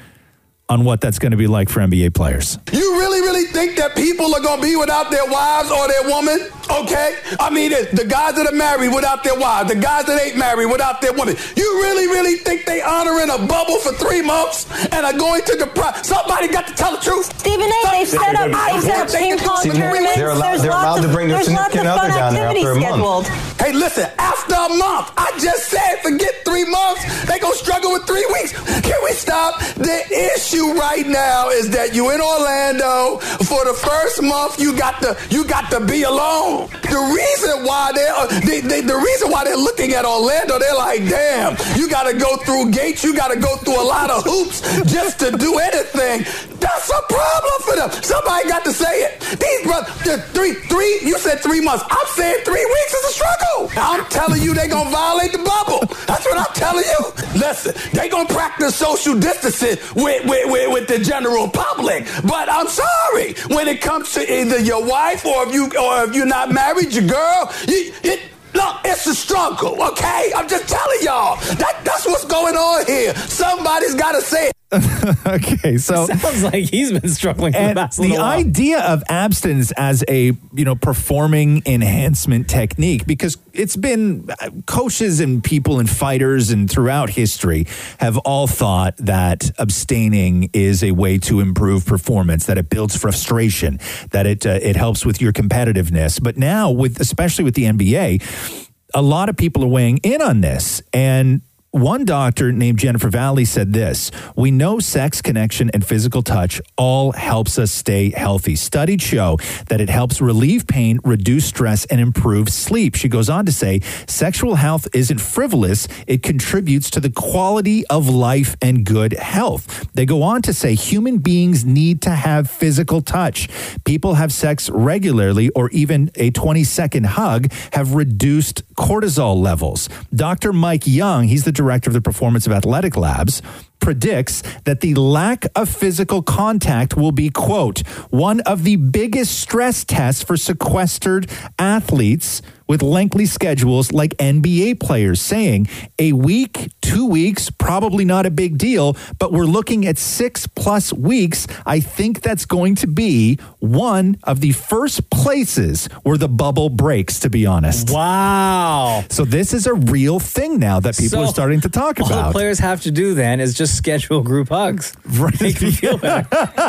[SPEAKER 4] on what that's going to be like for NBA players.
[SPEAKER 20] You really, really think that people are gonna be without their wives or their woman? Okay? I mean, the the guys that are married without their wives, the guys that ain't married without their women. You really, really think they honoring a bubble for three months and are going to deprive? Somebody got to tell the truth. Stephen A. They've
[SPEAKER 21] set up- they've set up ping pong See, they're tournaments. allowed- There's they're lots allowed to of- bring their there's lots of significant other fun down there after a activities month.
[SPEAKER 20] Hey, listen, after a month, I just said forget three months. They gonna struggle with three weeks. Can we stop? The issue right now is that you in Orlando for the first month. You got to you got to be alone. The reason why they're they, they, the reason why they're looking at Orlando, they're like, damn, you gotta go through gates, you gotta go through a lot of hoops just to do anything. That's a problem for them. Somebody got to say it. These brothers, the three, three. You said three months. I'm saying three weeks is a struggle. I'm telling you, they gonna violate the bubble. That's what I'm telling you. Listen, they gonna practice social distancing with with, with, with the general public. But I'm sorry, when it comes to either your wife or if you or if you're not married, your girl, you, it, Look, it's a struggle, okay? I'm just telling y'all. That, that's what's going on here. Somebody's got to say it.
[SPEAKER 4] okay, so
[SPEAKER 2] sounds like he's been struggling for the
[SPEAKER 4] And
[SPEAKER 2] past
[SPEAKER 4] the
[SPEAKER 2] little while.
[SPEAKER 4] idea of abstinence as a you know performing enhancement technique because it's been uh, coaches and people and fighters and throughout history have all thought that abstaining is a way to improve performance that it builds frustration that it uh, it helps with your competitiveness but now with especially with the NBA a lot of people are weighing in on this. And one doctor named Jennifer Valley said this We know sex, connection, and physical touch all helps us stay healthy. Studies show that it helps relieve pain, reduce stress, and improve sleep. She goes on to say sexual health isn't frivolous, it contributes to the quality of life and good health. They go on to say human beings need to have physical touch. People have sex regularly or even a 20 second hug have reduced cortisol levels. Dr. Mike Young, he's the director of the Performance of Athletic Labs, predicts that the lack of physical contact will be, quote, one of the biggest stress tests for sequestered athletes with lengthy schedules like NBA players, saying a week, two weeks, probably not a big deal, but we're looking at six plus weeks. I think that's going to be one of the first places where the bubble breaks, to be honest.
[SPEAKER 2] Wow.
[SPEAKER 4] So this is a real thing now that people
[SPEAKER 2] So,
[SPEAKER 4] are starting to talk
[SPEAKER 2] All
[SPEAKER 4] about.
[SPEAKER 2] players have to do then is just schedule group hugs.
[SPEAKER 4] Right.
[SPEAKER 2] Make them feel better.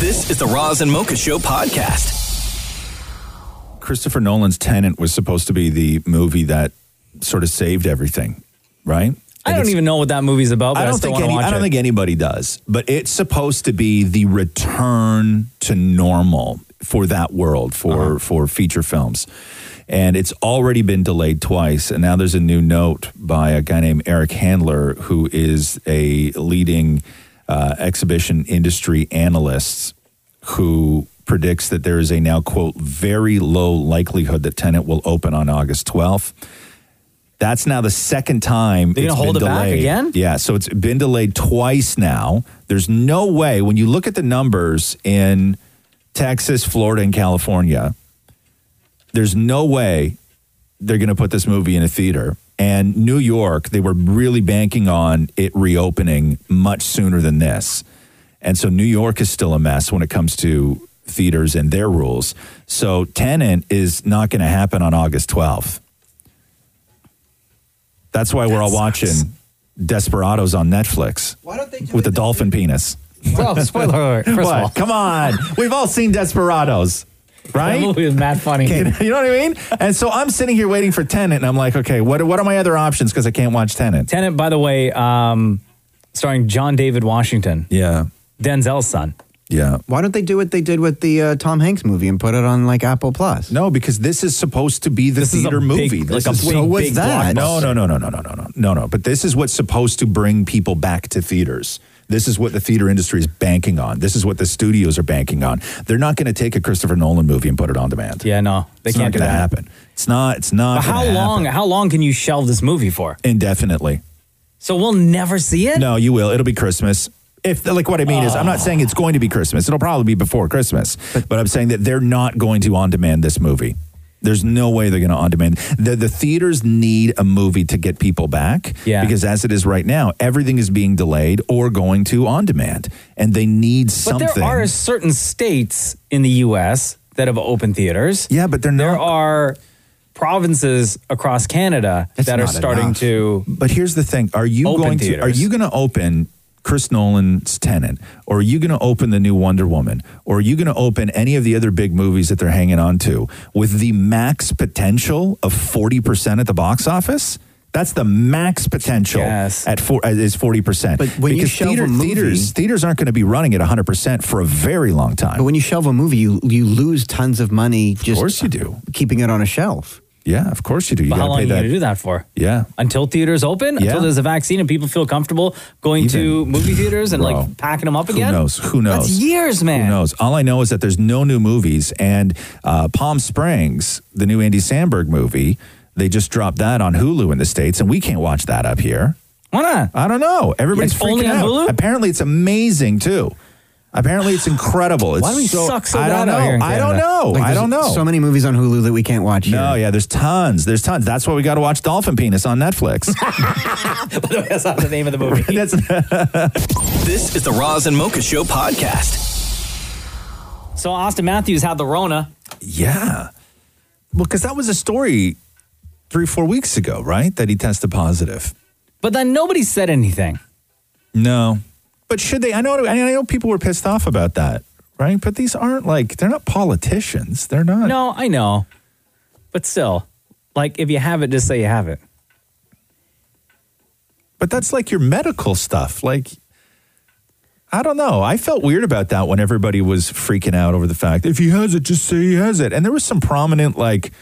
[SPEAKER 1] This is the Roz and Mocha Show podcast.
[SPEAKER 4] Christopher Nolan's Tenant was supposed to be the movie that sort of saved everything, right?
[SPEAKER 2] I don't even know what that movie's about, but I,
[SPEAKER 4] I don't
[SPEAKER 2] still
[SPEAKER 4] think
[SPEAKER 2] want to
[SPEAKER 4] any,
[SPEAKER 2] watch
[SPEAKER 4] I don't
[SPEAKER 2] it.
[SPEAKER 4] think anybody does, but it's supposed to be the return to normal for that world for
[SPEAKER 2] Uh-huh.
[SPEAKER 4] for feature films. And it's already been delayed twice. And now there's a new note by a guy named Eric Handler, who is a leading uh, exhibition industry analyst who predicts that there is a now, quote, very low likelihood that Tenant will open on August 12th. That's now the second time
[SPEAKER 2] They're gonna
[SPEAKER 4] it's
[SPEAKER 2] hold
[SPEAKER 4] been
[SPEAKER 2] it back
[SPEAKER 4] delayed.
[SPEAKER 2] again?
[SPEAKER 4] Yeah, so it's been delayed twice now. There's no way when you look at the numbers in Texas, Florida, and California, there's no way they're going to put this movie in a theater. And New York, they were really banking on it reopening much sooner than this. And so New York is still a mess when it comes to theaters and their rules. So Tenant is not going to happen on August 12th. That's why we're all watching Desperados on Netflix with the dolphin penis.
[SPEAKER 2] Well, spoiler alert, first of
[SPEAKER 4] What?
[SPEAKER 2] all.
[SPEAKER 4] Come on. We've all seen Desperados, right?
[SPEAKER 2] That movie was mad funny.
[SPEAKER 4] You know what I mean? And so I'm sitting here waiting for Tenant, and I'm like, okay, what, what are my other options? Because I can't watch Tenant.
[SPEAKER 2] Tenant, by the way, um, starring John David Washington.
[SPEAKER 4] Yeah.
[SPEAKER 2] Denzel's son.
[SPEAKER 4] Yeah.
[SPEAKER 8] Why don't they do what they did with the uh, Tom Hanks movie and put it on like Apple Plus?
[SPEAKER 4] No, because this is supposed to be the
[SPEAKER 8] this
[SPEAKER 4] theater movie. This is-
[SPEAKER 8] so was that?
[SPEAKER 4] No, no, no, no, no, no, no, no, no, no. But this is what's supposed to bring people back to theaters. This is what the theater industry is banking on. This is what the studios are banking on. They're not going to take a Christopher Nolan movie and put it on demand.
[SPEAKER 2] Yeah, no, they
[SPEAKER 4] it's
[SPEAKER 2] can't do
[SPEAKER 4] not gonna
[SPEAKER 2] that.
[SPEAKER 4] happen. It's not. It's not.
[SPEAKER 2] But how
[SPEAKER 4] gonna
[SPEAKER 2] long?
[SPEAKER 4] happen.
[SPEAKER 2] How long can you shelve this movie for?
[SPEAKER 4] Indefinitely.
[SPEAKER 2] So we'll never see it. Oh.
[SPEAKER 4] No, you will. It'll be Christmas. If like what I mean is, I'm not saying it's going to be Christmas. It'll probably be before Christmas. But I'm saying that they're not going to on demand this movie. There's no way they're going to on demand. The, the theaters need a movie to get people back.
[SPEAKER 2] Yeah.
[SPEAKER 4] Because as it is right now, everything is being delayed or going to on demand, and they need
[SPEAKER 2] But
[SPEAKER 4] something.
[SPEAKER 2] there are certain states in the U.S. that have open theaters.
[SPEAKER 4] Yeah, but they're
[SPEAKER 2] not. There are provinces across Canada
[SPEAKER 4] That's
[SPEAKER 2] that are
[SPEAKER 4] not
[SPEAKER 2] starting
[SPEAKER 4] enough.
[SPEAKER 2] to.
[SPEAKER 4] But here's the thing: Are you
[SPEAKER 2] Open
[SPEAKER 4] going to are
[SPEAKER 2] theaters.
[SPEAKER 4] you going to open Chris Nolan's Tenant, or are you going to open the new Wonder Woman, or are you going to open any of the other big movies that they're hanging on to with the max potential of forty percent at the box office? That's the max potential at four, is forty percent. But
[SPEAKER 8] when you shelve a movie-
[SPEAKER 4] theaters theaters aren't going to be running at hundred percent for a very long time.
[SPEAKER 8] But when you shelve a movie, you you lose tons of money. Just of course
[SPEAKER 4] you do.
[SPEAKER 8] Keeping it on a shelf.
[SPEAKER 4] Yeah, of course you do. You
[SPEAKER 2] but how
[SPEAKER 4] got
[SPEAKER 2] long
[SPEAKER 4] to pay
[SPEAKER 2] are you
[SPEAKER 4] that.
[SPEAKER 2] going to do that for?
[SPEAKER 4] Yeah.
[SPEAKER 2] Until theaters open,
[SPEAKER 4] Yeah.
[SPEAKER 2] until there's a vaccine and people feel comfortable going to movie theaters and
[SPEAKER 4] Bro.
[SPEAKER 2] like packing them up again.
[SPEAKER 4] Who knows? Who knows?
[SPEAKER 2] That's years, man.
[SPEAKER 4] Who knows? All I know is that there's no new movies, and uh, Palm Springs, the new Andy Sandberg movie, they just dropped that on Hulu in the states, and we can't watch that up here.
[SPEAKER 2] Why not?
[SPEAKER 4] I don't know. Everybody's
[SPEAKER 2] It's
[SPEAKER 4] freaking
[SPEAKER 2] only on
[SPEAKER 4] out.
[SPEAKER 2] Hulu?
[SPEAKER 4] Apparently, it's amazing too. Apparently, it's incredible. It's
[SPEAKER 8] Why do we
[SPEAKER 4] so,
[SPEAKER 8] suck so
[SPEAKER 4] I don't
[SPEAKER 8] bad out
[SPEAKER 4] know.
[SPEAKER 8] here in
[SPEAKER 4] I don't
[SPEAKER 8] Canada?
[SPEAKER 4] know.
[SPEAKER 8] Like,
[SPEAKER 4] I
[SPEAKER 8] there's
[SPEAKER 4] don't know.
[SPEAKER 8] so many movies on Hulu that we can't watch.
[SPEAKER 4] No, yeah, there's tons. There's tons. That's why we got to watch Dolphin Penis on Netflix.
[SPEAKER 2] By the way, that's not the name of the movie.
[SPEAKER 1] This is the Roz and Mocha Show podcast.
[SPEAKER 2] so Austin Matthews had the Rona.
[SPEAKER 4] Yeah. Well, because that was a story three, four weeks ago, right? That he tested positive.
[SPEAKER 2] But then nobody said anything.
[SPEAKER 4] No. But should they? I know. I know people were pissed off about that, right? But these aren't like they're not politicians. They're not.
[SPEAKER 2] No, I know. But still, like if you have it, just say you have it.
[SPEAKER 4] But that's like your medical stuff. Like, I don't know. I felt weird about that when everybody was freaking out over the fact if he has it, just say he has it. And there was some prominent like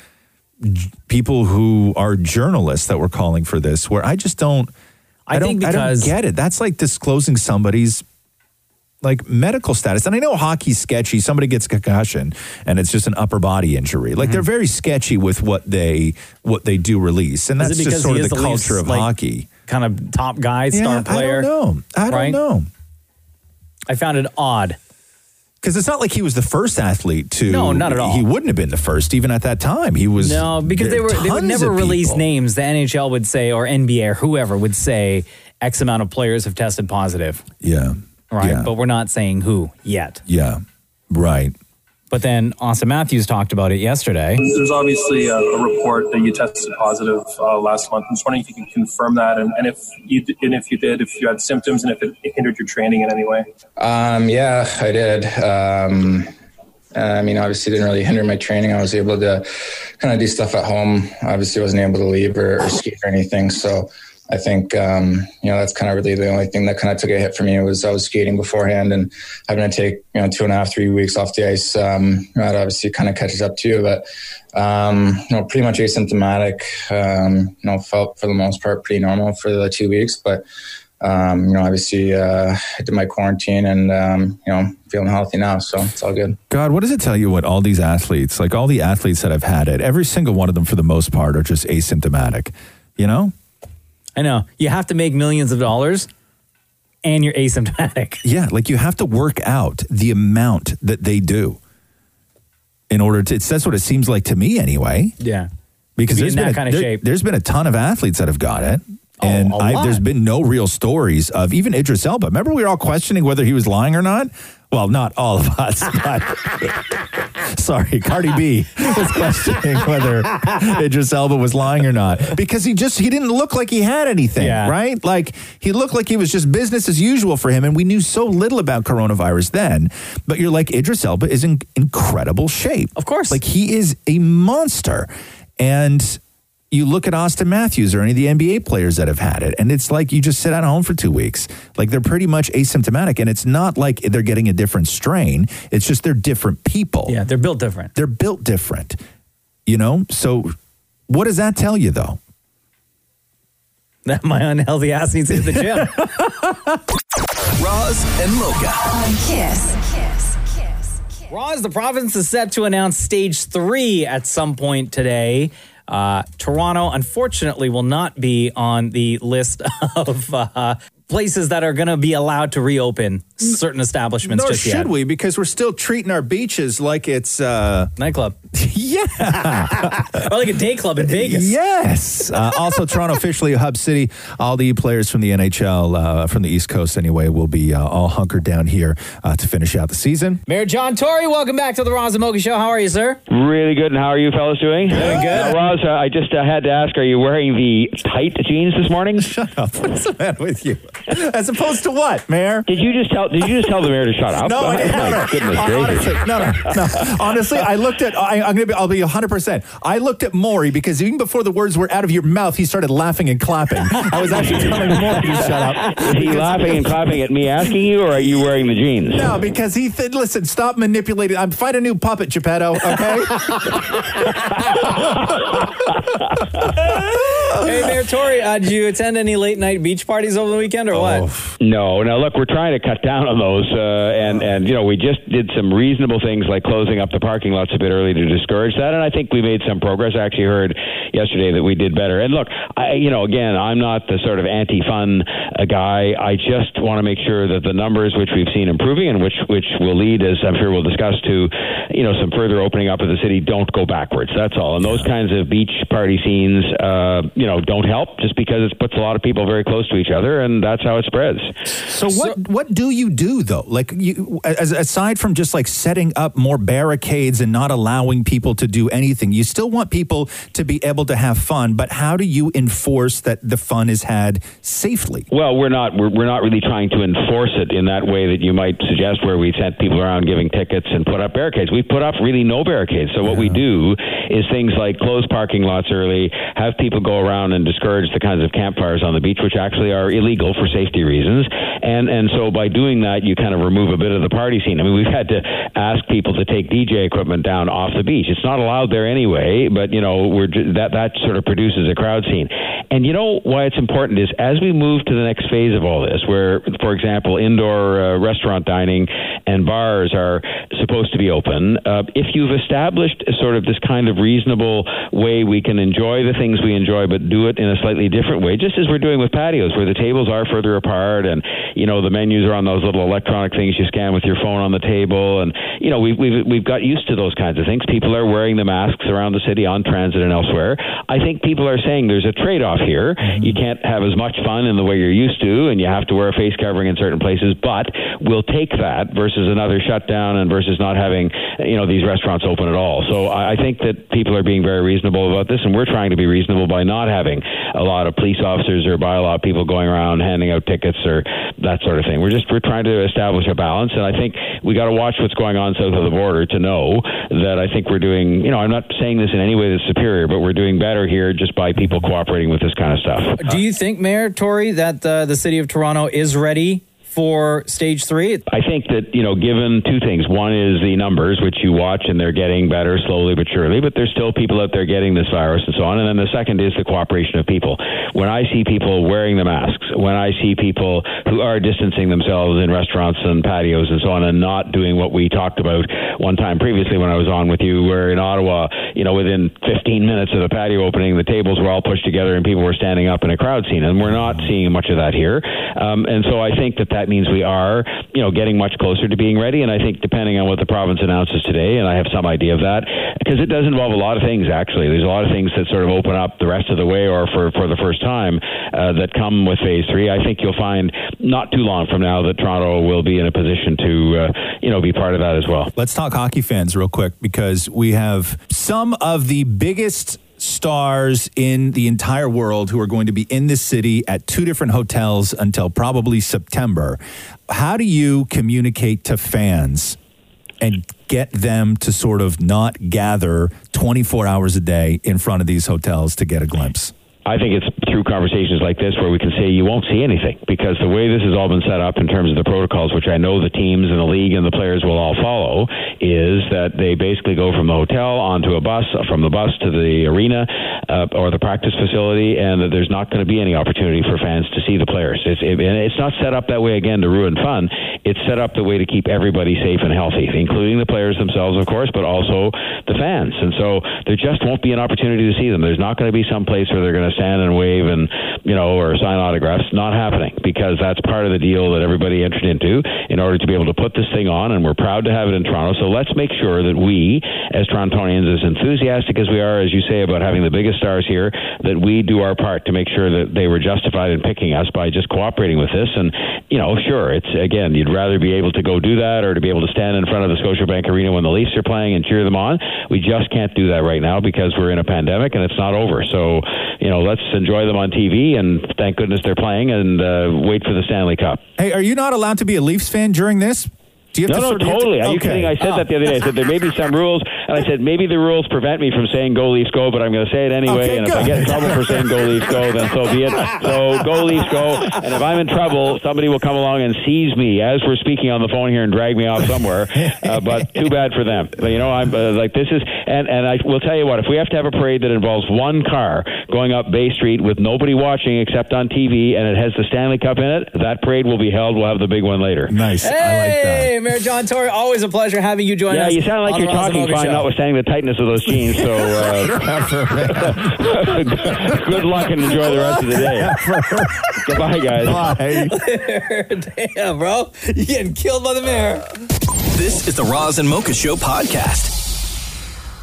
[SPEAKER 4] j- people who are journalists that were calling for this, where I just don't. I,
[SPEAKER 2] I
[SPEAKER 4] don't,
[SPEAKER 2] think
[SPEAKER 4] I don't
[SPEAKER 2] because-
[SPEAKER 4] get it. That's like disclosing somebody's like medical status. And I know hockey's sketchy. Somebody gets a concussion and it's just an upper body injury. Like
[SPEAKER 2] Mm-hmm.
[SPEAKER 4] they're very sketchy with what they what they do release. And
[SPEAKER 2] Is it
[SPEAKER 4] that's just
[SPEAKER 2] because
[SPEAKER 4] sort
[SPEAKER 2] he
[SPEAKER 4] of
[SPEAKER 2] is
[SPEAKER 4] the,
[SPEAKER 2] the Leafs,
[SPEAKER 4] culture of
[SPEAKER 2] like,
[SPEAKER 4] hockey.
[SPEAKER 2] Kind of top guy,
[SPEAKER 4] Yeah,
[SPEAKER 2] star player.
[SPEAKER 4] I don't know. I don't
[SPEAKER 2] right?
[SPEAKER 4] know.
[SPEAKER 2] I found it odd.
[SPEAKER 4] Because it's not like he was the first athlete to.
[SPEAKER 2] No, not at all.
[SPEAKER 4] He wouldn't have been the first, even at that time. He was
[SPEAKER 2] no, because they
[SPEAKER 4] there
[SPEAKER 2] were they would
[SPEAKER 4] tons
[SPEAKER 2] never
[SPEAKER 4] of
[SPEAKER 2] release
[SPEAKER 4] people.
[SPEAKER 2] names. The NHL would say or NBA or whoever would say X amount of players have tested positive.
[SPEAKER 4] Yeah.
[SPEAKER 2] Right. But we're not saying who yet.
[SPEAKER 4] Yeah. Right.
[SPEAKER 2] But then Austin Matthews talked about it yesterday.
[SPEAKER 22] There's obviously a, a report that you tested positive uh, last month. I'm just wondering if you can confirm that, and, and if you d- and if you did, if you had symptoms, and if it hindered your training in any way.
[SPEAKER 23] Um, yeah, I did. Um, I mean, obviously, it didn't really hinder my training. I was able to kind of do stuff at home. Obviously, wasn't able to leave or, or ski or anything. So, I think um, you know that's kind of really the only thing that kind of took a hit for me was I was skating beforehand and having to take you know two and a half, three weeks off the ice. Um, you know, that obviously kind of catches up to you, but um, you know, pretty much asymptomatic. Um, you know, felt for the most part pretty normal for the two weeks, but um, you know, obviously uh, I did my quarantine and um, you know feeling healthy now, so it's all good.
[SPEAKER 4] God, what does it tell you what all these athletes, like all the athletes that have had it, every single one of them for the most part are just asymptomatic, you know?
[SPEAKER 2] I know. You have to make millions of dollars and you're asymptomatic.
[SPEAKER 4] Yeah, like you have to work out the amount that they do. in order to. It's, that's what it seems like to me, anyway.
[SPEAKER 2] Yeah.
[SPEAKER 4] Because
[SPEAKER 2] To be
[SPEAKER 4] there's
[SPEAKER 2] in
[SPEAKER 4] been
[SPEAKER 2] that
[SPEAKER 4] a,
[SPEAKER 2] kind of
[SPEAKER 4] there-
[SPEAKER 2] shape. Oh,
[SPEAKER 4] There's been a ton of athletes that have got it. And
[SPEAKER 2] a
[SPEAKER 4] I,
[SPEAKER 2] lot.
[SPEAKER 4] there's been no real stories of even Idris Elba. Remember, we were all questioning whether he was lying or not. Well, not all of us. But sorry, Cardi B was questioning whether Idris Elba was lying or not because he just he didn't look like he had anything, right? Like he looked like he was just business as usual for him, and we knew so little about coronavirus then. But you're like Idris Elba is in incredible shape, of course. Like he is a monster, and you look at Austin Matthews or any of the NBA players that have had it, and it's like you just sit at home for two weeks. Like they're pretty much asymptomatic, and it's not like they're getting a different strain. It's just they're different people. Yeah,
[SPEAKER 2] they're built different.
[SPEAKER 4] They're built different, you know? So what does that tell you, though?
[SPEAKER 2] That my unhealthy ass needs to hit the gym.
[SPEAKER 1] Roz and Mocha.
[SPEAKER 19] On Kiss. Kiss. Kiss.
[SPEAKER 2] Roz, the province is set to announce stage three at some point today. Uh, Toronto, unfortunately, will not be on the list of uh, places that are going to be allowed to reopen certain establishments
[SPEAKER 4] Nor
[SPEAKER 2] just
[SPEAKER 4] should
[SPEAKER 2] yet.
[SPEAKER 4] we, because we're still treating our beaches like it's uh,
[SPEAKER 2] nightclub.
[SPEAKER 4] yeah,
[SPEAKER 2] or like a day club in Vegas.
[SPEAKER 4] Yes. Uh, also, Toronto officially a hub city. All the players from the NHL, uh, from the East Coast anyway, will be uh, all hunkered down here uh, to finish out the season.
[SPEAKER 2] Mayor John Tory, welcome back to the Roz and Mocha Show. How are you, sir?
[SPEAKER 6] Really good. And how are you fellas doing? Very good. Now, Roz, uh, I just uh, had to ask, are you wearing the tight jeans this morning?
[SPEAKER 4] Shut up. What's the matter with you? As opposed to what, Mayor?
[SPEAKER 6] Did you just tell Did you just tell the mayor to shut up? Oh
[SPEAKER 4] No, I didn't.
[SPEAKER 6] My goodness
[SPEAKER 4] Honestly,
[SPEAKER 6] gracious.
[SPEAKER 4] no, no, no. Honestly, I looked at. I, I'm gonna be. I'll be 100. percent I looked at Maury because even before the words were out of your mouth, he started laughing and clapping. I was actually telling Maury to shut up.
[SPEAKER 6] Is he laughing and clapping at me asking you, or are you wearing the jeans?
[SPEAKER 4] No, because he said, "Listen, stop manipulating. I'm find a new puppet, Geppetto. Okay."
[SPEAKER 2] hey, Mayor Tory, uh, did you attend any late night beach parties over the weekend or what?
[SPEAKER 6] No, no. Look, we're trying to cut down on those, uh, and and you know we just did some reasonable things like closing up the parking lots a bit early to discourage that, and I think we made some progress. I actually heard yesterday that we did better. And look, I you know again, I'm not the sort of anti-fun uh, guy. I just want to make sure that the numbers which we've seen improving and which which will lead, as I'm sure we'll discuss, to you know some further opening up of the city don't go backwards. That's all. And those kinds of beach party scenes, uh, you know, don't help just because it puts a lot of people very close to each other, and that's how it spreads.
[SPEAKER 4] So what what do you do though? Like you, as, aside from just like setting up more barricades and not allowing people to do anything, you still want people to be able to have fun. But how do you enforce that the fun is had safely?
[SPEAKER 6] Well, we're not we're, we're not really trying to enforce it in that way that you might suggest, where we sent people around giving tickets and put up barricades. We put up really no barricades. So what we do is things like close parking lots early, have people go around and discourage the kinds of campfires on the beach, which actually are illegal for safety reasons. And and so by doing that, you kind of remove a bit of the party scene. I mean, we've had to ask people to take DJ equipment down off the beach. It's not allowed there anyway, but you know we're ju- that that sort of produces a crowd scene. And you know why it's important is as we move to the next phase of all this, where, for example, indoor uh, restaurant dining and bars are supposed to be open, uh, if you've established a sort of this kind of reasonable way we can enjoy the things we enjoy, but do it in a slightly different way, just as we're doing with patios, where the tables are further apart and, you know, the menus are on those little electronic things you scan with your phone on the table. And, you know, we've, we've, we've got used to those kinds of things. People are wearing the masks around the city on transit and elsewhere. I think people are saying there's a trade off here. You can't have as much fun in the way you're used to, and you have to wear a face covering in certain places, but we'll take that versus another shutdown and versus not having, you know, these restaurants open at all. So I, I think that people are being very reasonable about this, and we're trying to be reasonable by not having a lot of police officers or by a lot of people going around handing out tickets or that sort of thing. We're just we're trying to establish a balance, and I think we got to watch what's going on south of the border to know that I think we're doing. You know, I'm not saying this in any way that's superior, but we're doing better here just by people cooperating with this kind of stuff.
[SPEAKER 2] Do you think, Mayor Tory, that uh, the city of Toronto is ready for stage three?
[SPEAKER 6] I think that, you know, given two things. One is the numbers, which you watch and they're getting better slowly but surely, but there's still people out there getting this virus and so on. And then the second is the cooperation of people. When I see people wearing the masks, when I see people who are distancing themselves in restaurants and patios and so on and not doing what we talked about one time previously when I was on with you, where in Ottawa, you know, within 15 minutes of the patio opening, the tables were all pushed together and people were standing up in a crowd scene. And we're not seeing much of that here. Um, and so I think that that that means we are, you know, getting much closer to being ready. And I think depending on what the province announces today, and I have some idea of that, because it does involve a lot of things. Actually, there's a lot of things that sort of open up the rest of the way, or for for the first time, uh, that come with phase three. I think you'll find not too long from now that Toronto will be in a position to, uh, you know, be part of that as well.
[SPEAKER 4] Let's talk hockey fans real quick because we have some of the biggest stars in the entire world who are going to be in this city at two different hotels until probably September. How do you communicate to fans and get them to sort of not gather 24 hours a day in front of these hotels to get a glimpse?
[SPEAKER 6] I think it's through conversations like this where we can say you won't see anything because the way this has all been set up in terms of the protocols, which I know the teams and the league and the players will all follow, is that they basically go from the hotel onto a bus, from the bus to the arena uh, or the practice facility, and that there's not going to be any opportunity for fans to see the players. It's, it, and it's not set up that way again to ruin fun. It's set up the way to keep everybody safe and healthy, including the players themselves, of course, but also the fans. And so there just won't be an opportunity to see them. There's not going to be some place where they're going to stand and wave and you know or sign autographs not happening because that's part of the deal that everybody entered into in order to be able to put this thing on and we're proud to have it in Toronto so let's make sure that we as Torontonians as enthusiastic as we are as you say about having the biggest stars here that we do our part to make sure that they were justified in picking us by just cooperating with this and you know sure it's again you'd rather be able to go do that or to be able to stand in front of the Scotiabank Arena when the Leafs are playing and cheer them on we just can't do that right now because we're in a pandemic and it's not over so you know let's enjoy them on TV and thank goodness they're playing and uh, wait for the Stanley Cup.
[SPEAKER 4] Hey, are you not allowed to be a Leafs fan during this? Do you have
[SPEAKER 6] no, no,
[SPEAKER 4] to sort of-
[SPEAKER 6] totally.
[SPEAKER 4] you
[SPEAKER 6] Are
[SPEAKER 4] have
[SPEAKER 6] you
[SPEAKER 4] to-
[SPEAKER 6] kidding? I said
[SPEAKER 4] Oh.
[SPEAKER 6] that the other day. I said there may be some rules, and I said maybe the rules prevent me from saying "Go Leafs, go," but I'm going to say it anyway.
[SPEAKER 7] Okay,
[SPEAKER 6] and if I
[SPEAKER 7] good.
[SPEAKER 6] get in trouble for saying "Go Leafs, go," then so be it. So go Leafs, go. And if I'm in trouble, somebody will come along and seize me as we're speaking on the phone here and drag me off somewhere. Uh, but too bad for them. But, you know, I'm uh, like this is, and and I will tell you what. If we have to have a parade that involves one car going up Bay Street with nobody watching except on TV, and it has the Stanley Cup in it, that parade will be held. We'll have the big one later.
[SPEAKER 4] Nice.
[SPEAKER 2] Hey, Mayor John Tory, always a pleasure having you join
[SPEAKER 6] yeah,
[SPEAKER 2] us.
[SPEAKER 6] you sound like
[SPEAKER 2] on
[SPEAKER 6] you're
[SPEAKER 2] the Roz and
[SPEAKER 6] talking
[SPEAKER 2] Mocha
[SPEAKER 6] fine,
[SPEAKER 2] Show.
[SPEAKER 6] notwithstanding the tightness of those jeans. So, uh, good luck and enjoy the rest of the day. Goodbye, guys.
[SPEAKER 2] Damn, bro. You're getting killed by the mayor.
[SPEAKER 1] This is the Roz and Mocha Show podcast.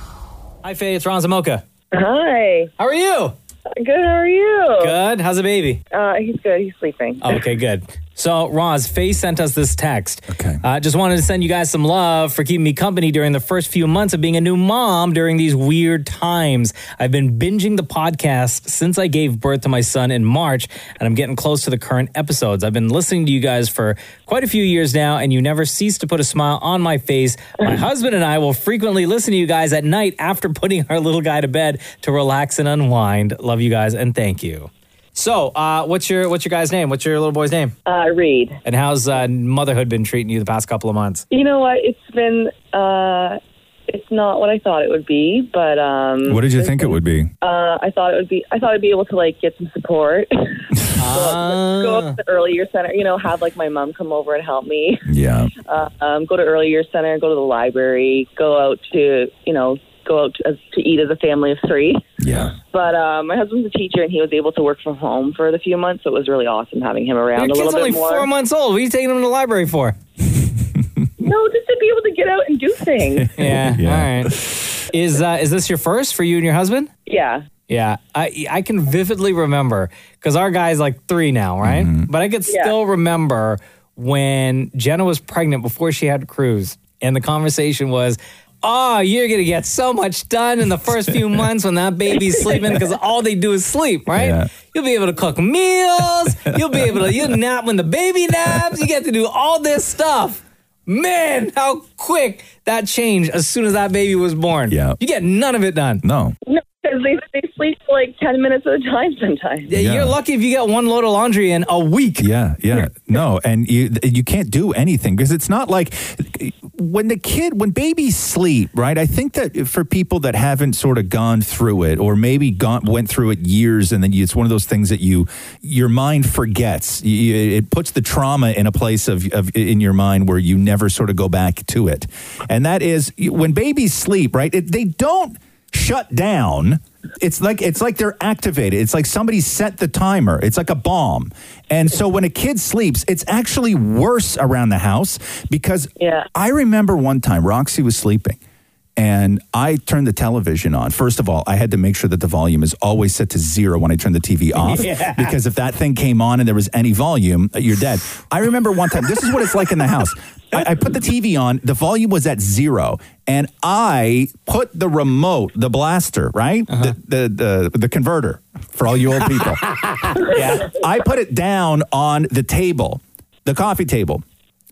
[SPEAKER 2] Hi, Faye. It's Ron Zamoka.
[SPEAKER 24] Hi.
[SPEAKER 2] How are you?
[SPEAKER 24] Good. How are you?
[SPEAKER 2] Good. How's the baby?
[SPEAKER 24] Uh, he's good. He's sleeping.
[SPEAKER 2] Oh, okay, good. So, Roz, Faye sent us this text. Okay. Uh, just wanted to send you guys some love for keeping me company during the first few months of being a new mom during these weird times. I've been binging the podcast since I gave birth to my son in March, and I'm getting close to the current episodes. I've been listening to you guys for quite a few years now, and you never cease to put a smile on my face. My husband and I will frequently listen to you guys at night after putting our little guy to bed to relax and unwind. Love you guys, and thank you. So, uh, what's your what's your guy's name? What's your little boy's name?
[SPEAKER 24] Uh, Reed.
[SPEAKER 2] And how's uh, motherhood been treating you the past couple of months?
[SPEAKER 24] You know what? It's been. Uh, it's not what I thought it would be, but um.
[SPEAKER 4] What did you think it would be?
[SPEAKER 24] Uh, I thought it would be. I thought I'd be able to like get some support. go, up, go
[SPEAKER 2] Ah.
[SPEAKER 24] up to the early year center. You know, have like my mom come over and help me.
[SPEAKER 4] Yeah.
[SPEAKER 24] Uh, um, go to early year center. Go to the library. Go out to you know. Go out to, to eat as a family of three.
[SPEAKER 4] Yeah.
[SPEAKER 24] But uh, my husband's a teacher, and he was able to work from home for the few months. So it was really awesome having him around
[SPEAKER 2] Your
[SPEAKER 24] a little
[SPEAKER 2] kid's
[SPEAKER 24] bit
[SPEAKER 2] only
[SPEAKER 24] more.
[SPEAKER 2] four months old. What are you taking him to the library for?
[SPEAKER 24] No, just to be able to get out and do things.
[SPEAKER 2] Yeah. All right. Is uh, is this your first for you and your husband?
[SPEAKER 24] Yeah.
[SPEAKER 2] Yeah, I I can vividly remember because our guy's like three now, right? But I could still remember when Jenna was pregnant before she had Cruz, and the conversation was. Oh, you're gonna get so much done in the first few months when that baby's sleeping because all they do is sleep, right? You'll be able to cook meals. You'll be able to you nap when the baby naps. You get to do all this stuff. Man, how quick that changed as soon as that baby was born. Yeah, you get none of it done.
[SPEAKER 4] No,
[SPEAKER 24] No, because they, they sleep for like 10 minutes at a time sometimes.
[SPEAKER 2] Yeah, You're lucky if you get one load of laundry in a week.
[SPEAKER 4] Yeah, yeah. No, and you you can't do anything because it's not like when the kid when babies sleep, right? I think that for people that haven't sort of gone through it or maybe gone went through it years and then you, it's one of those things that you your mind forgets. You- you- it puts the trauma in a place of, of in your mind where you never sort of go back to it. And that is when babies sleep, right? It, they don't shut down it's like it's like they're activated. It's like somebody set the timer. It's like a bomb. And so when a kid sleeps, it's actually worse around the house because I remember one time Roxy was sleeping and I turned the television on. First of all, I had to make sure that the volume is always set to zero when I turn the TV off
[SPEAKER 9] Yeah.
[SPEAKER 4] because if that thing came on and there was any volume, uh, you're dead. I remember one time, this is what it's like in the house. I, I put the TV on, the volume was at zero, and I put the remote, the blaster, right? The, the, the, the converter for all you old people. yeah. I put it down on the table, the coffee table.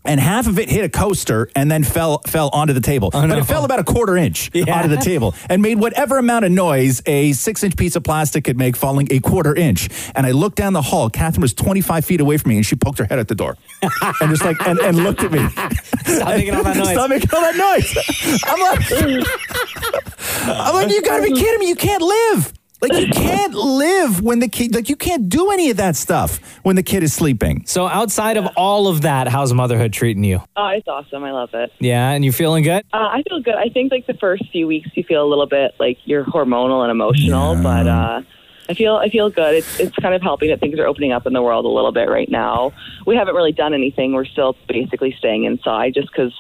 [SPEAKER 4] And half of it hit a coaster and then fell fell onto the table. But it fell about a quarter inch
[SPEAKER 9] Yeah.
[SPEAKER 4] onto the table and made whatever amount of noise a six inch piece of plastic could make falling a quarter inch. And I looked down the hall. Catherine was 25 feet away from me and she poked her head at the door and just like, and, and looked at me.
[SPEAKER 9] Stop making all that noise.
[SPEAKER 4] Stop making all that noise. I'm like, I'm like, you gotta be kidding me. You can't live. Like, you can't live when the kid, like, you can't do any of that stuff when the kid is sleeping.
[SPEAKER 18] So outside of all of that, how's motherhood treating you?
[SPEAKER 24] Oh, it's awesome. I love it.
[SPEAKER 18] Yeah, and you feeling good?
[SPEAKER 24] Uh, I feel good. I think like the first few weeks you feel a little bit like you're hormonal and emotional, but uh, I feel I feel good. It's it's kind of helping that things are opening up in the world a little bit right now. We haven't really done anything. We're still basically staying inside just because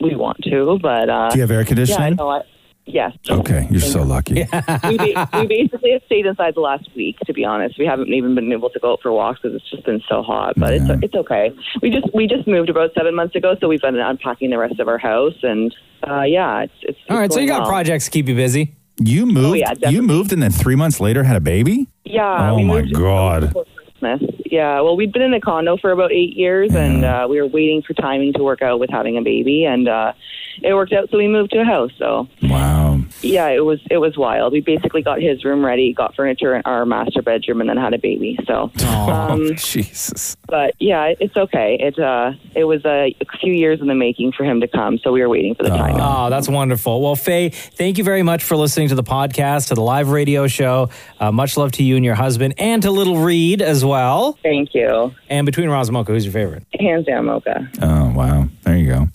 [SPEAKER 24] we want to. But uh,
[SPEAKER 4] Do you have air
[SPEAKER 24] Yeah,
[SPEAKER 4] conditioning?
[SPEAKER 24] no, I- yes.
[SPEAKER 4] Okay, you're so lucky.
[SPEAKER 24] we, ba- we basically have stayed inside the last week. To be honest, we haven't even been able to go out for walks because it's just been so hot. But it's it's okay. We just we just moved about seven months ago, so we've been unpacking the rest of our house, and uh, yeah, it's, it's
[SPEAKER 18] All right, so you got
[SPEAKER 24] well.
[SPEAKER 18] projects to keep you busy.
[SPEAKER 4] You moved.
[SPEAKER 24] Oh, yeah,
[SPEAKER 4] you moved, and then three months later had a baby.
[SPEAKER 24] Yeah,
[SPEAKER 4] oh
[SPEAKER 24] we
[SPEAKER 4] my
[SPEAKER 24] moved
[SPEAKER 4] god.
[SPEAKER 24] Christmas. Yeah, well, we'd been in a condo for about eight years, and uh, we were waiting for timing to work out with having a baby, and uh, it worked out. So we moved to a house. So
[SPEAKER 4] wow,
[SPEAKER 24] yeah, it was it was wild. We basically got his room ready, got furniture in our master bedroom, and then had a baby. So, Uh,
[SPEAKER 4] um, Jesus.
[SPEAKER 24] but yeah, it- it's okay. It uh, it was a few years in the making for him to come, so we were waiting for the timing.
[SPEAKER 4] Uh-huh.
[SPEAKER 18] Oh, that's wonderful. Well, Faye, thank you very much for listening to the podcast, to the live radio show. Uh, much love to you and your husband, and to little Reed as well.
[SPEAKER 24] Thank you.
[SPEAKER 18] And between Roz and Mocha, who's your favorite?
[SPEAKER 24] Hands down, Mocha.
[SPEAKER 4] Oh wow, there you go.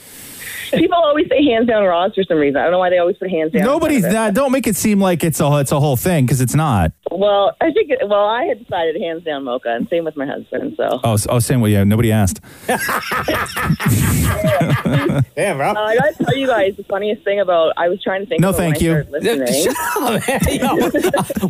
[SPEAKER 24] People always say hands down Ross for some reason. I don't know why they always put hands down. in front of
[SPEAKER 4] Nobody's
[SPEAKER 24] it.
[SPEAKER 4] that. Don't make it seem like it's a it's a whole thing because it's not.
[SPEAKER 24] Well, I think. It, well, I had decided hands down Mocha, and same with my husband. So.
[SPEAKER 4] Oh, s- oh, same way. Yeah, nobody asked.
[SPEAKER 18] Damn, bro.
[SPEAKER 24] Uh, I gotta tell you guys the funniest thing about I was trying to think.
[SPEAKER 18] No,
[SPEAKER 24] about when
[SPEAKER 18] thank
[SPEAKER 24] I
[SPEAKER 18] you.
[SPEAKER 24] started Listening.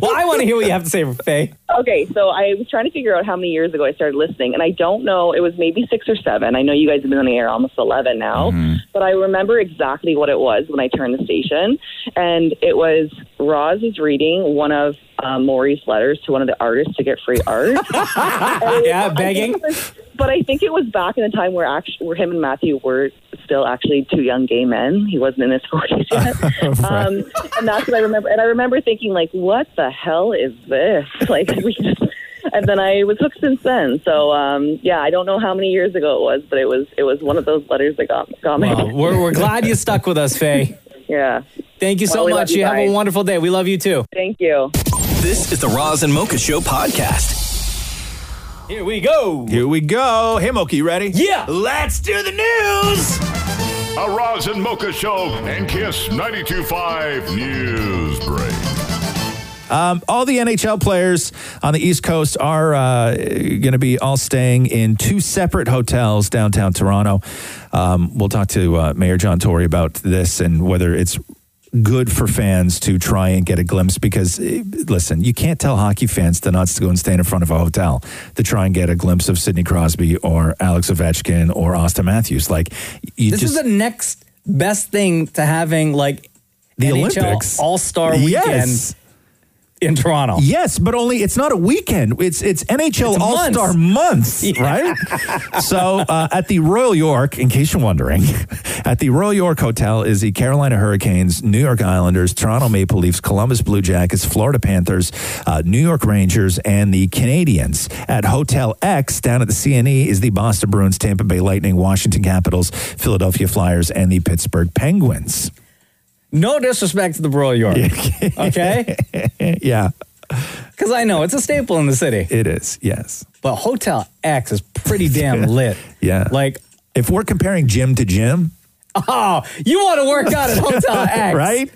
[SPEAKER 18] well, I want to hear what you have to say for Faye.
[SPEAKER 24] Okay, so I was trying to figure out how many years ago I started listening, and I don't know. It was maybe six or seven. I know you guys have been on the air almost eleven now,
[SPEAKER 18] Mm-hmm.
[SPEAKER 24] but I remember exactly what it was when I turned the station, and it was Roz is reading one of um, Maury's letters to one of the artists to get free art.
[SPEAKER 18] yeah, begging.
[SPEAKER 24] But I think it was back in the time where actually, where him and Matthew were still actually two young gay men. He wasn't in his forties yet, um, and that's what I remember. And I remember thinking, like, what the hell is this? Like, we just. And then I was hooked since then. So um, yeah, I don't know how many years ago it was, but it was it was one of those letters that got got me.
[SPEAKER 18] Well, we're, we're glad you stuck with us, Faye.
[SPEAKER 24] Yeah.
[SPEAKER 18] Thank you so
[SPEAKER 24] Well, we love
[SPEAKER 18] much.
[SPEAKER 24] you
[SPEAKER 18] You have a
[SPEAKER 24] guys.
[SPEAKER 18] wonderful day. We love you too.
[SPEAKER 24] Thank you.
[SPEAKER 1] This is the Roz and Mocha Show podcast.
[SPEAKER 18] Here we go.
[SPEAKER 4] Here we go. Hey, Moki, you ready?
[SPEAKER 18] Yeah.
[SPEAKER 1] oh, Let's do the news.
[SPEAKER 7] A Roz and Mocha Show and Kiss 92.5 News Break.
[SPEAKER 4] Um, all the NHL players on the East Coast are uh, going to be all staying in two separate hotels downtown Toronto. Um, we'll talk to uh, Mayor John Tory about this and whether it's good for fans to try and get a glimpse because eh, listen you can't tell hockey fans to not go and stand in front of a hotel to try and get a glimpse of sidney crosby or alex ovechkin or austin matthews like you
[SPEAKER 2] this
[SPEAKER 4] just
[SPEAKER 2] is the next best thing to having like
[SPEAKER 4] The
[SPEAKER 2] NHL
[SPEAKER 4] Olympics.
[SPEAKER 2] All Star Weekend
[SPEAKER 4] Yes.
[SPEAKER 2] in Toronto.
[SPEAKER 4] Yes, but only it's not a weekend. It's it's NHL
[SPEAKER 2] It's
[SPEAKER 4] All Star month, right? so uh, at the Royal York, in case you're wondering, at the Royal York Hotel is the Carolina Hurricanes, New York Islanders, Toronto Maple Leafs, Columbus Blue Jackets, Florida Panthers, uh, New York Rangers, and the Canadians. At Hotel X down at the CNE is the Boston Bruins, Tampa Bay Lightning, Washington Capitals, Philadelphia Flyers, and the Pittsburgh Penguins.
[SPEAKER 2] No disrespect to the Royal York. okay?
[SPEAKER 4] yeah.
[SPEAKER 2] Because I know it's a staple in the city.
[SPEAKER 4] It is, yes.
[SPEAKER 2] But Hotel X is pretty damn lit.
[SPEAKER 4] Yeah,
[SPEAKER 2] like
[SPEAKER 4] if we're comparing gym to gym,
[SPEAKER 2] Oh, you want to work out at Hotel X.
[SPEAKER 4] Right?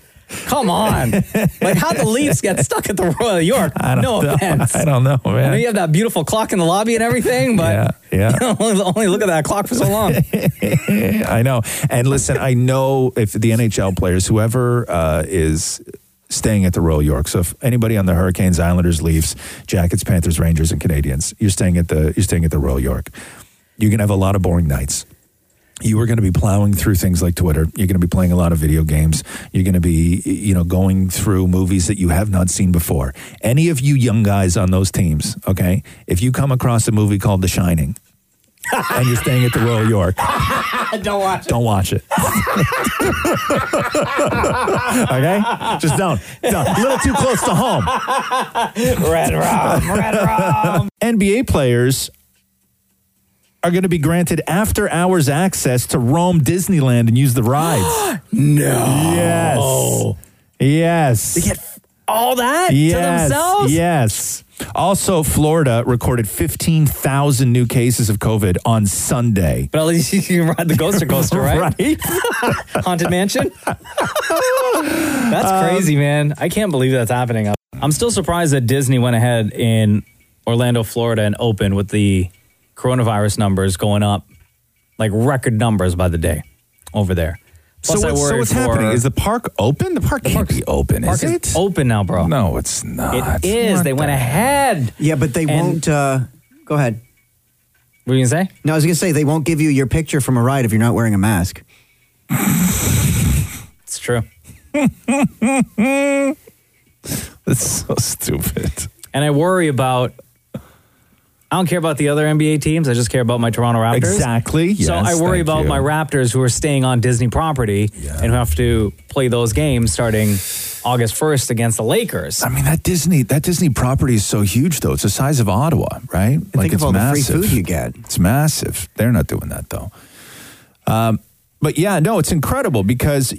[SPEAKER 2] Come on. like how the Leafs got stuck at the Royal York.
[SPEAKER 4] I don't
[SPEAKER 2] no
[SPEAKER 4] know.
[SPEAKER 2] offense.
[SPEAKER 4] I don't know, man.
[SPEAKER 2] I mean, you have that beautiful clock in the lobby and everything, but
[SPEAKER 4] Yeah, yeah.
[SPEAKER 2] you know, only- only look at that clock for so long.
[SPEAKER 4] I know. And listen, I know if the NHL players, whoever uh, is staying at the Royal York, so if anybody on the Hurricanes, Islanders, Leafs, Jackets, Panthers, Rangers, and Canadians, you're staying at the you're staying at the Royal York. You're gonna have a lot of boring nights. You are going to be plowing through things like Twitter. You're going to be playing a lot of video games. You're going to be, you know, going through movies that you have not seen before. Any of you young guys on those teams, okay? If you come across a movie called The Shining and you're staying at the Royal York,
[SPEAKER 2] Don't watch
[SPEAKER 4] don't watch it. okay? Just don't. Don't. A little too close to home.
[SPEAKER 2] Red Rum, Red Rum.
[SPEAKER 4] NBA players are going to be granted after hours access to Rome Disneyland and use the rides.
[SPEAKER 2] No.
[SPEAKER 4] Yes. Yes. They get
[SPEAKER 2] All that to themselves?
[SPEAKER 4] Yes. Also, Florida recorded 15,000 new cases of COVID on Sunday.
[SPEAKER 2] But at least you can ride the Ghoster Coaster, right? Haunted Mansion? that's
[SPEAKER 4] Um,
[SPEAKER 2] crazy, man. I can't believe that's happening. I'm still surprised that Disney went ahead in Orlando, Florida and opened with the coronavirus numbers going up like record numbers by the day over there. Plus,
[SPEAKER 4] so
[SPEAKER 2] I
[SPEAKER 4] what's, so
[SPEAKER 2] worry
[SPEAKER 4] what's
[SPEAKER 2] for-
[SPEAKER 4] happening? Is the park open? The park can't be open,
[SPEAKER 2] park
[SPEAKER 4] is
[SPEAKER 2] is
[SPEAKER 4] it?
[SPEAKER 2] open now, bro.
[SPEAKER 4] No, it's not.
[SPEAKER 2] It is. They went ahead.
[SPEAKER 8] Yeah, but they won't. Uh, go ahead.
[SPEAKER 2] What were you gonna say?
[SPEAKER 8] No, I was gonna say they won't give you your picture from a ride if you're not wearing a mask.
[SPEAKER 2] It's true.
[SPEAKER 4] That's so stupid.
[SPEAKER 2] And I worry about. I don't care about the other NBA teams. I just care about my Toronto Raptors.
[SPEAKER 4] Exactly.
[SPEAKER 2] so
[SPEAKER 4] Yes,
[SPEAKER 2] I worry
[SPEAKER 4] thank
[SPEAKER 2] about
[SPEAKER 4] you.
[SPEAKER 2] my Raptors who are staying on Disney property and who have to play those games starting August 1st against the Lakers.
[SPEAKER 4] I mean that Disney that Disney property is so huge though. It's the size of Ottawa, right?
[SPEAKER 2] think of all the free food you
[SPEAKER 4] get. It's massive. They're not doing that though. Um, but yeah, no, it's incredible because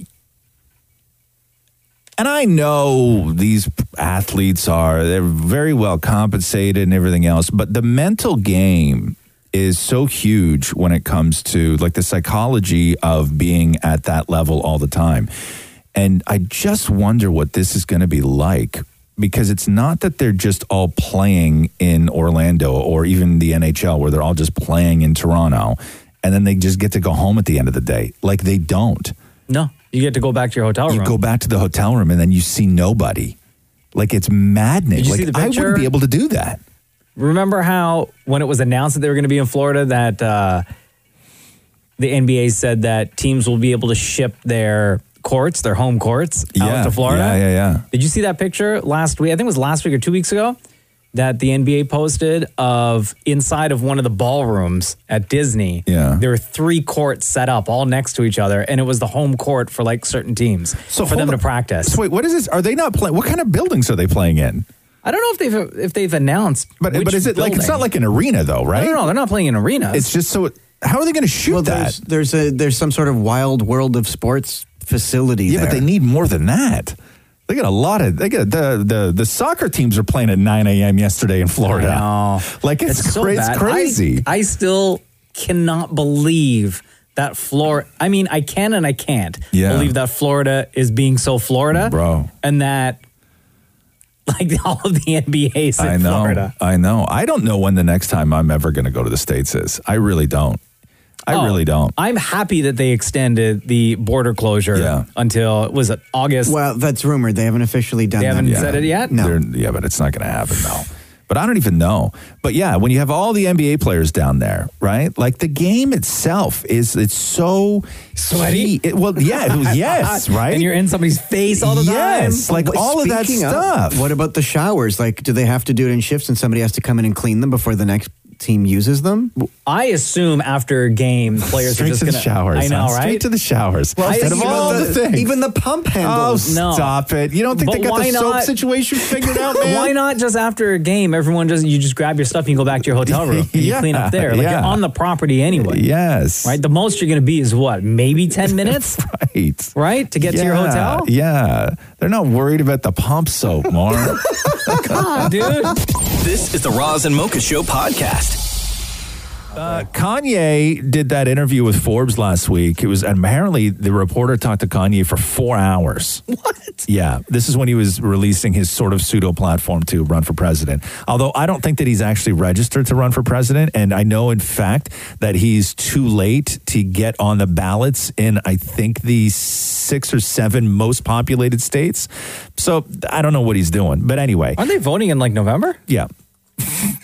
[SPEAKER 4] and I know these athletes are they're very well compensated and everything else, but the mental game is so huge when it comes to like the psychology of being at that level all the time. And I just wonder what this is going to be like because it's not that they're just all playing in Orlando or even the NHL where they're all just playing in Toronto and then they just get to go home at the end of the day. Like they don't.
[SPEAKER 2] No, you get to go back to your hotel room.
[SPEAKER 4] You go back to the hotel room and then you see nobody. Like it's maddening.
[SPEAKER 2] Did you
[SPEAKER 4] like
[SPEAKER 2] see the
[SPEAKER 4] I
[SPEAKER 2] picture?
[SPEAKER 4] wouldn't be able to do that.
[SPEAKER 2] Remember how when it was announced that they were going to be in Florida, that uh, the NBA said that teams will be able to ship their courts, their home courts, out to Florida.
[SPEAKER 4] Yeah, yeah, yeah.
[SPEAKER 2] Did you see that picture last week? I think it was last week or two weeks ago that the NBA posted of inside of one of the ballrooms at Disney. Yeah. There were three courts set up all next to each other, and it was the home court for like certain teams so for
[SPEAKER 4] hold
[SPEAKER 2] them
[SPEAKER 4] on.
[SPEAKER 2] to practice.
[SPEAKER 4] So wait, what is this? Are they not playing? What kind of buildings are they playing in?
[SPEAKER 2] I don't know if they've if they've announced,
[SPEAKER 4] But but is it like it's not like an arena though, right?
[SPEAKER 2] No, no, no, they're not playing in arenas.
[SPEAKER 4] It's just so. How are they going to shoot
[SPEAKER 8] well,
[SPEAKER 4] that?
[SPEAKER 8] There's, there's a there's some sort of wild world of sports facility.
[SPEAKER 4] Yeah, but they need more than that. They got a lot of they got the the the soccer teams are playing at 9 a.m. yesterday in Florida. Like it's,
[SPEAKER 2] so
[SPEAKER 4] cra- it's
[SPEAKER 2] bad.
[SPEAKER 4] crazy.
[SPEAKER 2] I, I still cannot believe that Florida. I mean, I can and I can't
[SPEAKER 4] Yeah.
[SPEAKER 2] believe that Florida is being so Florida, bro, and that like all of the NBA is in
[SPEAKER 4] I know.
[SPEAKER 2] Florida.
[SPEAKER 4] I know. I don't know when the next time I'm ever going to go to the states is. I really don't. I
[SPEAKER 2] Oh,
[SPEAKER 4] really don't.
[SPEAKER 2] I'm happy that they extended the border closure until was it August?
[SPEAKER 8] Well, that's rumored. They haven't officially done.
[SPEAKER 2] They
[SPEAKER 8] that.
[SPEAKER 2] haven't said it yet?
[SPEAKER 8] No.
[SPEAKER 4] They're- yeah, but it's not going to happen though. But I don't even know. But yeah, when you have all the NBA players down there, right? Like the game itself is it's so
[SPEAKER 2] Sweaty?
[SPEAKER 4] heat- It, well, yeah, it was- yes, right.
[SPEAKER 2] And you're in somebody's face all the
[SPEAKER 4] Yes,
[SPEAKER 2] time.
[SPEAKER 4] like all of that
[SPEAKER 8] Speaking
[SPEAKER 4] stuff.
[SPEAKER 8] What about the showers? Like, do they have to do it in shifts, and somebody has to come in and clean them before the next team uses them?
[SPEAKER 2] I assume after a game, players
[SPEAKER 8] Straight
[SPEAKER 2] are just
[SPEAKER 8] to the
[SPEAKER 2] gonna
[SPEAKER 8] showers,
[SPEAKER 2] I know,
[SPEAKER 8] huh?
[SPEAKER 2] right?
[SPEAKER 8] Straight to
[SPEAKER 4] the showers.
[SPEAKER 8] Well,
[SPEAKER 2] I
[SPEAKER 8] think
[SPEAKER 2] of
[SPEAKER 8] about
[SPEAKER 2] all
[SPEAKER 8] the-
[SPEAKER 2] the things.
[SPEAKER 8] even the pump handles.
[SPEAKER 2] No.
[SPEAKER 4] Oh, Stop it! You don't think
[SPEAKER 2] But
[SPEAKER 4] they got
[SPEAKER 2] why
[SPEAKER 4] the soap
[SPEAKER 2] not-
[SPEAKER 4] situation figured out, man?
[SPEAKER 2] Why not just after a game, everyone just you just grab your stuff and you go back to your hotel room and
[SPEAKER 4] Yeah,
[SPEAKER 2] you clean up there. Like
[SPEAKER 4] yeah.
[SPEAKER 2] you're on the property anyway.
[SPEAKER 4] Yes.
[SPEAKER 2] Right? The most you're gonna be is what, maybe ten minutes?
[SPEAKER 4] right.
[SPEAKER 2] Right? To get to your
[SPEAKER 4] Yeah,
[SPEAKER 2] hotel?
[SPEAKER 4] Yeah, they're not worried about the pump soap, Mark.
[SPEAKER 2] Come on, dude.
[SPEAKER 1] This is the Roz and Mocha Show podcast.
[SPEAKER 4] Uh, Kanye did that interview with Forbes last week. It was apparently the reporter talked to Kanye for four hours. What? Yeah, this is when he was releasing his sort of pseudo platform to run for president. Although I don't think that he's actually registered to run for president, and I know in fact that he's too late to get on the ballots in I think the six or seven most populated states. So I don't know what he's doing, but anyway,
[SPEAKER 2] Aren't they voting in like November?
[SPEAKER 4] yeah.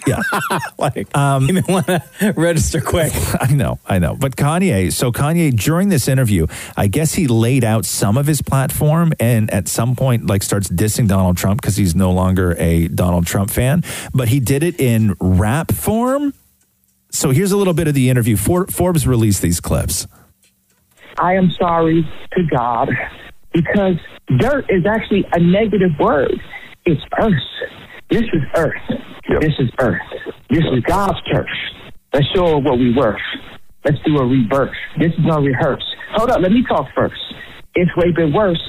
[SPEAKER 4] Yeah.
[SPEAKER 2] like, um, you want to register quick.
[SPEAKER 4] I know, I know. But Kanye, so Kanye, during this interview, I guess he laid out some of his platform and at some point, like, starts dissing Donald Trump because he's no longer a Donald Trump fan. But he did it in rap form. So here's a little bit of the interview. For- Forbes released these clips.
[SPEAKER 9] I am sorry to God because dirt is actually a negative word. It's earth. This is earth. This is earth. This is God's turf. Let's show her what we worth. Let's do a rebirth. This is no rehearse. Hold up, let me talk first. It's way been worse.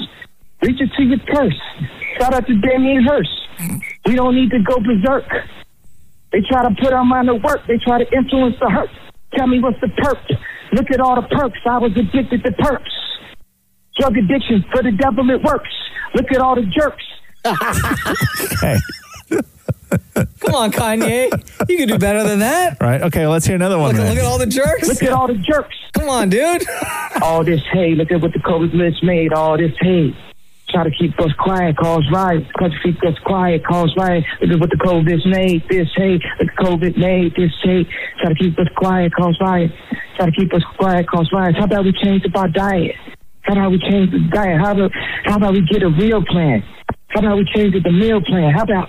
[SPEAKER 9] Reach it to your purse. Shout out to Damien Hirst. We don't need to go berserk. They try to put our mind to work. They try to influence the hurt. Tell me what's the perk. Look at all the perks. I was addicted to perks. Drug addiction, for the devil it works. Look at all the jerks.
[SPEAKER 2] Come on, Kanye. You can do better than that.
[SPEAKER 4] Right? Okay, let's hear another one.
[SPEAKER 2] Look,
[SPEAKER 4] then.
[SPEAKER 2] look at all the jerks.
[SPEAKER 9] Look at all the jerks.
[SPEAKER 2] Come on, dude.
[SPEAKER 9] all this hate. Look at what the COVID list made. All this hate. Try to keep us quiet, cause riots. Try to keep us quiet, cause riots. Look at what the COVID list made. This hate. Look at COVID made. This hate. Try to keep us quiet, cause riots. Try to keep us quiet, cause riots. How about we change up our diet? How about we change the diet? How about, how about we get a real plan? How about we change it the meal plan? How about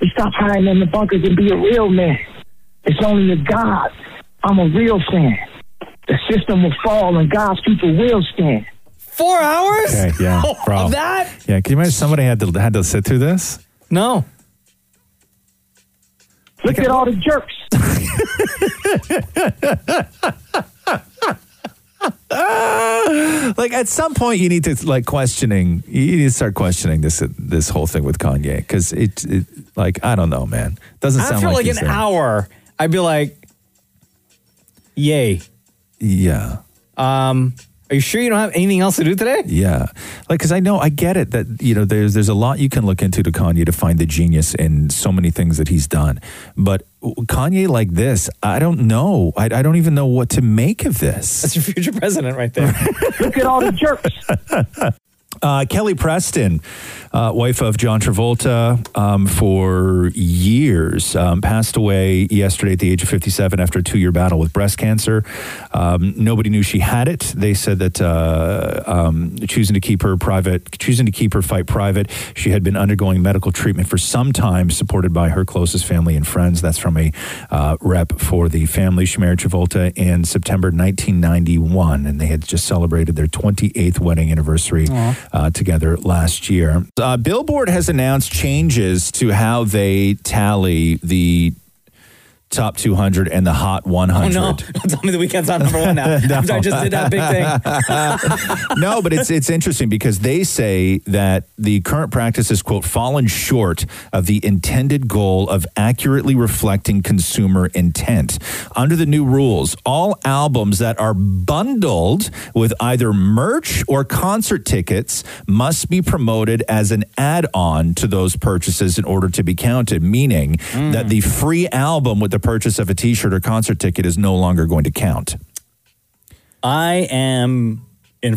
[SPEAKER 9] we stop hiding in the bunkers and be a real man? It's only a God. I'm a real fan. The system will fall and God's people will stand.
[SPEAKER 2] Four hours?
[SPEAKER 4] Okay, yeah, bro.
[SPEAKER 2] Of that?
[SPEAKER 4] Yeah, can you imagine somebody had to had to sit through this?
[SPEAKER 2] No.
[SPEAKER 9] Look at all the jerks.
[SPEAKER 4] Uh, like at some point you need to like questioning you need to start questioning this this whole thing with kanye because it, it like i don't know man doesn't sound
[SPEAKER 2] After
[SPEAKER 4] like,
[SPEAKER 2] like,
[SPEAKER 4] he's
[SPEAKER 2] an
[SPEAKER 4] there.
[SPEAKER 2] hour, I'd be like, yay.
[SPEAKER 4] yeah
[SPEAKER 2] Um, are you sure you don't have anything else to do today?
[SPEAKER 4] yeah like because i know i get it that you know there's there's a lot you can look into to kanye to find the genius in so many things that he's done but kanye like this i don't know i, I don't even know what to make of this
[SPEAKER 2] That's your future president right there.
[SPEAKER 9] Look at all the jerks.
[SPEAKER 4] Uh, Kelly Preston, uh, wife of John Travolta um, for years, um, passed away yesterday at the age of 57 after a two year battle with breast cancer. Um, nobody knew she had it. They said that uh, um, choosing to keep her private, choosing to keep her fight private, she had been undergoing medical treatment for some time, supported by her closest family and friends. That's from a uh, rep for the family, Shamira Travolta, in September 1991. And they had just celebrated their 28th wedding anniversary
[SPEAKER 25] Aw.
[SPEAKER 4] uh, together last year. Uh, Billboard has announced changes to how they tally the top 200 and the hot 100.
[SPEAKER 2] Oh no! Don't tell me the weekend's not number one now.
[SPEAKER 4] No.
[SPEAKER 2] After I just did that big thing.
[SPEAKER 4] no, but it's it's interesting because they say that the current practice is quote fallen short of the intended goal of accurately reflecting consumer intent. Under the new rules, all albums that are bundled with either merch or concert tickets must be promoted as an add-on to those purchases in order to be counted, meaning
[SPEAKER 2] Mm.
[SPEAKER 4] that the free album with the purchase of a t-shirt or concert ticket is no longer going to count.
[SPEAKER 2] I am in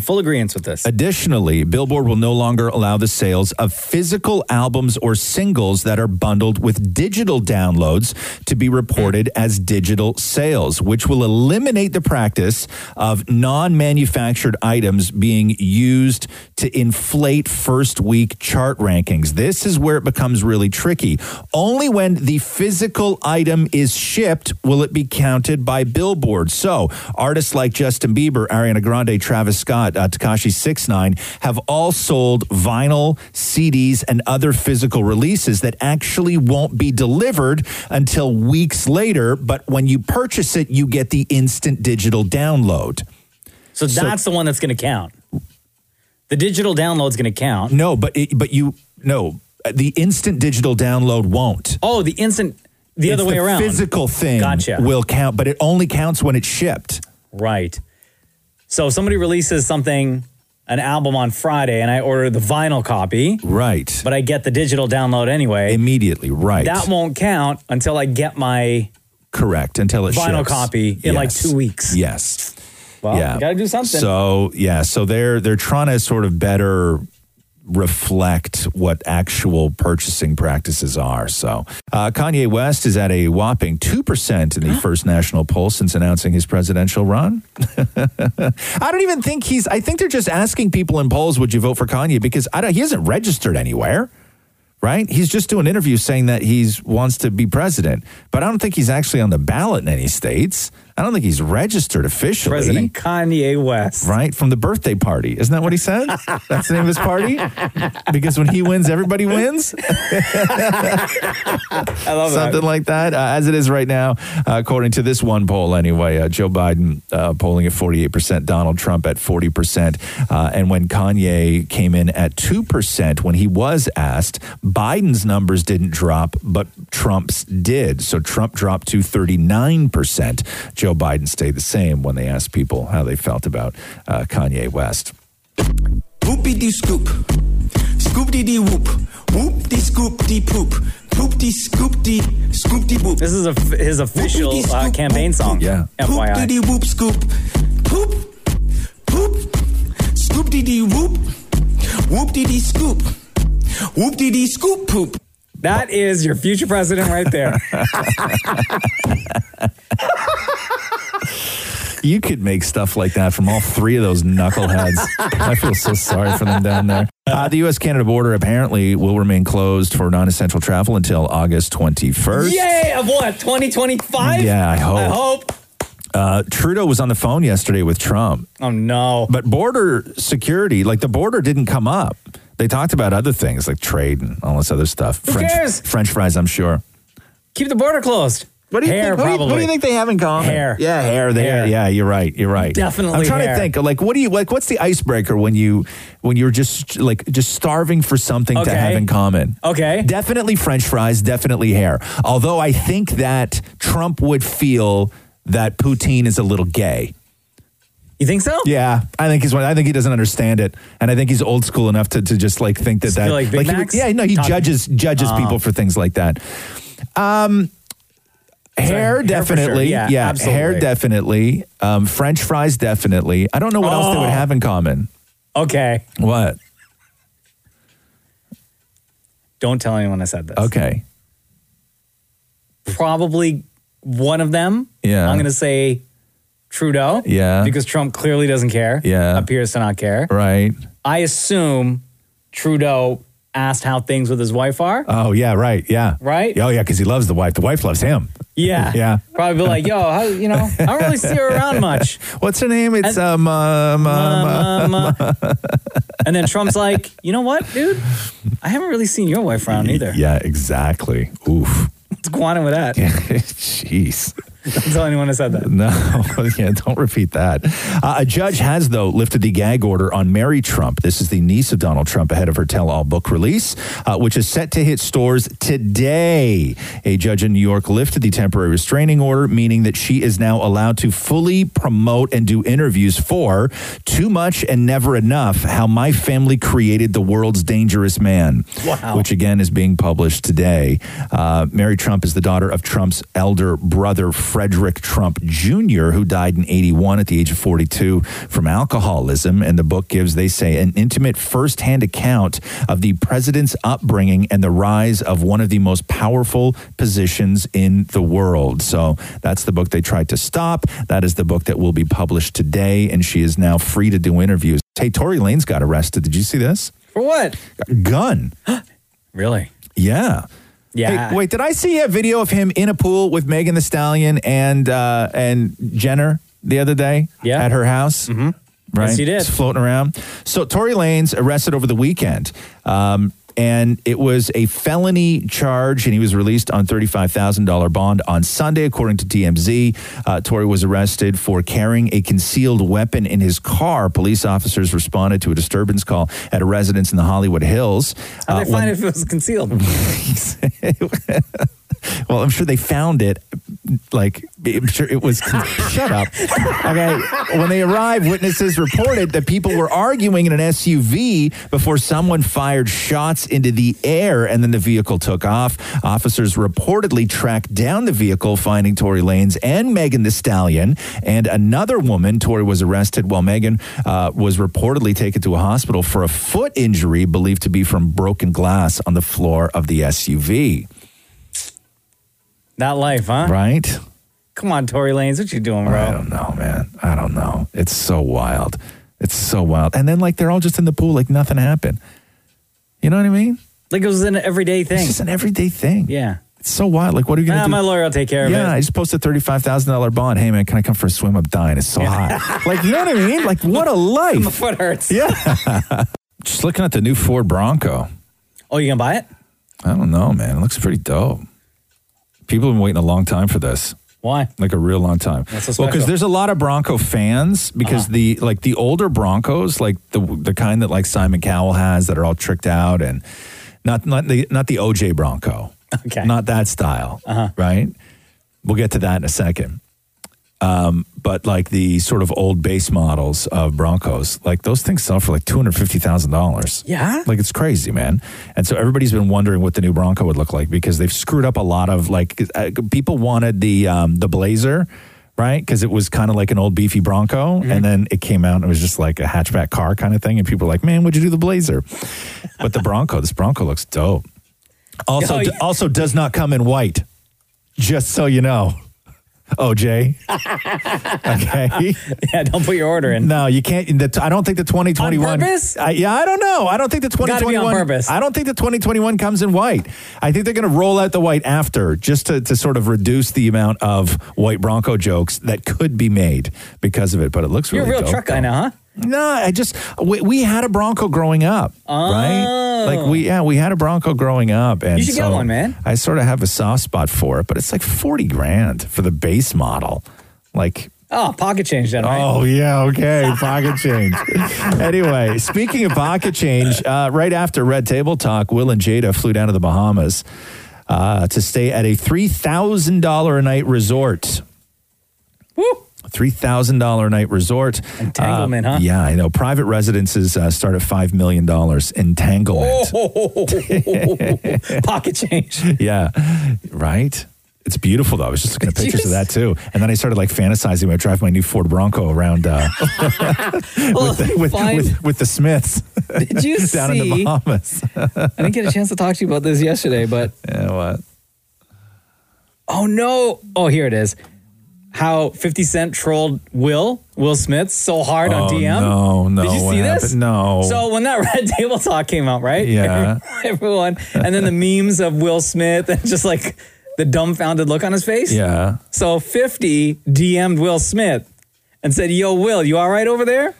[SPEAKER 2] full agreement with this.
[SPEAKER 4] Additionally, Billboard will no longer allow the sales of physical albums or singles that are bundled with digital downloads to be reported as digital sales, which will eliminate the practice of non manufactured items being used to inflate first week chart rankings. This is where it becomes really tricky. Only when the physical item is shipped will it be counted by Billboard. So, artists like Justin Bieber, Ariana Grande, Travis Scott, uh, Takashi 69 have all sold vinyl, CDs, and other physical releases that actually won't be delivered until weeks later, but when you purchase it, you get the instant digital download.
[SPEAKER 2] So that's the one that's going to count. The digital download's going to count.
[SPEAKER 4] No, but it, but you no, the instant digital download won't.
[SPEAKER 2] Oh, the instant The
[SPEAKER 4] It's
[SPEAKER 2] other way around.
[SPEAKER 4] Physical thing
[SPEAKER 2] Gotcha.
[SPEAKER 4] will count, but it only counts when it's shipped.
[SPEAKER 2] Right. So if somebody releases something, an album on Friday, and I order the vinyl copy.
[SPEAKER 4] Right.
[SPEAKER 2] But I get the digital download anyway.
[SPEAKER 4] Immediately, right.
[SPEAKER 2] That won't count until I get my
[SPEAKER 4] Correct. Until it
[SPEAKER 2] vinyl
[SPEAKER 4] ships.
[SPEAKER 2] copy in like
[SPEAKER 4] Yes.
[SPEAKER 2] two weeks.
[SPEAKER 4] Yes.
[SPEAKER 2] Well,
[SPEAKER 4] yeah.
[SPEAKER 2] you gotta do something.
[SPEAKER 4] So yeah, so they're they're trying to sort of better reflect what actual purchasing practices are. So uh, Kanye West is at a whopping two percent in the first national poll since announcing his presidential run. I don't even think he's. I think they're just asking people in polls, "Would you vote for Kanye?" Because I don't. He isn't registered anywhere. Right? He's just doing interviews saying that he's wants to be president, but I don't think he's actually on the ballot in any states. I don't think he's registered officially.
[SPEAKER 2] President Kanye West.
[SPEAKER 4] Right? From the birthday party. Isn't that what he said? That's the name of his party? Because when he wins, everybody wins?
[SPEAKER 2] I love
[SPEAKER 4] Something
[SPEAKER 2] that.
[SPEAKER 4] like that. Uh, as it is right now, uh, according to this one poll, anyway, uh, Joe Biden uh, polling at 48%, Donald Trump at 40%. Uh, and when Kanye came in at 2%, when he was asked, Biden's numbers didn't drop, but Trump's did. So Trump dropped to 39%. Joe Biden stayed the same when they asked people how they felt about uh, Kanye West.
[SPEAKER 5] Whoopie dee scoop. Scoop dee dee whoop. Whoop dee scoop dee poop. Poop dee scoop dee scoop dee whoop.
[SPEAKER 2] This is a, his official uh, campaign song. Yeah.
[SPEAKER 5] Poop dee
[SPEAKER 2] FYI.
[SPEAKER 5] dee whoop scoop. Poop. Poop. Scoop dee dee whoop. Whoop dee dee scoop. Whoop dee dee scoop poop.
[SPEAKER 2] That is your future president right there.
[SPEAKER 4] You could make stuff like that from all three of those knuckleheads. I feel so sorry for them down there. Uh, the U.S. Canada border apparently will remain closed for non essential travel until August 21st.
[SPEAKER 2] Yay! Of what? 2025?
[SPEAKER 4] Yeah, I hope.
[SPEAKER 2] I hope.
[SPEAKER 4] Uh, Trudeau was on the phone yesterday with Trump.
[SPEAKER 2] Oh, no.
[SPEAKER 4] But border security, like the border didn't come up. They talked about other things like trade and all this other stuff.
[SPEAKER 2] Who
[SPEAKER 4] French,
[SPEAKER 2] cares?
[SPEAKER 4] French fries, I'm sure.
[SPEAKER 2] Keep the border closed.
[SPEAKER 4] What do you
[SPEAKER 2] Hair,
[SPEAKER 4] think? What do you-
[SPEAKER 2] probably.
[SPEAKER 4] what do you think they have in common?
[SPEAKER 2] Hair.
[SPEAKER 4] Yeah, hair there. Yeah, you're right. You're right.
[SPEAKER 2] Definitely
[SPEAKER 4] I'm trying
[SPEAKER 2] hair.
[SPEAKER 4] to think. Like, what do you like? What's the icebreaker when you when you're just like just starving for something
[SPEAKER 2] Okay.
[SPEAKER 4] to have in common?
[SPEAKER 2] Okay.
[SPEAKER 4] Definitely French fries. Definitely hair. Although I think that Trump would feel that poutine is a little gay.
[SPEAKER 2] You think so?
[SPEAKER 4] Yeah, I think he's one. I think he doesn't understand it, and I think he's old school enough to, to just like think that
[SPEAKER 2] Just
[SPEAKER 4] that
[SPEAKER 2] feel like Big
[SPEAKER 4] he would-
[SPEAKER 2] Macs?
[SPEAKER 4] yeah, no, he
[SPEAKER 2] Talking-
[SPEAKER 4] judges judges
[SPEAKER 2] Oh.
[SPEAKER 4] people for things like that. Um, hair
[SPEAKER 2] hair for sure.
[SPEAKER 4] definitely,
[SPEAKER 2] Yeah,
[SPEAKER 4] yeah, hair
[SPEAKER 2] absolutely.
[SPEAKER 4] definitely, um, French fries definitely. I don't know what else they would
[SPEAKER 2] Oh.
[SPEAKER 4] have in common.
[SPEAKER 2] Okay.
[SPEAKER 4] What?
[SPEAKER 2] Don't tell anyone I said this.
[SPEAKER 4] Okay,
[SPEAKER 2] Probably one of them.
[SPEAKER 4] Yeah.
[SPEAKER 2] I'm going to say Trudeau.
[SPEAKER 4] Yeah.
[SPEAKER 2] Because Trump clearly doesn't care.
[SPEAKER 4] Yeah.
[SPEAKER 2] Appears to not care.
[SPEAKER 4] right.
[SPEAKER 2] I assume Trudeau asked how things with his wife are.
[SPEAKER 4] Oh yeah, right, yeah,
[SPEAKER 2] Right? Ah.
[SPEAKER 4] Oh yeah, because he loves the wife. The wife loves him.
[SPEAKER 2] Yeah.
[SPEAKER 4] Yeah.
[SPEAKER 2] Probably be like, yo, how, you know, I don't really see her around much.
[SPEAKER 4] What's her name? It's um, um, um,
[SPEAKER 2] Um, uh, and then Trump's like, you know what, dude? I haven't really seen your wife around either.
[SPEAKER 4] yeah, exactly. Oof.
[SPEAKER 2] What's going on with that?
[SPEAKER 4] Jeez.
[SPEAKER 2] Don't tell anyone I said that.
[SPEAKER 4] No, yeah, don't repeat that. Uh, a judge has, though, lifted the gag order on Mary Trump. This is the niece of Donald Trump ahead of her tell all book release, uh, which is set to hit stores today. A judge in New York lifted the temporary restraining order, meaning that she is now allowed to fully promote and do interviews for Too Much and Never Enough How My Family Created the World's Dangerous Man,
[SPEAKER 14] Wow.
[SPEAKER 4] which again is being published today. Uh, Mary Trump is the daughter of Trump's elder brother, Frederick Trump Jr., who died in 81 at the age of 42 from alcoholism. And the book gives, they say, an intimate firsthand account of the president's upbringing and the rise of one of the most powerful positions in the world. So that's the book they tried to stop. That is the book that will be published today. And she is now free to do interviews. Hey, Tory Lane's got arrested. Did you see this?
[SPEAKER 2] For what?
[SPEAKER 4] Gun.
[SPEAKER 2] Really?
[SPEAKER 4] Yeah.
[SPEAKER 2] Yeah.
[SPEAKER 4] Hey, wait, did I see a video of him in a pool with Megan the Stallion and uh, and Jenner the other day?
[SPEAKER 2] Yeah.
[SPEAKER 4] At her house. Mm-hmm. Right.
[SPEAKER 2] Yes, he did.
[SPEAKER 4] Just floating around. So Tory Lane's arrested over the weekend. Um, and it was a felony charge, and he was released on $35,000 bond on Sunday, according to TMZ. Uh, Tory was arrested for carrying a concealed weapon in his car. Police officers responded to a disturbance call at a residence in the Hollywood Hills.
[SPEAKER 2] How'd
[SPEAKER 4] Uh,
[SPEAKER 2] they
[SPEAKER 4] when-
[SPEAKER 2] find if it was concealed?
[SPEAKER 4] Well, I'm sure they found it. Like, I'm sure it was. shut up. Okay. When they arrived, witnesses reported that people were arguing in an SUV before someone fired shots into the air and then the vehicle took off. Officers reportedly tracked down the vehicle, finding Tory Lanes and Megan the Stallion and another woman. Tory was arrested while Megan uh, was reportedly taken to a hospital for a foot injury believed to be from broken glass on the floor of the SUV.
[SPEAKER 2] That life, huh?
[SPEAKER 4] Right.
[SPEAKER 2] Come on, Tory Lanes, what you doing, bro?
[SPEAKER 4] I don't know, man. I don't know. It's so wild. It's so wild. And then like they're all just in the pool like nothing happened. You know what I mean?
[SPEAKER 2] Like it was an everyday thing.
[SPEAKER 4] It's just an everyday thing.
[SPEAKER 2] Yeah.
[SPEAKER 4] It's so wild. Like what are you gonna
[SPEAKER 2] Nah,
[SPEAKER 4] do?
[SPEAKER 2] Ah, my lawyer will take care of
[SPEAKER 4] yeah,
[SPEAKER 2] it.
[SPEAKER 4] I just posted thirty five thousand dollar bond. Hey man, can I come for a swim? I'm dying. It's so hot. like you know what I mean? Like what a life.
[SPEAKER 2] My foot hurts.
[SPEAKER 4] Yeah. just looking at the new Ford Bronco.
[SPEAKER 2] Oh, you gonna buy it?
[SPEAKER 4] I don't know, man. It looks pretty dope. People have been waiting a long time for this.
[SPEAKER 2] Why?
[SPEAKER 4] Like a real long time.
[SPEAKER 2] What's so
[SPEAKER 4] well, because
[SPEAKER 2] special?
[SPEAKER 4] there's a lot of Bronco fans because the like the older Broncos, like the the kind that like Simon Cowell has that are all tricked out and not not the not the OJ Bronco.
[SPEAKER 2] Okay.
[SPEAKER 4] Not that style. Uh-huh. Right? We'll get to that in a second. Um, but like the sort of old base models of Broncos, like those things sell for like two hundred fifty thousand dollars.
[SPEAKER 2] Yeah,
[SPEAKER 4] like it's crazy, man. And so everybody's been wondering what the new Bronco would look like because they've screwed up a lot of like uh, people wanted the um, the Blazer, right? Because it was kind of like an old beefy Bronco,
[SPEAKER 2] Mm-hmm.
[SPEAKER 4] and then it came out and it was just like a hatchback car kind of thing, and people were like, "Man, would you do the Blazer?" But the Bronco, this Bronco looks dope. Also,
[SPEAKER 2] Oh, yeah.
[SPEAKER 4] also does not come in white. Just so you know, OJ. okay.
[SPEAKER 2] yeah, don't put your order in.
[SPEAKER 4] No, you can't. The, I don't think the 2021.
[SPEAKER 2] On purpose?
[SPEAKER 4] I, yeah, I don't know. I don't think the
[SPEAKER 2] It's gotta be on
[SPEAKER 4] 2021.
[SPEAKER 2] purpose.
[SPEAKER 4] I don't think the 2021 comes in white. I think they're going to roll out the white after just to, to sort of reduce the amount of white Bronco jokes that could be made because of it. But it looks
[SPEAKER 2] You're a
[SPEAKER 4] really
[SPEAKER 2] real
[SPEAKER 4] dope,
[SPEAKER 2] truck guy
[SPEAKER 4] though.
[SPEAKER 2] now, huh?
[SPEAKER 4] No, I just we, we had a Bronco growing up,
[SPEAKER 2] Oh.
[SPEAKER 4] right? Like we yeah we had a Bronco growing up, and
[SPEAKER 2] You should get
[SPEAKER 4] so
[SPEAKER 2] one, man.
[SPEAKER 4] I sort of have a soft spot for it, but it's like forty grand for the base model. Like
[SPEAKER 2] Oh, pocket change then, right?
[SPEAKER 4] Oh yeah, okay, pocket change. anyway, speaking of pocket change, uh, right after Red Table Talk, Will and Jada flew down to the Bahamas uh, to stay at a three thousand dollar a night resort. Three thousand dollar a night resort Uh,
[SPEAKER 2] Entanglement, huh?
[SPEAKER 4] Yeah, I know. Private residences uh, start at five million dollars. Entanglement.
[SPEAKER 2] Oh, pocket change.
[SPEAKER 4] yeah, right. It's beautiful though. I was just looking at pictures of that too, and then I started like fantasizing. when I drive my new Ford Bronco around uh, with, the, with,
[SPEAKER 2] fine.
[SPEAKER 4] with, with the Smiths.
[SPEAKER 2] Did you
[SPEAKER 4] down in
[SPEAKER 2] see-
[SPEAKER 4] the Bahamas?
[SPEAKER 2] I didn't get a chance to talk to you about this yesterday, but
[SPEAKER 4] yeah, what?
[SPEAKER 2] Oh no! Oh, here it is. How 50 Cent trolled Will Will Smith so hard
[SPEAKER 4] Oh,
[SPEAKER 2] on DM.
[SPEAKER 4] no, no,
[SPEAKER 2] Did you
[SPEAKER 4] what
[SPEAKER 2] see this?
[SPEAKER 4] happened? No.
[SPEAKER 2] So when that Red Table Talk came out, right?
[SPEAKER 4] Yeah.
[SPEAKER 2] Everyone, and then the memes of Will Smith and just like the dumbfounded look on his face.
[SPEAKER 4] Yeah.
[SPEAKER 2] So 50 DM'd Will Smith and said, Yo, Will, you all right over there?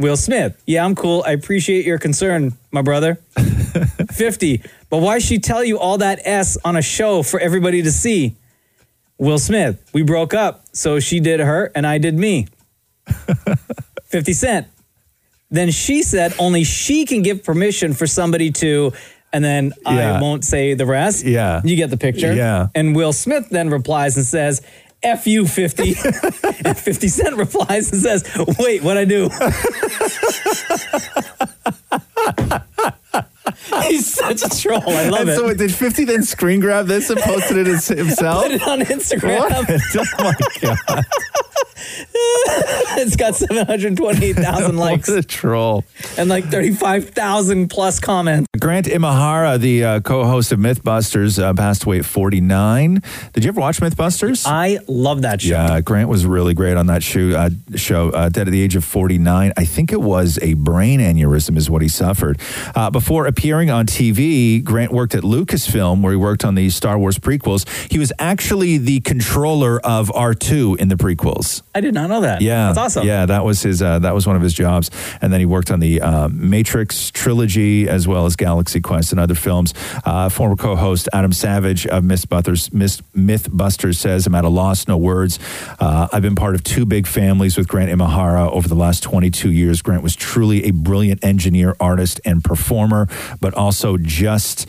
[SPEAKER 2] Will Smith, yeah, I'm cool. I appreciate your concern, my brother. 50. But why she tell you all that S on a show for everybody to see? Will Smith, we broke up, so she did her and I did me. 50 Cent. Then she said only she can give permission for somebody to, and then
[SPEAKER 4] Yeah.
[SPEAKER 2] I won't say the rest.
[SPEAKER 4] Yeah.
[SPEAKER 2] You get the picture.
[SPEAKER 4] Yeah.
[SPEAKER 2] And Will Smith then replies and says, F you 50. and 50 Cent replies and says, Wait, what I do? He's such a troll. I love
[SPEAKER 4] and
[SPEAKER 2] it.
[SPEAKER 4] So did Fifty then screen grab this and posted it as himself?
[SPEAKER 2] Put it on Instagram.
[SPEAKER 4] What? Oh my god!
[SPEAKER 2] it's got 728,000 likes
[SPEAKER 4] What a troll.
[SPEAKER 2] and like 35,000 plus comments.
[SPEAKER 4] Grant Imahara, the uh, co-host of MythBusters, uh, passed away at 49. Did you ever watch MythBusters?
[SPEAKER 2] I love that show.
[SPEAKER 4] Yeah, Grant was really great on that show. Uh, show uh, dead at the age of 49. I think it was a brain aneurysm is what he suffered. Uh, before appearing on TV, Grant worked at Lucasfilm, where he worked on the Star Wars prequels. He was actually the controller of R2 in the prequels.
[SPEAKER 2] I did not know that.
[SPEAKER 4] Yeah,
[SPEAKER 2] That's awesome.
[SPEAKER 4] Yeah, that was his. Uh, that was one of his jobs, and then he worked on the uh, Matrix trilogy as well as Galaxy Quest and other films. Uh, former co-host Adam Savage of MythBusters, Myth- MythBusters says, "I'm at a loss, no words. Uh, I've been part of two big families with Grant Imahara over the last 22 years. Grant was truly a brilliant engineer, artist, and performer, but also just."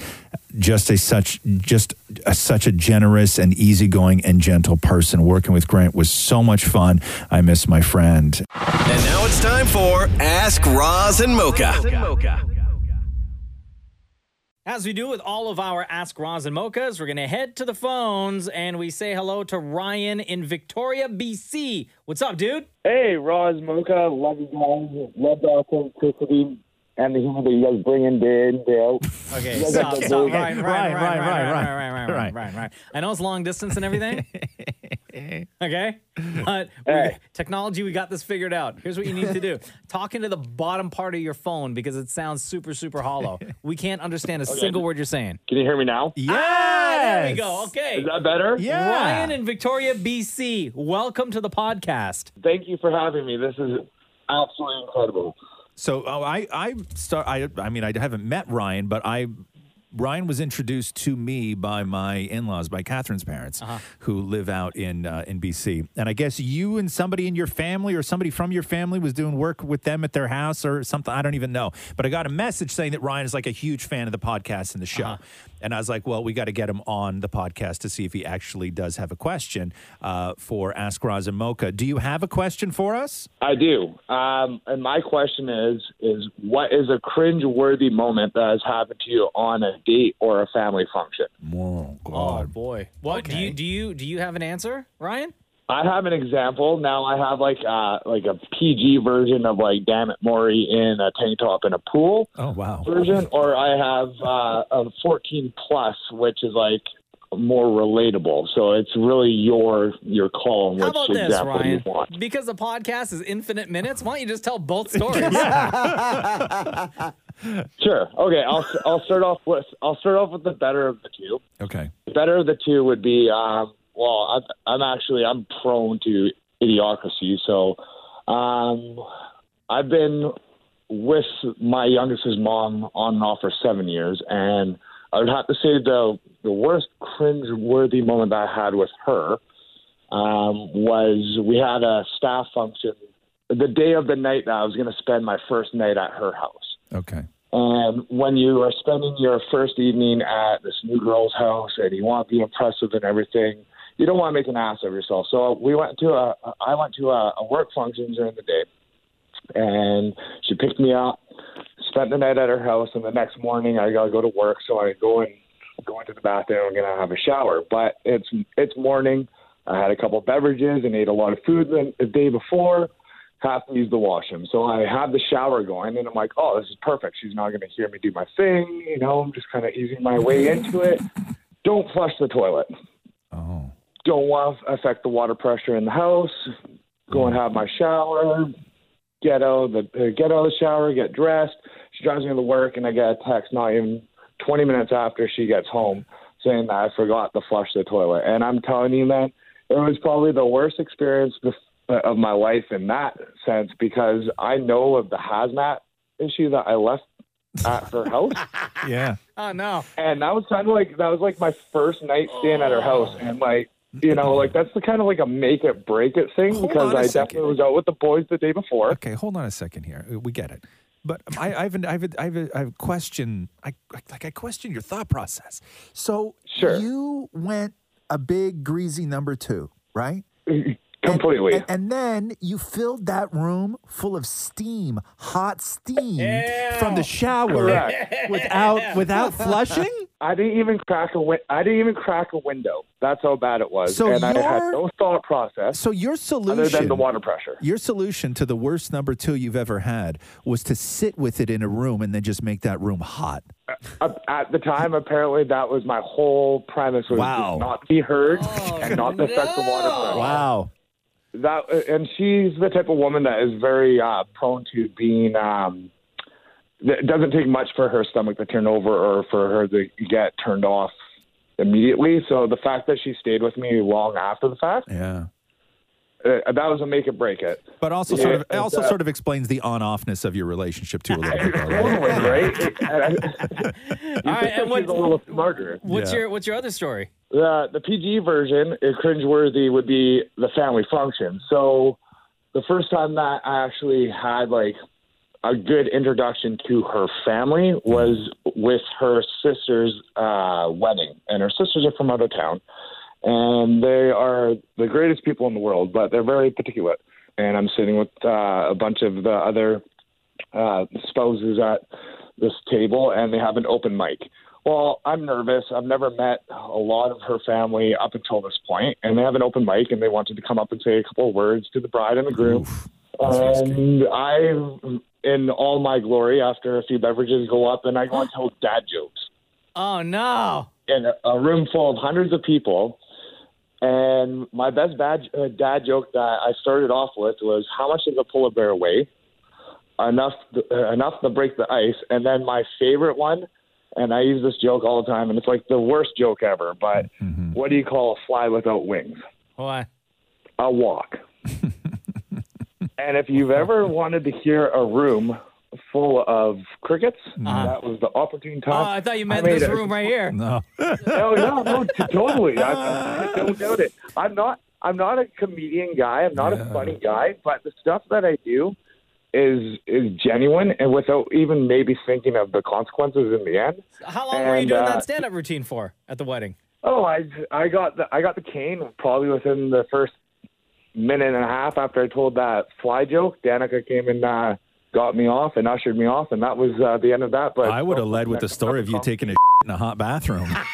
[SPEAKER 4] just a such just a, such a generous and easygoing and gentle person. Working with Grant was so much fun. I miss my friend.
[SPEAKER 1] And now it's time for Ask Roz and Mocha.
[SPEAKER 18] As we do with all of our Ask Roz and Mochas, we're going to head to the phones and we say hello to Ryan in Victoria, BC. What's up, dude?
[SPEAKER 14] Hey, Roz Mocha, love you guys. Love the authenticity and the humor that you guys bring in day in, day out.
[SPEAKER 18] Okay,
[SPEAKER 14] You guys
[SPEAKER 18] stop,
[SPEAKER 14] got that
[SPEAKER 18] stop.
[SPEAKER 14] voice.
[SPEAKER 18] Ryan, Ryan, Ryan, Ryan, Ryan, Ryan, Ryan, Ryan, Ryan, Ryan. I know it's long distance and everything. okay, but we, technology, we got this figured out. Here's what you need to do: talk into the bottom part of your phone because it sounds super, super hollow. We can't understand a
[SPEAKER 14] Okay.
[SPEAKER 18] single word you're saying.
[SPEAKER 14] Can you hear me now?
[SPEAKER 18] Yeah. Ah, there we go. Okay.
[SPEAKER 14] Is that better?
[SPEAKER 18] Ryan in Victoria, BC. Welcome to the podcast.
[SPEAKER 14] Thank you for having me. This is absolutely incredible.
[SPEAKER 4] So oh, I I start I I mean I haven't met Ryan, but I Ryan was introduced to me by my in-laws, by Catherine's parents, who live out in uh, in BC. And I guess you and somebody in your family or somebody from your family was doing work with them at their house or something. I don't even know. But I got a message saying that Ryan is like a huge fan of the podcast and the show. And I was like, well, we got to get him on the podcast to see if he actually does have a question uh, for Ask Roz and Mocha. Do you have a question for us?
[SPEAKER 14] I do. Um, and my question is: is what is a cringe-worthy moment that has happened to you on a date or a family function?
[SPEAKER 18] Oh boy. What do you do? You do you have an answer, Ryan?
[SPEAKER 14] I have an example. Now I have like uh, like a PG version of like "Damn it, Maury" in a tank top in a pool.
[SPEAKER 4] Oh wow.
[SPEAKER 14] Version, or I have uh, a 14 plus, which is like more relatable. So it's really your your call. on
[SPEAKER 18] How
[SPEAKER 14] which
[SPEAKER 18] about this,
[SPEAKER 14] example
[SPEAKER 18] Ryan?
[SPEAKER 14] You want.
[SPEAKER 18] Because the podcast is infinite minutes, why don't you just tell both stories?
[SPEAKER 14] Sure. Okay. I'll I'll start off with I'll start off with the better of the two.
[SPEAKER 4] Okay.
[SPEAKER 14] The better of the two would be um, well, I'm, I'm actually I'm prone to idiocracy, so um, I've been with my youngest's mom on and off for seven years, and I would have to say the the worst cringe-worthy moment that I had with her um, was we had a staff function the day of the night that I was going to spend my first night at her house.
[SPEAKER 4] Okay.
[SPEAKER 14] And when you are spending your first evening at this new girl's house and you want to be impressive and everything, you don't want to make an ass of yourself. So uh, we went to a, I went to a, a work function during the day, and she picked me up, spent the night at her house, and the next morning I gotta go to work, so I go and go into the bathroom. I'm gonna have a shower, but it's it's morning. I had a couple beverages and ate a lot of food the, the day before have to use the washroom. So I have the shower going, and I'm like, oh, this is perfect. She's not going to hear me do my thing. You know, I'm just kind of easing my way into it. Don't flush the toilet. Oh. Don't want to affect the water pressure in the house. Go and have my shower. Get out of the uh, get out of the shower. Get dressed. She drives me to work, and I get a text not even 20 minutes after she gets home saying that I forgot to flush the toilet. And I'm telling you, man, it was probably the worst experience bef- uh, of my life in that sense because I know of the hazmat issue that I left at her house.
[SPEAKER 4] Yeah.
[SPEAKER 18] Oh no.
[SPEAKER 14] And that was kind of like that was like my first night staying at her house, and like you know, like that's the kind of like a make it break it thing because
[SPEAKER 4] on a
[SPEAKER 14] I
[SPEAKER 4] second.
[SPEAKER 14] definitely was out with the boys the day before.
[SPEAKER 4] Okay, hold on a second here. Uh, We get it. But um, I, I have an, I have a, I have a, I have a question. I like I question your thought process. So you went a big greasy number two, right?
[SPEAKER 14] Completely.
[SPEAKER 4] And, and then you filled that room full of steam, hot steam from the shower
[SPEAKER 14] Correct.
[SPEAKER 4] without without flushing.
[SPEAKER 14] I didn't even crack a win- I didn't even crack a window. That's how bad it was,
[SPEAKER 4] So
[SPEAKER 14] and I
[SPEAKER 4] your-
[SPEAKER 14] had no thought process.
[SPEAKER 4] So your solution,
[SPEAKER 14] other than the water pressure.
[SPEAKER 4] Your solution to the worst number two you've ever had was to sit with it in a room and then just make that room hot.
[SPEAKER 14] Uh, At the time, apparently, that was my whole premise was
[SPEAKER 4] Wow.
[SPEAKER 14] to not be heard
[SPEAKER 18] Oh,
[SPEAKER 14] and not to affect the water pressure.
[SPEAKER 4] Wow.
[SPEAKER 14] That and she's the type of woman that is very uh, prone to being. Um, it doesn't take much for her stomach to turn over or for her to get turned off immediately. So the fact that she stayed with me long after the fact,
[SPEAKER 4] yeah,
[SPEAKER 14] uh, that was a make it break it.
[SPEAKER 4] But also sort of
[SPEAKER 14] uh,
[SPEAKER 4] also sort of explains the on offness of your relationship too a little bit. though, right?
[SPEAKER 14] Totally, right?
[SPEAKER 18] All right, and what,
[SPEAKER 14] a little smarter.
[SPEAKER 18] what's your what's your other story?
[SPEAKER 14] The the PG version, uh, cringeworthy, would be the family function. So the first time that I actually had like a good introduction to her family was with her sister's uh, wedding, and her sisters are from out of town, and they are the greatest people in the world, but they're very particular. And I'm sitting with uh, a bunch of the other uh, spouses at this table, and they have an open mic. Well, I'm nervous. I've never met a lot of her family up until this point, and they have an open mic, and they wanted to come up and say a couple of words to the bride and the groom. And I, in all my glory, after a few beverages, go up and I go and tell dad jokes
[SPEAKER 2] Oh no!
[SPEAKER 14] in a- a room full of hundreds of people. And my best bad, uh, dad joke that I started off with was, "How much does a polar bear weigh?" Enough, uh, enough to break the ice. And then my favorite one, and I use this joke all the time, and it's like the worst joke ever. But what do you call a fly without wings?
[SPEAKER 2] Why?
[SPEAKER 14] a walk. and if you've ever wanted to hear a room full of crickets, that was the opportune time.
[SPEAKER 2] Oh, I thought you meant
[SPEAKER 14] made
[SPEAKER 2] this
[SPEAKER 14] a-
[SPEAKER 2] room right here.
[SPEAKER 14] No, no, no, t- totally.
[SPEAKER 4] Ah.
[SPEAKER 14] I, I don't doubt it. I'm not. I'm not a comedian guy. I'm not a funny guy. But the stuff that I do is is genuine and without even maybe thinking of the consequences in the end.
[SPEAKER 2] How long were you
[SPEAKER 14] And,
[SPEAKER 2] doing
[SPEAKER 14] uh,
[SPEAKER 2] that stand-up routine for at the wedding?
[SPEAKER 14] Oh, I I got the I got the cane probably within the first minute and a half after I told that fly joke. Danica came and uh, got me off and ushered me off, and that was uh, the end of that. But
[SPEAKER 4] I would have led with the story of you taking a in a hot bathroom.
[SPEAKER 14] right?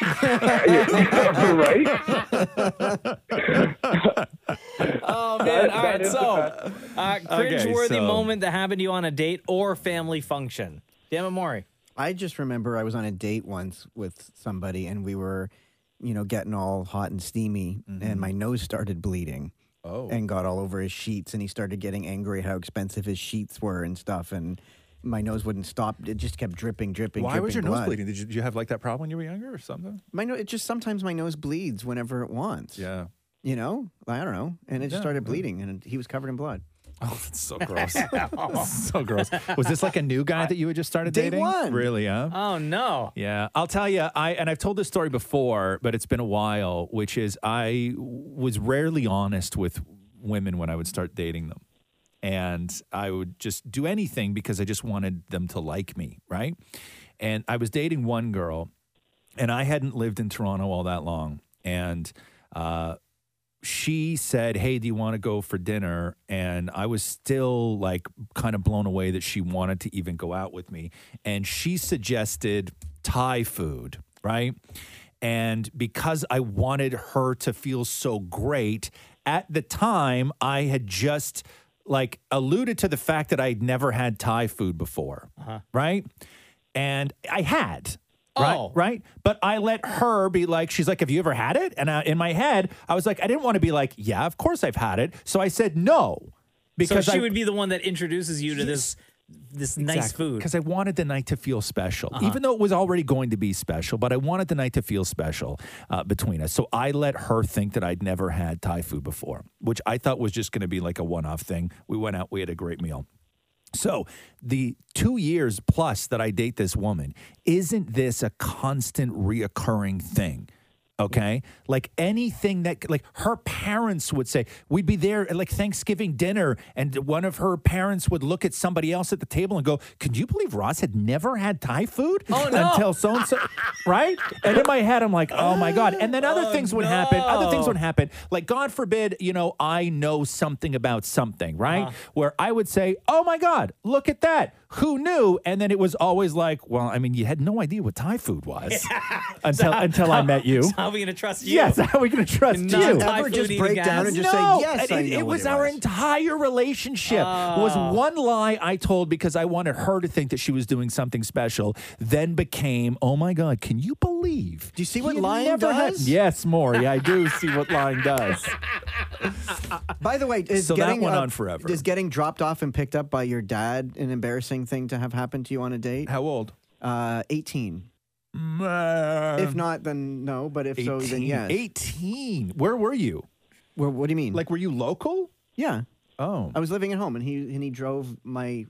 [SPEAKER 2] Oh man! All right, so uh, cringeworthy
[SPEAKER 8] so-
[SPEAKER 2] moment that happened to you on a date or family function. Damn it, Maury.
[SPEAKER 8] I just remember I was on a date once with somebody and we were, you know, getting all hot and steamy and my nose started bleeding.
[SPEAKER 4] Mm-hmm. Oh.
[SPEAKER 8] And got all over his sheets and he started getting angry at how expensive his sheets were and stuff and my nose wouldn't stop. It just kept dripping, dripping,
[SPEAKER 4] Why was your
[SPEAKER 8] dripping
[SPEAKER 4] nose
[SPEAKER 8] blood.
[SPEAKER 4] bleeding? Did you, did you have like that problem when you were younger or something?
[SPEAKER 8] My nose it just sometimes my nose bleeds whenever it wants.
[SPEAKER 4] Yeah.
[SPEAKER 8] You know? I don't know. And it just
[SPEAKER 4] Yeah,
[SPEAKER 8] started
[SPEAKER 4] yeah.
[SPEAKER 8] bleeding and he was covered in blood.
[SPEAKER 4] Oh, that's so gross. so gross. Was this like a new guy that you had just started
[SPEAKER 8] Day
[SPEAKER 4] dating?
[SPEAKER 8] one.
[SPEAKER 4] Really, huh?
[SPEAKER 2] Oh no!
[SPEAKER 4] Yeah, I'll tell you. I and I've told this story before, but it's been a while. Which is, I was rarely honest with women when I would start dating them, and I would just do anything because I just wanted them to like me, right? And I was dating one girl, and I hadn't lived in Toronto all that long, and uh, she said, "Hey, do you want to go for dinner?" And I was still like kind of blown away that she wanted to even go out with me. And she suggested Thai food, right? And because I wanted her to feel so great, at the time I had just like alluded to the fact that I'd never had Thai food before, right? And I had. Right,
[SPEAKER 2] Oh.
[SPEAKER 4] right. But I let her be like, she's like, "Have you ever had it?" And I, in my head, I was like, I didn't want to be like, "Yeah, of course I've had it." So I said no
[SPEAKER 2] so she
[SPEAKER 4] I,
[SPEAKER 2] would be the one that introduces you to this this nice food.
[SPEAKER 4] because I wanted the night to feel special,
[SPEAKER 2] Uh-huh.
[SPEAKER 4] even though it was already going to be special. But I wanted the night to feel special uh, between us. So I let her think that I'd never had Thai food before, which I thought was just going to be like a one-off thing. We went out, we had a great meal. So the two years plus that I date this woman, isn't this a constant reoccurring thing? Okay. Like anything that, like her parents would say, we'd be there at like Thanksgiving dinner, and one of her parents would look at somebody else at the table and go, Can you believe Ross had never had Thai food?
[SPEAKER 2] Oh, no.
[SPEAKER 4] Until so and so, right? And in my head, I'm like, Oh my God. And then other things would happen. Other things
[SPEAKER 2] no.
[SPEAKER 4] would would happen. Like, God forbid, you know, I know something about something, right?
[SPEAKER 2] Uh-huh.
[SPEAKER 4] Where I would say, oh my God, look at that. Who knew? And then it was always like, well, I mean, you had no idea what Thai food was until
[SPEAKER 2] So-
[SPEAKER 4] until I met you.
[SPEAKER 2] So how are we gonna trust you?
[SPEAKER 4] Yes, how are we going to trust
[SPEAKER 2] Not
[SPEAKER 4] you?
[SPEAKER 2] Thai Ever just food break eating down guys? and just say,
[SPEAKER 4] No,
[SPEAKER 2] "Yes,
[SPEAKER 4] It,
[SPEAKER 2] I
[SPEAKER 4] it-
[SPEAKER 2] know
[SPEAKER 4] it
[SPEAKER 2] what
[SPEAKER 4] was
[SPEAKER 2] it
[SPEAKER 4] our
[SPEAKER 2] was."
[SPEAKER 4] entire relationship was
[SPEAKER 2] Oh.
[SPEAKER 4] one lie I told because I wanted her to think that she was doing something special. Then became, oh my God, can you believe? Do you see
[SPEAKER 8] what lying does?
[SPEAKER 4] yes, Maury, I do see what lying does.
[SPEAKER 8] By the way, is
[SPEAKER 4] So that
[SPEAKER 8] getting,
[SPEAKER 4] went
[SPEAKER 8] uh,
[SPEAKER 4] on forever.
[SPEAKER 8] Is getting dropped off and picked up by your dad an embarrassing thing to have happen to you on a date?
[SPEAKER 4] How old? Um,
[SPEAKER 8] Uh, eighteen. if not, then no. But if so, then
[SPEAKER 4] 18.
[SPEAKER 8] yes.
[SPEAKER 4] 18. Where were you?
[SPEAKER 8] Where? What do you mean?
[SPEAKER 4] Like, were you local?
[SPEAKER 8] Yeah.
[SPEAKER 4] Oh.
[SPEAKER 8] I was living at home, and he and he drove my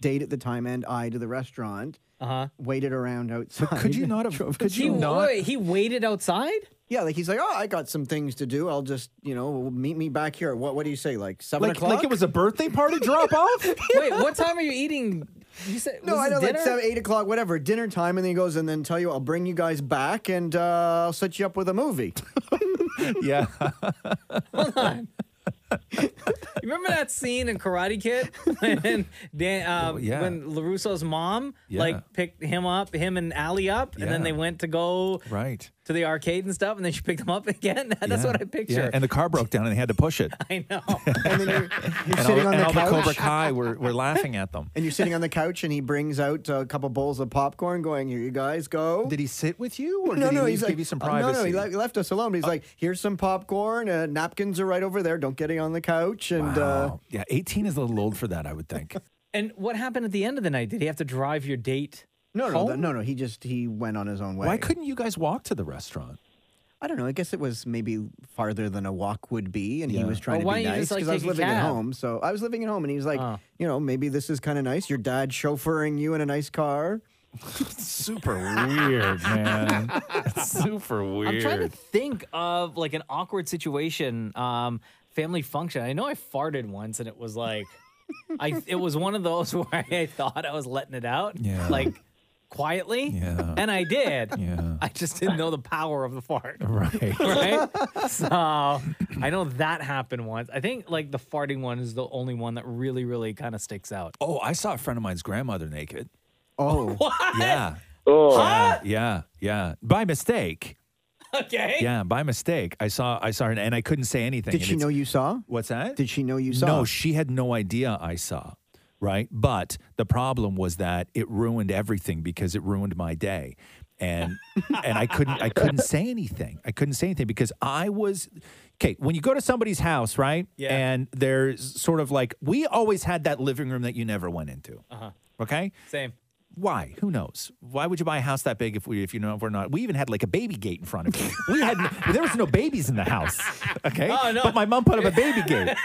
[SPEAKER 8] date at the time and I to the restaurant.
[SPEAKER 2] Uh huh.
[SPEAKER 8] Waited around outside.
[SPEAKER 4] could you not have?
[SPEAKER 2] he, wait, he waited outside.
[SPEAKER 8] Yeah, like he's like, oh, I got some things to do. I'll just, you know, meet me back here. What What do you say? Like seven
[SPEAKER 4] Like,
[SPEAKER 8] o'clock?
[SPEAKER 4] like it was a birthday party drop off?
[SPEAKER 2] Wait, what time are you eating? You said
[SPEAKER 8] No,
[SPEAKER 2] was
[SPEAKER 8] I
[SPEAKER 2] it
[SPEAKER 8] know, like
[SPEAKER 2] dinner?
[SPEAKER 8] seven, eight o'clock, whatever, dinner time, and then he goes and then tell you, I'll bring you guys back, and uh, I'll set you up with a movie.
[SPEAKER 4] yeah,
[SPEAKER 2] You remember that scene in Karate Kid when Dan, um,
[SPEAKER 18] yeah.
[SPEAKER 2] when Larusso's mom
[SPEAKER 18] Yeah.
[SPEAKER 2] like picked him up, him and Allie up, and then
[SPEAKER 18] Yeah.
[SPEAKER 2] they went to go
[SPEAKER 4] right
[SPEAKER 2] to the arcade and stuff, and then she picked him up again. That's
[SPEAKER 4] Yeah.
[SPEAKER 2] what I picture.
[SPEAKER 4] Yeah, and the car broke down and they had to push it.
[SPEAKER 2] I know.
[SPEAKER 8] You're
[SPEAKER 4] and all,
[SPEAKER 8] sitting
[SPEAKER 4] the-
[SPEAKER 8] on
[SPEAKER 4] and
[SPEAKER 8] the
[SPEAKER 4] all
[SPEAKER 8] couch.
[SPEAKER 4] the Cobra Kai were, were laughing at them.
[SPEAKER 8] And you're sitting on the couch, and he brings out a couple bowls of popcorn, going, "Here, you guys go." Did
[SPEAKER 4] he sit with you, or did
[SPEAKER 8] no?
[SPEAKER 4] he at
[SPEAKER 8] no, he's
[SPEAKER 4] least
[SPEAKER 8] like,
[SPEAKER 4] give you some
[SPEAKER 8] "Oh, No, no,
[SPEAKER 4] privacy?" Oh.
[SPEAKER 8] he le- left us alone. But he's like, "Here's some popcorn. Uh, napkins are right over there. Don't get it on the couch." And uh,
[SPEAKER 4] yeah, 18 is a little old for that, I would think.
[SPEAKER 2] And what happened at the end of the night? Did he have to drive your date?
[SPEAKER 8] no, no,
[SPEAKER 2] home?
[SPEAKER 8] th- no, no. He just he went on his own way.
[SPEAKER 4] Why couldn't you guys walk to the restaurant?
[SPEAKER 8] I don't know. I guess it was maybe farther than a walk would be, and he was trying
[SPEAKER 2] Or
[SPEAKER 8] to
[SPEAKER 2] why
[SPEAKER 8] be
[SPEAKER 2] don't you
[SPEAKER 8] nice
[SPEAKER 2] just, like,
[SPEAKER 8] I was
[SPEAKER 2] take a
[SPEAKER 8] living at
[SPEAKER 2] cab?
[SPEAKER 8] home. So I was living at home, and he was like,
[SPEAKER 4] Ah.
[SPEAKER 2] Oh.
[SPEAKER 8] you know, maybe this is kind of nice. Your dad chauffeuring you in a nice car.
[SPEAKER 4] Super weird, man. That's super weird.
[SPEAKER 2] I'm trying to think of like an awkward situation, um, family function. I know I farted once, and it was like, I it was one of those where I thought I was letting it out,
[SPEAKER 18] Yeah.
[SPEAKER 2] like quietly,
[SPEAKER 18] Yeah.
[SPEAKER 2] and I did.
[SPEAKER 4] Yeah.
[SPEAKER 2] I just didn't know the power of the fart,
[SPEAKER 4] right?
[SPEAKER 2] right. So I know that happened once. I think like the farting one is the only one that really, really kind of sticks out.
[SPEAKER 4] Oh, I saw a friend of mine's grandmother naked.
[SPEAKER 8] Oh,
[SPEAKER 2] What?
[SPEAKER 4] yeah.
[SPEAKER 2] Oh.
[SPEAKER 4] yeah, yeah, yeah. By mistake.
[SPEAKER 2] Okay.
[SPEAKER 4] Yeah, by mistake. I saw, I saw her, and I couldn't say anything.
[SPEAKER 8] Did
[SPEAKER 4] and
[SPEAKER 8] she
[SPEAKER 4] it's-
[SPEAKER 8] know you saw?
[SPEAKER 4] What's that?
[SPEAKER 8] Did she know you saw?
[SPEAKER 4] No, she had no idea I saw. Right. But the problem was that it ruined everything because it ruined my day. And and I couldn't I couldn't say anything. I couldn't say anything because I was okay, when you go to somebody's house, right? Yeah. And there's sort of like we always had that living room that you never went into.
[SPEAKER 2] Uh huh.
[SPEAKER 4] Okay?
[SPEAKER 2] Same.
[SPEAKER 4] Why? Who knows? Why would you buy a house that big if we if you know if we're not? We even had like a baby gate in front of it. We had there was no babies in the house. Okay.
[SPEAKER 2] Oh, no.
[SPEAKER 4] But my mom put up a baby gate.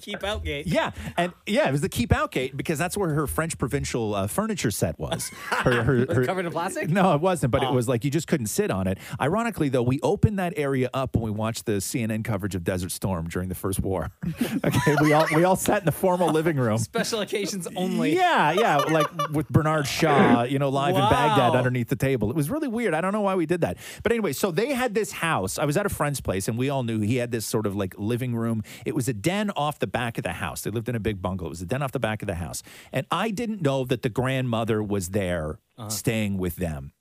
[SPEAKER 2] Keep out gate.
[SPEAKER 4] Yeah, and yeah, it was the keep out gate because that's where her French provincial uh, furniture set was. Her, her, her-
[SPEAKER 2] Covered in plastic?
[SPEAKER 4] No, it wasn't, but
[SPEAKER 2] Oh.
[SPEAKER 4] it was like you just couldn't sit on it. Ironically, though, we opened that area up when we watched the CNN coverage of Desert Storm during the first war. okay, we all we all sat in the formal living room.
[SPEAKER 2] Special occasions only.
[SPEAKER 4] Yeah, yeah, like with Bernard Shaw, you know, live in Baghdad
[SPEAKER 2] Wow.
[SPEAKER 4] underneath the table. It was really weird. I don't know why we did that. But anyway, so they had this house. I was at a friend's place and we all knew he had this sort of like living room. It was a den off the back of the house. They lived in a big bungalow. It was a den off the back of the house. And I didn't know that the grandmother was there
[SPEAKER 2] Uh-huh.
[SPEAKER 4] staying with them.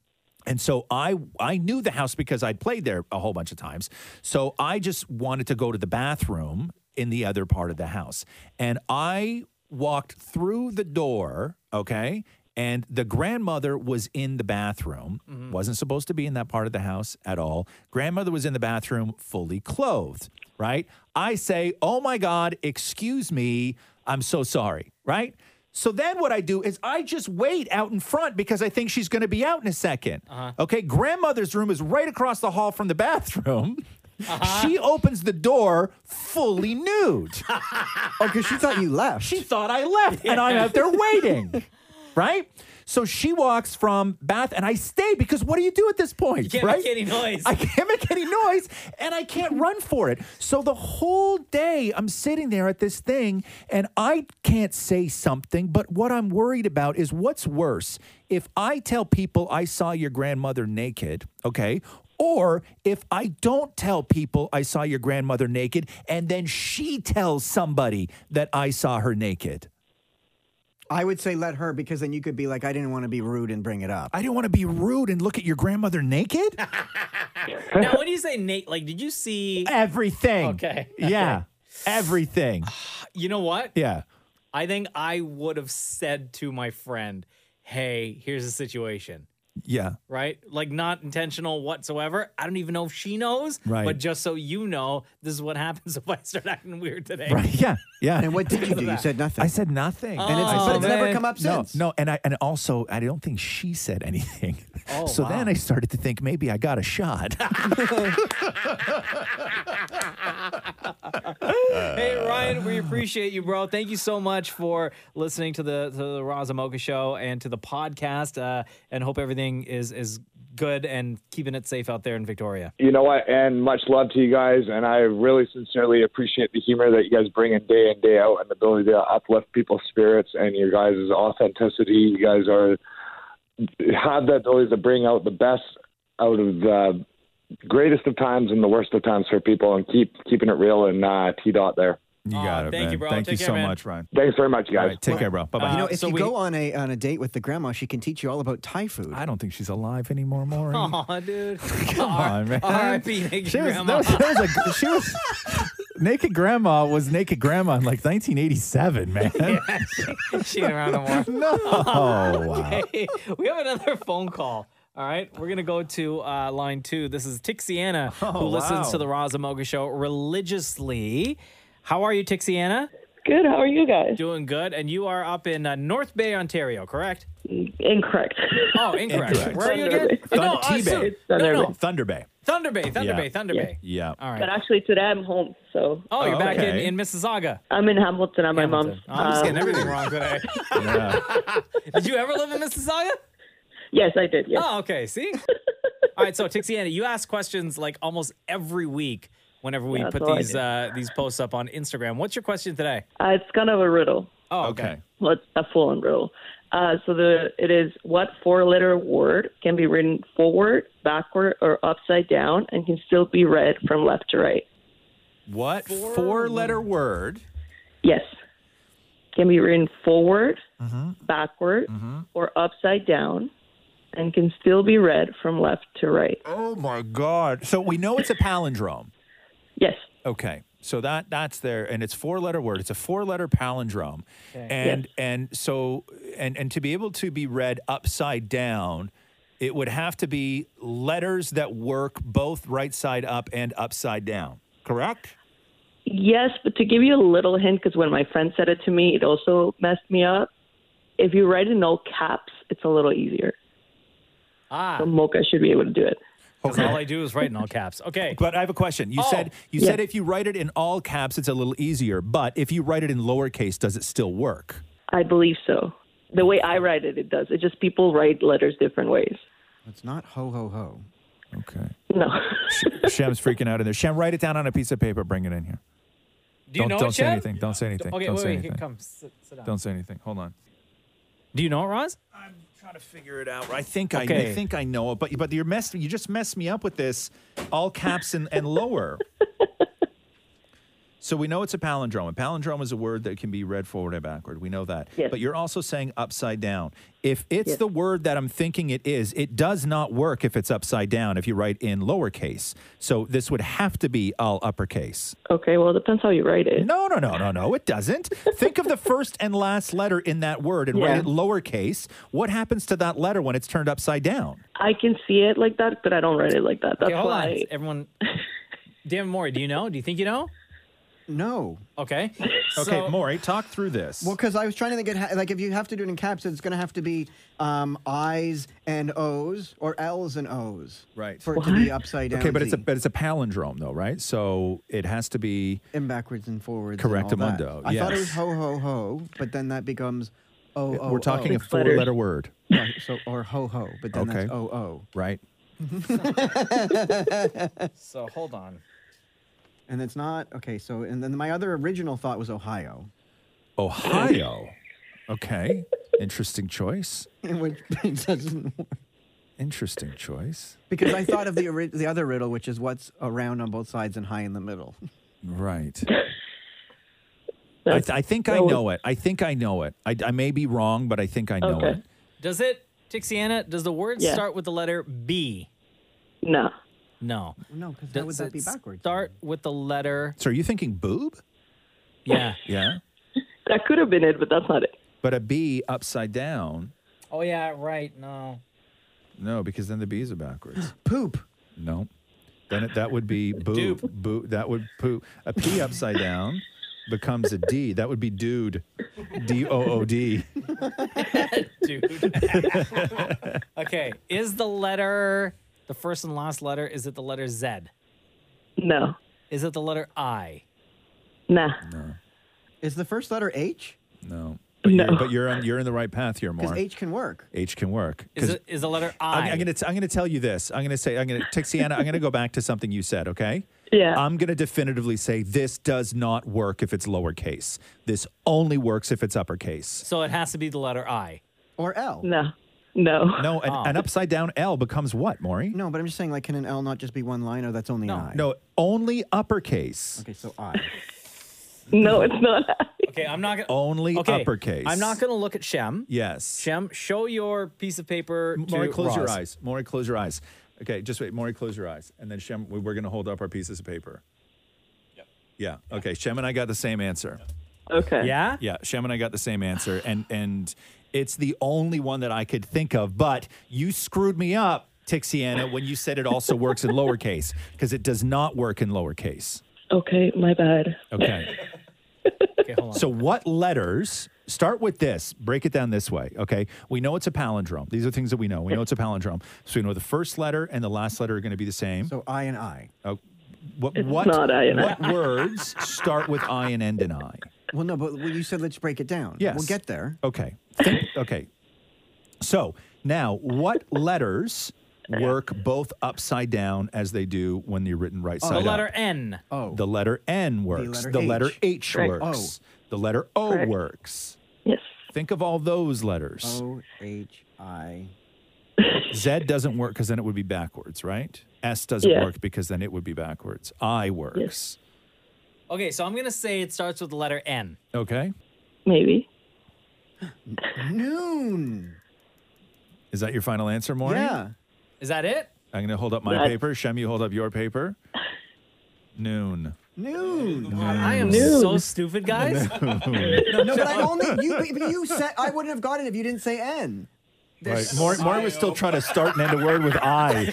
[SPEAKER 4] And so I I knew the house because I'd played there a whole bunch of times. So I just wanted to go to the bathroom in the other part of the house. And I walked through the door, okay? And the grandmother was in the bathroom. Wasn't supposed to be in that part of the house at all. Grandmother was in the bathroom fully clothed, right? I say, "Oh my god, excuse me. I'm so sorry." Right? So then what I do is I just wait out in front because I think she's going to be out in a 2nd Okay, grandmother's room is right across the hall from the bathroom. She opens the door fully nude. oh,
[SPEAKER 8] because she thought you left.
[SPEAKER 4] She thought I left, and I'm out there waiting. Right? So she walks from bath, and I stay because what do you do at this point?
[SPEAKER 18] You can't
[SPEAKER 4] right?
[SPEAKER 18] make any noise.
[SPEAKER 4] I can't make any noise and I can't run for it. So the whole day I'm sitting there at this thing and I can't say something, but what I'm worried about is what's worse if I tell people I saw your grandmother naked, okay? Or if I don't tell people I saw your grandmother naked and then she tells somebody that I saw her naked.
[SPEAKER 8] I would say let her because then you could be like, I didn't want to be rude and bring it up.
[SPEAKER 4] I didn't want to be rude and look at your grandmother naked?
[SPEAKER 2] now, when you say Nate, like, did you see
[SPEAKER 4] Everything.
[SPEAKER 2] Okay.
[SPEAKER 4] Yeah. Everything.
[SPEAKER 2] You know what?
[SPEAKER 4] Yeah.
[SPEAKER 2] I think I would have said to my friend, "Hey, here's the situation."
[SPEAKER 4] Yeah.
[SPEAKER 2] Right? Like not intentional whatsoever. I don't even know if she knows,
[SPEAKER 4] Right.
[SPEAKER 2] but just so you know, this is what happens if I start acting weird today.
[SPEAKER 4] Right. Yeah. Yeah.
[SPEAKER 2] And what did you do? You said
[SPEAKER 8] nothing.
[SPEAKER 4] I said nothing.
[SPEAKER 2] And it's- Oh, but it's never man. come up
[SPEAKER 4] No,
[SPEAKER 2] since.
[SPEAKER 4] No, and I and also I don't think she said anything.
[SPEAKER 18] Oh,
[SPEAKER 4] so then
[SPEAKER 18] wow.
[SPEAKER 4] I started to think maybe I got a shot.
[SPEAKER 2] hey Ryan, we appreciate you, bro. Thank you so much for listening to the to the Razamoka show and to the podcast. Uh, and hope everything is is good and keeping it safe out there in Victoria.
[SPEAKER 14] You know what? And much love to you guys. And I really sincerely appreciate the humor that you guys bring in day in, day out, and the ability to uplift people's spirits and your guys' authenticity. You guys are have that ability to bring out the best out of the greatest of times and the worst of times for people, and keep keeping it real and uh, T dot there.
[SPEAKER 4] You got it,
[SPEAKER 2] thank
[SPEAKER 4] man.
[SPEAKER 2] you, bro.
[SPEAKER 4] Thank
[SPEAKER 2] Take
[SPEAKER 4] you
[SPEAKER 2] care,
[SPEAKER 4] so
[SPEAKER 2] man.
[SPEAKER 4] much, Ryan.
[SPEAKER 14] Thanks very much, guys.
[SPEAKER 4] All right, take care, bro. Bye bye.
[SPEAKER 8] you know, if you go on a on a date with the grandma, she can teach you all about Thai food. I
[SPEAKER 4] don't think she's alive anymore,
[SPEAKER 6] uh,
[SPEAKER 4] Maury.
[SPEAKER 2] Oh, dude.
[SPEAKER 4] Come on, man.
[SPEAKER 2] R.I.P. Naked
[SPEAKER 4] She was,
[SPEAKER 2] Grandma.
[SPEAKER 4] that was- that was a- she was- naked grandma was naked grandma in like 1987, man.
[SPEAKER 2] she ain't around no more.
[SPEAKER 4] No. Oh, wow.
[SPEAKER 2] Okay. We have another phone call. All right. We're going to go to uh, line two. This is Tixiana, who
[SPEAKER 15] wow.
[SPEAKER 2] listens to the Raza Mocha Show religiously. How are you, Tixiana?
[SPEAKER 15] Good. How are you guys?
[SPEAKER 2] Doing good. And you are up in uh, North Bay, Ontario, correct?
[SPEAKER 15] Incorrect.
[SPEAKER 2] Oh, incorrect.
[SPEAKER 4] Incorrect.
[SPEAKER 2] Where are you
[SPEAKER 15] Thunder
[SPEAKER 2] again?
[SPEAKER 15] Bay.
[SPEAKER 2] no,
[SPEAKER 15] Thunder
[SPEAKER 2] uh,
[SPEAKER 15] Bay.
[SPEAKER 2] so-
[SPEAKER 15] It's
[SPEAKER 2] no,
[SPEAKER 15] Thunder
[SPEAKER 2] no.
[SPEAKER 15] Bay.
[SPEAKER 4] Thunder Bay.
[SPEAKER 2] Thunder Bay. Thunder
[SPEAKER 15] Yeah.
[SPEAKER 2] Bay. Thunder
[SPEAKER 15] Yeah.
[SPEAKER 2] Bay.
[SPEAKER 4] Yeah.
[SPEAKER 2] All right.
[SPEAKER 15] But actually, today I'm home. So.
[SPEAKER 2] Oh, you're back in, in Mississauga.
[SPEAKER 15] I'm in Hamilton at my mom's.
[SPEAKER 2] I'm just getting
[SPEAKER 15] Um,
[SPEAKER 2] everything wrong today. Did you ever live in
[SPEAKER 9] Oh,
[SPEAKER 2] Mississauga?
[SPEAKER 15] Yes, I did. Yes.
[SPEAKER 2] Oh, okay. See? All right. So, Tixiana, you ask questions like almost every week whenever we
[SPEAKER 15] Yeah, that's
[SPEAKER 2] put
[SPEAKER 15] all I
[SPEAKER 2] these
[SPEAKER 15] do.
[SPEAKER 2] uh, these posts up on Instagram. What's your question today?
[SPEAKER 15] Uh, it's kind of a riddle.
[SPEAKER 2] Oh, okay.
[SPEAKER 15] Well, it's a full-on riddle. Uh, so the it is what four-letter word can be written forward, backward, or upside down, and can still be read from left to right.
[SPEAKER 4] What four letter word?
[SPEAKER 15] Yes. Can be written forward,
[SPEAKER 2] Mm-hmm.
[SPEAKER 15] backward, or upside down, and can still be read from left to right.
[SPEAKER 4] Oh my God. So we know it's a palindrome.
[SPEAKER 15] Yes.
[SPEAKER 4] Okay. So that that's there and it's four letter word. It's a four letter palindrome.
[SPEAKER 15] Okay.
[SPEAKER 4] And and so and and to be able to be read upside down, it would have to be letters that work both right side up and upside down. Correct?
[SPEAKER 15] Yes, but to give you a little hint, because when my friend said it to me, it also messed me up. If you write in all caps, it's a little easier.
[SPEAKER 2] Ah.
[SPEAKER 15] So Mocha should be able to do it.
[SPEAKER 2] 'Cause All I do is write in all caps. Okay.
[SPEAKER 4] But I have a question. You
[SPEAKER 2] Oh.
[SPEAKER 4] said you
[SPEAKER 2] Yeah.
[SPEAKER 4] said if you write it in all caps it's a little easier, but if you write it in lowercase does it still work?
[SPEAKER 15] I believe so. The way I write it, it does. It's just people write letters different ways.
[SPEAKER 4] It's not ho ho ho.
[SPEAKER 15] No.
[SPEAKER 4] Sham's freaking out in there. Sham, write it down on a piece of paper. Bring it in here.
[SPEAKER 2] Do you
[SPEAKER 4] don't
[SPEAKER 2] know
[SPEAKER 4] don't
[SPEAKER 2] it,
[SPEAKER 4] say
[SPEAKER 2] Chad?
[SPEAKER 4] anything. Don't say anything.
[SPEAKER 2] Okay,
[SPEAKER 4] don't
[SPEAKER 2] wait,
[SPEAKER 4] say
[SPEAKER 2] wait.
[SPEAKER 4] anything.
[SPEAKER 2] Here, come. Sit, sit down.
[SPEAKER 4] Don't say anything. Hold on.
[SPEAKER 2] Do you know it, Roz?
[SPEAKER 4] Trying to figure it out. I think I,
[SPEAKER 2] Okay.
[SPEAKER 4] I think I know it, but but you're mess you just messed me up with this all caps and, and lower. So we know it's a palindrome. A palindrome is a word that can be read forward and backward. We know that. But you're also saying upside down. If it's the word that I'm thinking it is, it does not work if it's upside down if you write in lowercase. So this would have to be all uppercase.
[SPEAKER 15] Okay, well, it depends how you write it.
[SPEAKER 4] No, no, no, no, no, it doesn't. Think of the first and last letter in that word and write
[SPEAKER 15] Yeah.
[SPEAKER 4] it lowercase. What happens to that letter when it's turned upside down?
[SPEAKER 15] I can see it like that, but I don't write it like that. That's
[SPEAKER 2] Okay, hold
[SPEAKER 15] why.
[SPEAKER 2] on. Everyone. Dan Mori, do you know? Do you think you know?
[SPEAKER 8] No.
[SPEAKER 2] Okay.
[SPEAKER 8] Okay,
[SPEAKER 4] Maury, talk through this.
[SPEAKER 8] Well, because I was trying to think, it ha- like, if you have to do it in caps, it's going to have to be um, I's and O's or L's and O's.
[SPEAKER 4] Right.
[SPEAKER 8] For it to be upside down.
[SPEAKER 4] Okay, but it's a
[SPEAKER 8] Z.
[SPEAKER 4] but it's a palindrome though, right? So it has to be
[SPEAKER 8] and backwards and forwards.
[SPEAKER 4] Correct
[SPEAKER 8] and all that.
[SPEAKER 4] amundo,
[SPEAKER 8] I thought it was
[SPEAKER 4] yes.
[SPEAKER 8] ho ho ho, but then that becomes o o.
[SPEAKER 4] we're talking a four letter word.
[SPEAKER 8] Yeah, so or ho ho, but then that's
[SPEAKER 4] Okay.
[SPEAKER 8] o o.
[SPEAKER 4] Right.
[SPEAKER 2] So hold on.
[SPEAKER 8] And it's not okay. So and then my other original thought was Ohio,
[SPEAKER 4] Ohio. Okay. Interesting choice.
[SPEAKER 8] which doesn't work.
[SPEAKER 4] Interesting choice.
[SPEAKER 8] because I thought of the ori- the other riddle, which is what's around on both sides and high in the middle.
[SPEAKER 4] Right. I, th- I think I know it. I think I know it. I, I may be wrong, but I think I know it.
[SPEAKER 2] Does it, Tixiana, does the word
[SPEAKER 15] Yeah.
[SPEAKER 2] start with the letter B?
[SPEAKER 15] No.
[SPEAKER 2] No.
[SPEAKER 8] No, because
[SPEAKER 2] Does
[SPEAKER 8] would that
[SPEAKER 2] it
[SPEAKER 8] be backwards?
[SPEAKER 2] Start with the letter.
[SPEAKER 4] So are you thinking boob?
[SPEAKER 2] Yeah.
[SPEAKER 4] Yeah.
[SPEAKER 15] That could have been it, but that's not it.
[SPEAKER 4] But a B upside down.
[SPEAKER 2] Oh, yeah, right. No.
[SPEAKER 4] No, because then the B's are backwards.
[SPEAKER 8] Poop.
[SPEAKER 4] No. Then it, that would be boob. Boo. That would poop. A P upside down becomes a D. That would be dude. D O O D.
[SPEAKER 2] Okay. Is the letter the first and last letter? Is it the letter Z?
[SPEAKER 15] No.
[SPEAKER 2] Is it the letter I?
[SPEAKER 15] Nah.
[SPEAKER 8] Is the first letter H?
[SPEAKER 4] No. But you're, but you're on, you're in the right path here,
[SPEAKER 8] Because
[SPEAKER 4] more.
[SPEAKER 8] H can work.
[SPEAKER 4] H can work.
[SPEAKER 2] Is
[SPEAKER 4] 'Cause
[SPEAKER 2] it is the letter
[SPEAKER 4] I'm,
[SPEAKER 2] I?
[SPEAKER 4] I'm gonna t- I'm gonna tell you this. I'm gonna say I'm gonna Tixiana. I'm gonna go back to something you said. Okay.
[SPEAKER 15] Yeah.
[SPEAKER 4] I'm gonna definitively say this does not work if it's lowercase. This only works if it's uppercase.
[SPEAKER 2] so it has to be the letter I.
[SPEAKER 8] Or L.
[SPEAKER 15] No. No.
[SPEAKER 4] No, an, an upside down L becomes what, Maury?
[SPEAKER 8] No, but I'm just saying, like, can an L not just be one line, or that's only an I?
[SPEAKER 4] No, only uppercase. Okay,
[SPEAKER 8] so I.
[SPEAKER 15] no, it's not.
[SPEAKER 2] Okay, I'm not gonna
[SPEAKER 4] only
[SPEAKER 2] okay,
[SPEAKER 4] uppercase.
[SPEAKER 2] I'm not gonna look at Shem.
[SPEAKER 4] Yes.
[SPEAKER 2] Shem, show your piece of paper. to
[SPEAKER 4] Maury, close your
[SPEAKER 2] Roz.
[SPEAKER 4] eyes. Maury, close your eyes. Okay, just wait. Maury, close your eyes. And then Shem, we- we're going to hold up our pieces of paper. Yeah. Okay. Shem and I got the same answer.
[SPEAKER 15] Okay.
[SPEAKER 2] Yeah.
[SPEAKER 4] Yeah. Shem and I got the same answer, and and it's the only one that I could think of. But you screwed me up, Tixiana, when you said it also works in lowercase because it does not work in lowercase.
[SPEAKER 15] Okay, my bad.
[SPEAKER 4] Okay. So what letters start with this? Break it down this way. Okay. We know it's a palindrome. These are things that we know. We know it's a palindrome. So we know the first letter and the last letter are going to be the same. So
[SPEAKER 8] I and I.
[SPEAKER 4] Oh, what
[SPEAKER 8] It's
[SPEAKER 4] what,
[SPEAKER 8] not I and I.
[SPEAKER 4] what words start with I and end in I?
[SPEAKER 8] Well, no, but well, you said let's break it down.
[SPEAKER 4] Yes.
[SPEAKER 8] We'll get there.
[SPEAKER 4] Okay. Think- okay. So now, what letters work both upside down as they do when they're written right
[SPEAKER 2] the
[SPEAKER 4] side
[SPEAKER 2] letter
[SPEAKER 4] up?
[SPEAKER 2] N.
[SPEAKER 8] Oh.
[SPEAKER 4] The letter N works.
[SPEAKER 2] letter
[SPEAKER 4] The
[SPEAKER 2] H.
[SPEAKER 4] letter H,
[SPEAKER 2] Correct.
[SPEAKER 4] works. The letter O
[SPEAKER 2] Correct.
[SPEAKER 4] works.
[SPEAKER 15] Yes.
[SPEAKER 4] Think of all those letters.
[SPEAKER 8] O H I.
[SPEAKER 4] Z doesn't work because then it would be backwards, right? S doesn't
[SPEAKER 2] Yeah.
[SPEAKER 4] work because then it would be backwards. I works.
[SPEAKER 2] Okay, so I'm gonna say it starts with the letter N.
[SPEAKER 4] Okay.
[SPEAKER 15] Maybe.
[SPEAKER 8] Noon.
[SPEAKER 4] Is that your final answer, Maureen?
[SPEAKER 2] Is that it?
[SPEAKER 4] I'm going to hold up my
[SPEAKER 2] That-
[SPEAKER 4] paper. Shem, you hold up your paper. Noon.
[SPEAKER 8] Noon.
[SPEAKER 2] I am
[SPEAKER 4] Noon.
[SPEAKER 2] so stupid, guys.
[SPEAKER 8] No, but I only you. But you said I wouldn't have gotten it if you didn't say N.
[SPEAKER 4] Right. Maury, Maury was still trying to start and end a word with I.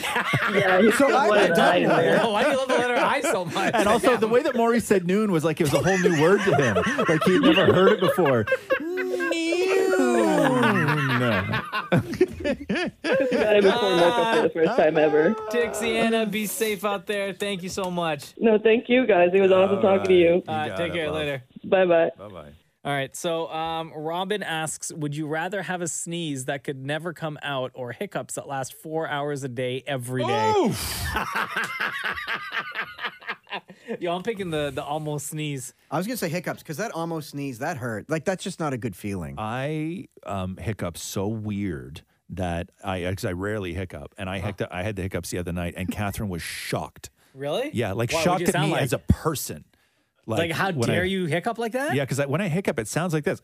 [SPEAKER 8] Yeah, so I went down there.
[SPEAKER 2] Why do you love the letter I so much?
[SPEAKER 4] And also, the way that Maury said noon was like it was a whole new word to him. Like he'd never heard it before. No.
[SPEAKER 15] Got it before mocha for the first time ever.
[SPEAKER 2] Ah, Tixiana, be safe out there. Thank you so much.
[SPEAKER 15] No, thank you guys. It was awesome
[SPEAKER 2] All
[SPEAKER 15] talking to you.
[SPEAKER 2] All right, take care later.
[SPEAKER 15] Bye bye.
[SPEAKER 4] Bye bye.
[SPEAKER 2] All right, so um, Robin asks, would you rather have a sneeze that could never come out or hiccups that last four hours a day every day? Yo, I'm picking the the almost sneeze.
[SPEAKER 8] I was gonna say hiccups because that almost sneeze that hurt. Like that's just not a good feeling.
[SPEAKER 4] I um, hiccup so weird that I, because I rarely hiccup, and I, hiccuped, I had the hiccups the other night, and Catherine was shocked.
[SPEAKER 2] Really?
[SPEAKER 4] Yeah, like
[SPEAKER 2] Why, what'd
[SPEAKER 4] shocked
[SPEAKER 2] you
[SPEAKER 4] at
[SPEAKER 2] sound
[SPEAKER 4] me
[SPEAKER 2] like?
[SPEAKER 4] as a person.
[SPEAKER 2] Like, how
[SPEAKER 4] when I-
[SPEAKER 2] dare you hiccup like that?
[SPEAKER 4] Yeah, because when I hiccup, it sounds like this.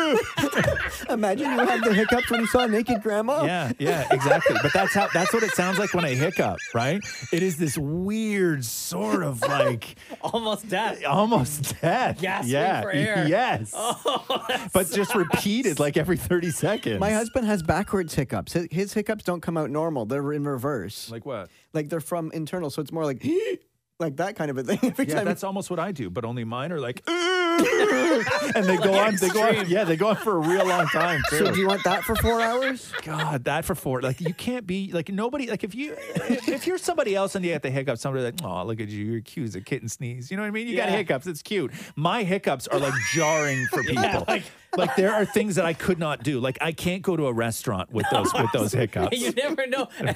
[SPEAKER 8] Imagine you had the hiccups when you saw naked grandma.
[SPEAKER 4] Yeah, yeah, exactly. but that's how that's what it sounds like when I hiccup, right? It is this weird sort of like
[SPEAKER 2] Almost death.
[SPEAKER 4] almost death.
[SPEAKER 2] Gasping
[SPEAKER 4] yeah.
[SPEAKER 2] for air. Oh,
[SPEAKER 4] Yes. but just repeated like every 30 seconds.
[SPEAKER 8] My husband has backwards hiccups. His, his hiccups don't come out normal; they're in reverse.
[SPEAKER 4] Like what?
[SPEAKER 8] Like they're from internal, so it's more like like that kind of a thing every
[SPEAKER 4] Yeah,
[SPEAKER 8] time.
[SPEAKER 4] that's almost what I do, but only mine are like and they go on they go on yeah, they go on for a real long time too.
[SPEAKER 8] so do you want that for four hours?
[SPEAKER 4] God, that for four. Like you can't be like nobody. Like if you if you're somebody else and you have to hiccup, somebody like, oh, look at you, you're cute as a kitten sneeze. You know what I mean? You got
[SPEAKER 2] Yeah.
[SPEAKER 4] hiccups. It's cute. My hiccups are like jarring for people.
[SPEAKER 2] Yeah,
[SPEAKER 4] like,
[SPEAKER 2] like-
[SPEAKER 4] there are things that I could not do. Like I can't go to a restaurant with those with those hiccups.
[SPEAKER 2] you never know, and,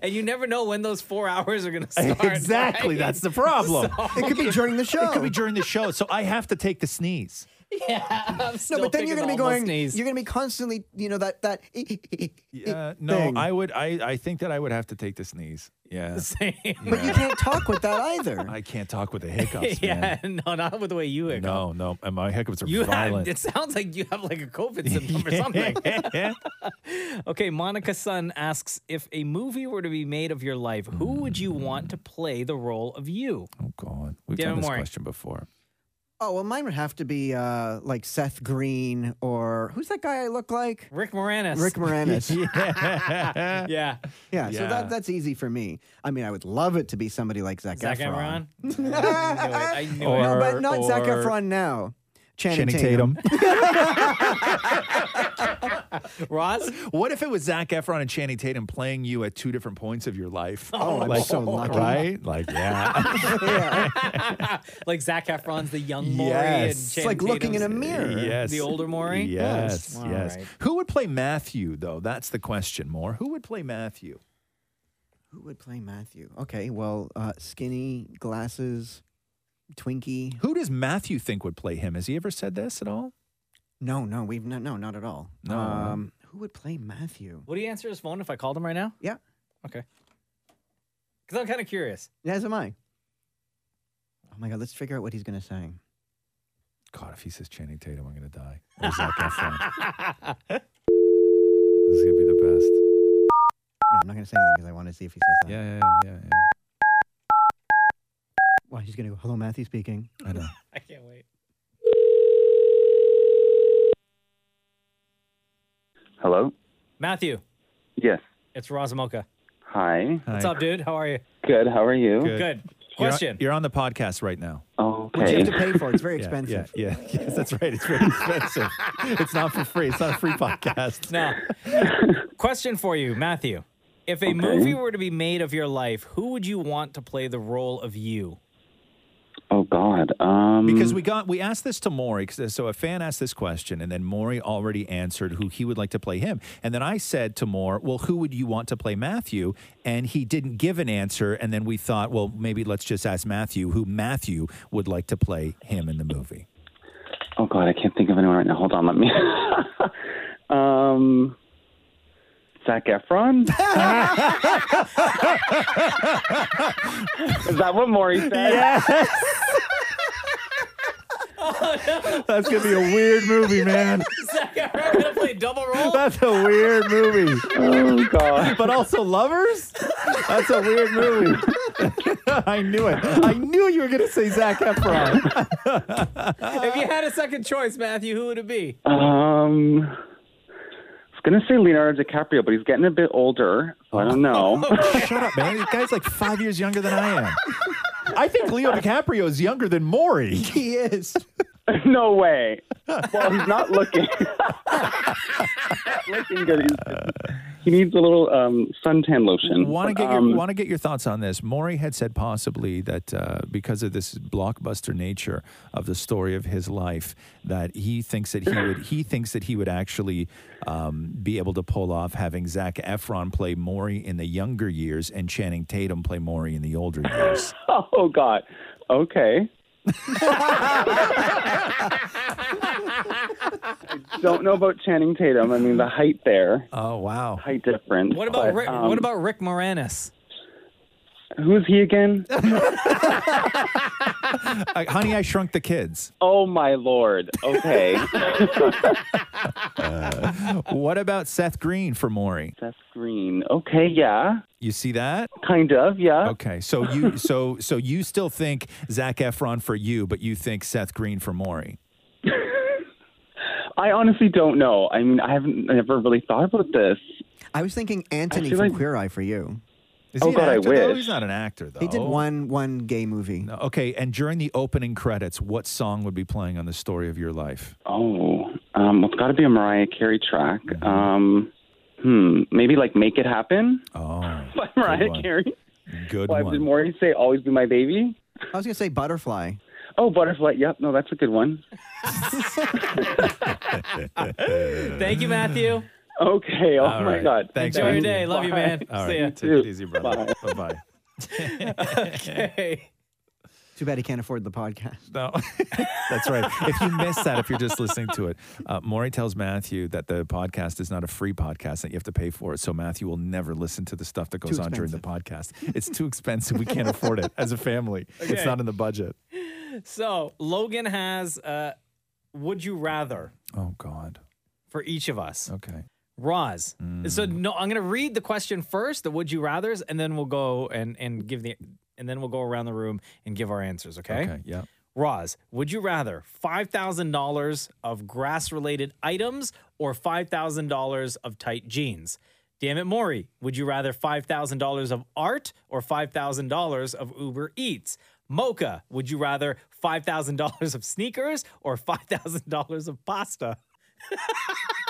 [SPEAKER 2] and you never know when those four hours are gonna start.
[SPEAKER 4] exactly.
[SPEAKER 2] right?
[SPEAKER 4] That's the problem.
[SPEAKER 2] So-
[SPEAKER 8] It could be during the show.
[SPEAKER 4] It could be during the show. So I have to take the sneeze.
[SPEAKER 2] yeah, I'm
[SPEAKER 8] No,
[SPEAKER 2] still
[SPEAKER 8] but then you're
[SPEAKER 2] picking
[SPEAKER 8] gonna be
[SPEAKER 2] almost
[SPEAKER 8] going.
[SPEAKER 2] Sneeze.
[SPEAKER 8] You're gonna be constantly, you know, that that.
[SPEAKER 4] Uh, no,
[SPEAKER 8] Thing.
[SPEAKER 4] I would. I I think that I would have to take the sneeze. Yeah.
[SPEAKER 8] But you can't talk with that either.
[SPEAKER 4] I can't talk with the hiccups, man.
[SPEAKER 2] yeah, no, not with the way you hiccup.
[SPEAKER 4] No, no, and my hiccups are
[SPEAKER 2] You
[SPEAKER 4] violent.
[SPEAKER 2] have, it sounds like you have like a COVID symptom or something. okay, Monica Sun asks if a movie were to be made of your life, who would you want to play the role of you?
[SPEAKER 4] Mm. Oh God, We've
[SPEAKER 2] Damn
[SPEAKER 4] done
[SPEAKER 2] it,
[SPEAKER 4] this
[SPEAKER 2] Maury.
[SPEAKER 4] question before.
[SPEAKER 8] Oh well, mine would have to be uh, like Seth Green or who's that guy I look like?
[SPEAKER 2] Rick Moranis.
[SPEAKER 8] Rick Moranis.
[SPEAKER 2] yeah. yeah.
[SPEAKER 8] Yeah, so that, that's easy for me. I mean, I would love it to be somebody like Zac,
[SPEAKER 2] Zac
[SPEAKER 8] Efron.
[SPEAKER 2] Efron. I knew it. I knew it.
[SPEAKER 8] no, but not Zac
[SPEAKER 4] or-
[SPEAKER 8] Efron now. Channing
[SPEAKER 4] Tatum.
[SPEAKER 2] Roz?
[SPEAKER 4] What if it was Zach Efron and Channing Tatum playing you at two different points of your life?
[SPEAKER 2] Oh, I'm so lucky.
[SPEAKER 4] Right? Like, yeah.
[SPEAKER 2] like Zach Efron's the young Maury. And
[SPEAKER 4] Yes.
[SPEAKER 2] Channing Tatum's
[SPEAKER 4] Yes.
[SPEAKER 2] The older Maury.
[SPEAKER 4] Yes.
[SPEAKER 2] All
[SPEAKER 4] yes.
[SPEAKER 2] right.
[SPEAKER 4] Who would play Matthew, though? That's the question, more. Who would play Matthew?
[SPEAKER 8] Who would play Matthew? Okay, well, uh, skinny glasses, Twinkie.
[SPEAKER 4] Who does Matthew think would play him? Has he ever said this at all?
[SPEAKER 8] No, no, we've no, no, not at all.
[SPEAKER 4] No.
[SPEAKER 8] Um, who would play Matthew?
[SPEAKER 2] Would he answer his phone if I called him right now?
[SPEAKER 8] Yeah.
[SPEAKER 2] Okay. Because I'm kind of curious.
[SPEAKER 8] As am I. Oh my God, let's figure out what he's going to say.
[SPEAKER 4] God, if he says Channing Tatum, I'm going to die. Or Zac Efron. this is going to be the best.
[SPEAKER 8] Yeah, I'm not going to say anything because I want to see if he says that.
[SPEAKER 4] Yeah, yeah, yeah, yeah.
[SPEAKER 8] Well, he's going to go, hello, Matthew speaking.
[SPEAKER 4] I know.
[SPEAKER 2] I can't wait.
[SPEAKER 9] Hello?
[SPEAKER 2] Matthew,
[SPEAKER 9] Yes.
[SPEAKER 2] it's Roz and Mocha.
[SPEAKER 9] Hi.
[SPEAKER 2] What's up, dude? How are you?
[SPEAKER 9] Good. How are you?
[SPEAKER 2] Good. Question.
[SPEAKER 4] You're on, the podcast right now.
[SPEAKER 9] Okay.
[SPEAKER 4] Which you have to
[SPEAKER 8] pay for. It's very
[SPEAKER 4] Yeah, Yeah, yeah, yes, that's right. It's very expensive. it's not for free. It's not a free podcast.
[SPEAKER 2] Now, question for you, Matthew. If a movie were to be made of your life, who would you want to play the role of you?
[SPEAKER 9] Oh God. Um,
[SPEAKER 4] because we got we asked this to Maury. 'cause- uh, So a fan asked this question, and then Maury already answered who he would like to play him. And then I said to Moore, "Well, who would you want to play Matthew?" And he didn't give an answer. And then we thought, well, maybe let's just ask Matthew who Matthew would like to play him in the movie.
[SPEAKER 9] Oh God, I can't think of anyone right now. Hold on, let me. um, Zac Efron. Is that what Maury said?
[SPEAKER 4] Yes. That's gonna be a weird movie, man.
[SPEAKER 2] Zach Efron gonna play double role?
[SPEAKER 4] That's a weird movie.
[SPEAKER 9] Oh god.
[SPEAKER 4] But also lovers? That's a weird movie. I knew it. I knew you were gonna say Zach Efron. Ah.
[SPEAKER 2] if you had a second choice, Matthew, who would it be?
[SPEAKER 9] Um, I was gonna say Leonardo DiCaprio, but he's getting a bit older. So I don't know.
[SPEAKER 4] Shut up, man. This guy's like five years younger than I am. I think Leo DiCaprio is younger than Maury. He is.
[SPEAKER 9] no way. Well, he's not looking. not looking good. He's- He needs a little um, suntan lotion.
[SPEAKER 4] Want to
[SPEAKER 9] But,
[SPEAKER 4] get your
[SPEAKER 9] um,
[SPEAKER 4] want to get your thoughts on this? Maury had said possibly that uh, because of this blockbuster nature of the story of his life, that he thinks that he would he thinks that he would actually um, be able to pull off having Zach Efron play Maury in the younger years and Channing Tatum play Maury in the older years.
[SPEAKER 9] Oh God. Okay. I don't know about Channing Tatum. I mean, the height there.
[SPEAKER 4] Oh wow.
[SPEAKER 9] Height difference.
[SPEAKER 2] What about
[SPEAKER 9] but,
[SPEAKER 2] Rick,
[SPEAKER 9] um,
[SPEAKER 2] what about Rick Moranis?
[SPEAKER 9] who's he again?
[SPEAKER 4] Uh, honey, I shrunk the kids.
[SPEAKER 9] oh my lord. Okay.
[SPEAKER 4] Uh, What about Seth Green for Maury?
[SPEAKER 9] Seth Green. Okay, yeah.
[SPEAKER 4] You see that?
[SPEAKER 9] Kind of, yeah.
[SPEAKER 4] Okay, so you so so you still think Zach Efron for you, but you think Seth Green for Maury.
[SPEAKER 9] I honestly don't know. I mean, I haven't I never really thought about this.
[SPEAKER 8] I was thinking Anthony
[SPEAKER 9] feel
[SPEAKER 8] from
[SPEAKER 9] like-
[SPEAKER 8] Queer Eye for you.
[SPEAKER 4] Is
[SPEAKER 9] Oh,
[SPEAKER 4] he an actor, though? He's not an actor though.
[SPEAKER 8] He did one one gay movie.
[SPEAKER 4] No, Okay, and during the opening credits, what song would be playing on the story of your life?
[SPEAKER 9] Oh, um, well, it's got to be a Mariah Carey track.
[SPEAKER 4] Mm-hmm.
[SPEAKER 9] Um, hmm, maybe like "Make It Happen"
[SPEAKER 4] Oh,
[SPEAKER 9] by Mariah Carey.
[SPEAKER 4] Good
[SPEAKER 9] Why did Maury say "Always Be My Baby"?
[SPEAKER 8] I was going to say Butterfly.
[SPEAKER 9] Oh, Butterfly. Yep, no, that's a good one.
[SPEAKER 2] Thank you, Matthew.
[SPEAKER 9] Okay. Oh
[SPEAKER 4] All
[SPEAKER 9] my
[SPEAKER 4] right.
[SPEAKER 9] God.
[SPEAKER 4] Thanks,
[SPEAKER 2] Enjoy your
[SPEAKER 4] Matthew.
[SPEAKER 2] day. Love you, man.
[SPEAKER 4] All right,
[SPEAKER 2] See ya.
[SPEAKER 4] take it easy, brother. Bye bye.
[SPEAKER 2] Okay.
[SPEAKER 8] Too bad he can't afford the podcast.
[SPEAKER 4] No, that's right. If you missed that, if you're just listening to it, uh, Maury tells Matthew that the podcast is not a free podcast that you have to pay for it. So Matthew will never listen to the stuff that goes on during the podcast. It's too expensive. We can't afford it as a family.
[SPEAKER 2] Okay.
[SPEAKER 4] It's not in the budget.
[SPEAKER 2] So Logan has uh, "Would You Rather"
[SPEAKER 4] Oh God.
[SPEAKER 2] for each of us.
[SPEAKER 4] Okay. Mm.
[SPEAKER 2] Roz. So no, I'm gonna read the question first, the "Would You Rather's," and then we'll go and and give the and then we'll go around the room and give our answers. Okay.
[SPEAKER 4] Okay. Yeah.
[SPEAKER 2] Roz, would you rather five thousand dollars of grass-related items or five thousand dollars of tight jeans? Damn it, Maury, would you rather five thousand dollars of art or five thousand dollars of Uber Eats? Mocha, would you rather $5,000 of sneakers or $5,000 of pasta?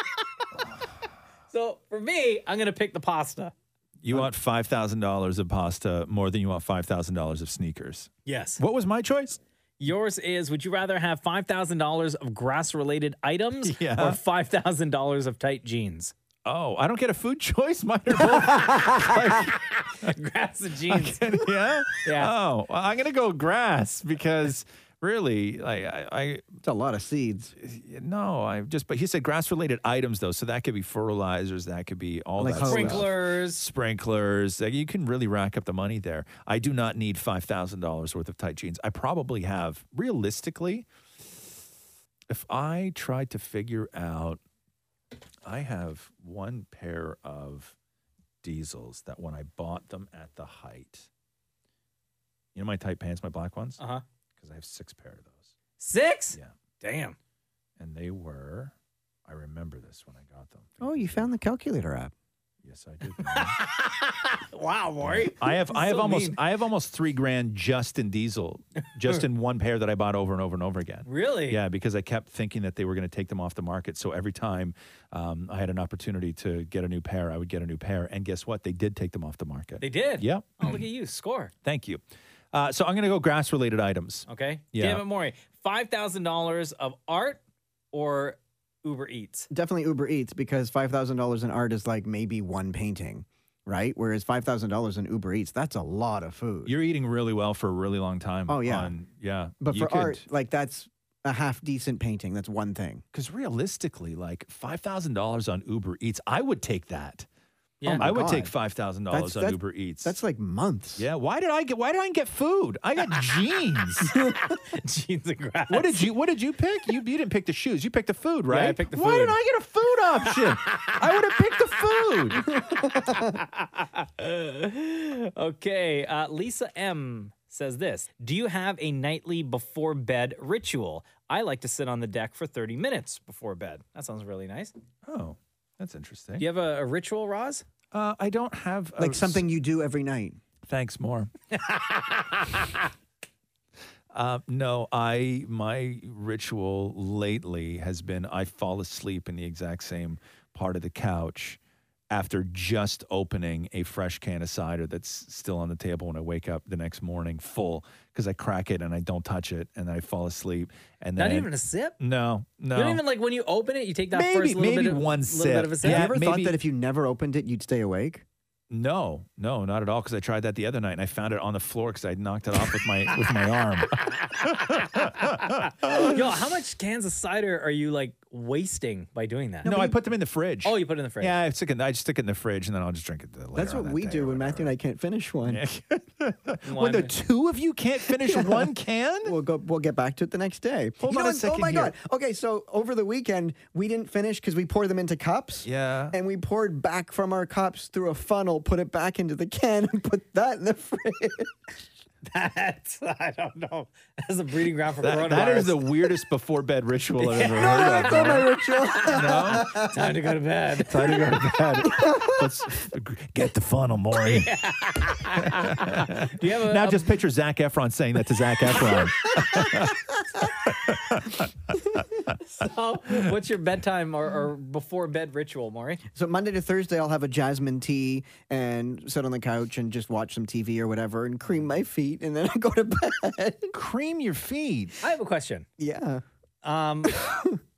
[SPEAKER 2] so for me, I'm going to pick the pasta.
[SPEAKER 4] You want five thousand dollars of pasta more than you want five thousand dollars of sneakers.
[SPEAKER 2] Yes.
[SPEAKER 4] What was my choice?
[SPEAKER 2] Yours is would you rather have $5,000 of grass related items
[SPEAKER 4] Yeah.
[SPEAKER 2] or $5,000 of tight jeans?
[SPEAKER 4] Oh, I don't get a food choice. Mine are both.
[SPEAKER 2] grass and jeans.
[SPEAKER 4] yeah.
[SPEAKER 2] Yeah.
[SPEAKER 4] Oh, well, I'm gonna go grass because really, like I, I it's
[SPEAKER 8] a lot of seeds.
[SPEAKER 4] No, I just but he said grass related items though, so that could be fertilizers, that could be all
[SPEAKER 2] Like
[SPEAKER 4] that stuff.
[SPEAKER 2] sprinklers.
[SPEAKER 4] sprinklers. Like, You can really rack up the money there. I do not need five thousand dollars worth of tight jeans. I probably have realistically. If I tried to figure out, I have one pair of diesels that when I bought them at the height, you know my tight pants, my black ones,
[SPEAKER 2] Uh huh.
[SPEAKER 4] because I have six pair of those.
[SPEAKER 2] Six?
[SPEAKER 4] Yeah.
[SPEAKER 2] Damn.
[SPEAKER 4] And they were. I remember this when I got them.
[SPEAKER 8] Oh, you found the calculator app.
[SPEAKER 4] Yes, I did.
[SPEAKER 2] Wow, Maury.
[SPEAKER 4] I have I have
[SPEAKER 2] So
[SPEAKER 4] almost
[SPEAKER 2] mean.
[SPEAKER 4] I have almost three grand just in diesel, just in one pair that I bought over and over and over again.
[SPEAKER 2] Really?
[SPEAKER 4] Yeah, because I kept thinking that they were going to take them off the market. So every time um, I had an opportunity to get a new pair, I would get a new pair. And guess what? They did take them off the market.
[SPEAKER 2] They did?
[SPEAKER 4] Yep.
[SPEAKER 2] Oh, look at you. Score.
[SPEAKER 4] Thank you. Uh, so I'm going to go grass related items.
[SPEAKER 2] Okay.
[SPEAKER 4] Yeah.
[SPEAKER 2] Damn it, Maury. $5,000 of art or Uber Eats?
[SPEAKER 8] Definitely Uber Eats because five thousand dollars in art is like maybe one painting, right? Whereas five thousand dollars in Uber Eats, that's a lot of food.
[SPEAKER 4] You're eating really well for a really long time.
[SPEAKER 8] Oh, yeah.
[SPEAKER 4] on- yeah.
[SPEAKER 8] But
[SPEAKER 4] You
[SPEAKER 8] for
[SPEAKER 4] could-
[SPEAKER 8] art, like that's a half decent painting. That's one thing.
[SPEAKER 4] Because realistically, like five thousand dollars on Uber Eats, I would take that.
[SPEAKER 8] Yeah. Oh my
[SPEAKER 4] I would take
[SPEAKER 8] God.
[SPEAKER 4] five thousand
[SPEAKER 8] That's-
[SPEAKER 4] dollars on
[SPEAKER 8] that's-
[SPEAKER 4] Uber Eats.
[SPEAKER 8] That's like months.
[SPEAKER 4] yeah. Why did I get? Why did I get food? I got jeans.
[SPEAKER 2] jeans and grass.
[SPEAKER 4] What did you? What did you pick? You, you didn't pick the shoes. You picked the food, right?
[SPEAKER 2] I picked the
[SPEAKER 4] why
[SPEAKER 2] food.
[SPEAKER 4] did I get a food option? I would have picked the food.
[SPEAKER 2] okay. Uh, Lisa M says this Do you have a nightly before bed ritual? I like to sit on the deck for 30 minutes before bed. That sounds really nice.
[SPEAKER 4] Oh, that's interesting.
[SPEAKER 2] Do you have a, a ritual, Roz?
[SPEAKER 4] Uh, I don't have
[SPEAKER 8] Like something you do every night.
[SPEAKER 4] Thanks more. Uh, no, I my ritual lately has been I fall asleep in the exact same part of the couch after just opening a fresh can of cider that's still on the table when I wake up the next morning full because I crack it and I don't touch it and I fall asleep and then
[SPEAKER 2] Not even a sip?
[SPEAKER 4] no no
[SPEAKER 2] You don't even like when you open it, you take that
[SPEAKER 4] Maybe-
[SPEAKER 2] first little
[SPEAKER 4] maybe
[SPEAKER 2] bit of,
[SPEAKER 4] one
[SPEAKER 2] little
[SPEAKER 4] sip.
[SPEAKER 2] bit of a sip.
[SPEAKER 4] Yeah,
[SPEAKER 8] Have you ever
[SPEAKER 4] maybe-
[SPEAKER 8] thought that if you never opened it, you'd stay awake?
[SPEAKER 4] No, no, not at all. Because I tried that the other night and I found it on the floor because I knocked it off with my with my arm.
[SPEAKER 2] Yo, how much cans of cider are you like wasting by doing that?
[SPEAKER 4] No, I put them in the fridge.
[SPEAKER 2] Oh, you put it in the fridge.
[SPEAKER 4] Yeah, I stick it. I just stick it in the fridge, and then I'll just drink it later.
[SPEAKER 8] That's what we do when Matthew and I can't finish one.
[SPEAKER 4] When the two of you can't finish one can,
[SPEAKER 8] we'll go. We'll get back to it the next day.
[SPEAKER 4] Hold
[SPEAKER 8] You
[SPEAKER 4] on a
[SPEAKER 8] know what?
[SPEAKER 4] second
[SPEAKER 8] Oh my
[SPEAKER 4] here.
[SPEAKER 8] god. Okay, so over the weekend we didn't finish because we poured them into cups.
[SPEAKER 4] Yeah.
[SPEAKER 8] And we poured back from our cups through a funnel, put it back into the can, and put that in the fridge.
[SPEAKER 2] That's I don't know. That's a breeding ground for
[SPEAKER 4] That-
[SPEAKER 2] coronavirus.
[SPEAKER 4] that is the weirdest before bed ritual I've ever
[SPEAKER 2] Yeah.
[SPEAKER 4] heard of.
[SPEAKER 2] No,
[SPEAKER 4] man.
[SPEAKER 2] that's not my ritual. No? Time to go to bed.
[SPEAKER 4] Time to go to bed. Let's get the funnel, Maury.
[SPEAKER 2] Do you have a,
[SPEAKER 4] now
[SPEAKER 2] a-
[SPEAKER 4] just picture Zach Efron saying that to Zach Efron.
[SPEAKER 2] so, what's your bedtime or, or before bed ritual, Maury?
[SPEAKER 8] So Monday to Thursday, I'll have a jasmine tea and sit on the couch and just watch some TV or whatever and cream my feet, and then I go to bed.
[SPEAKER 4] Cream your feet.
[SPEAKER 2] I have a question.
[SPEAKER 8] Yeah.
[SPEAKER 2] Um,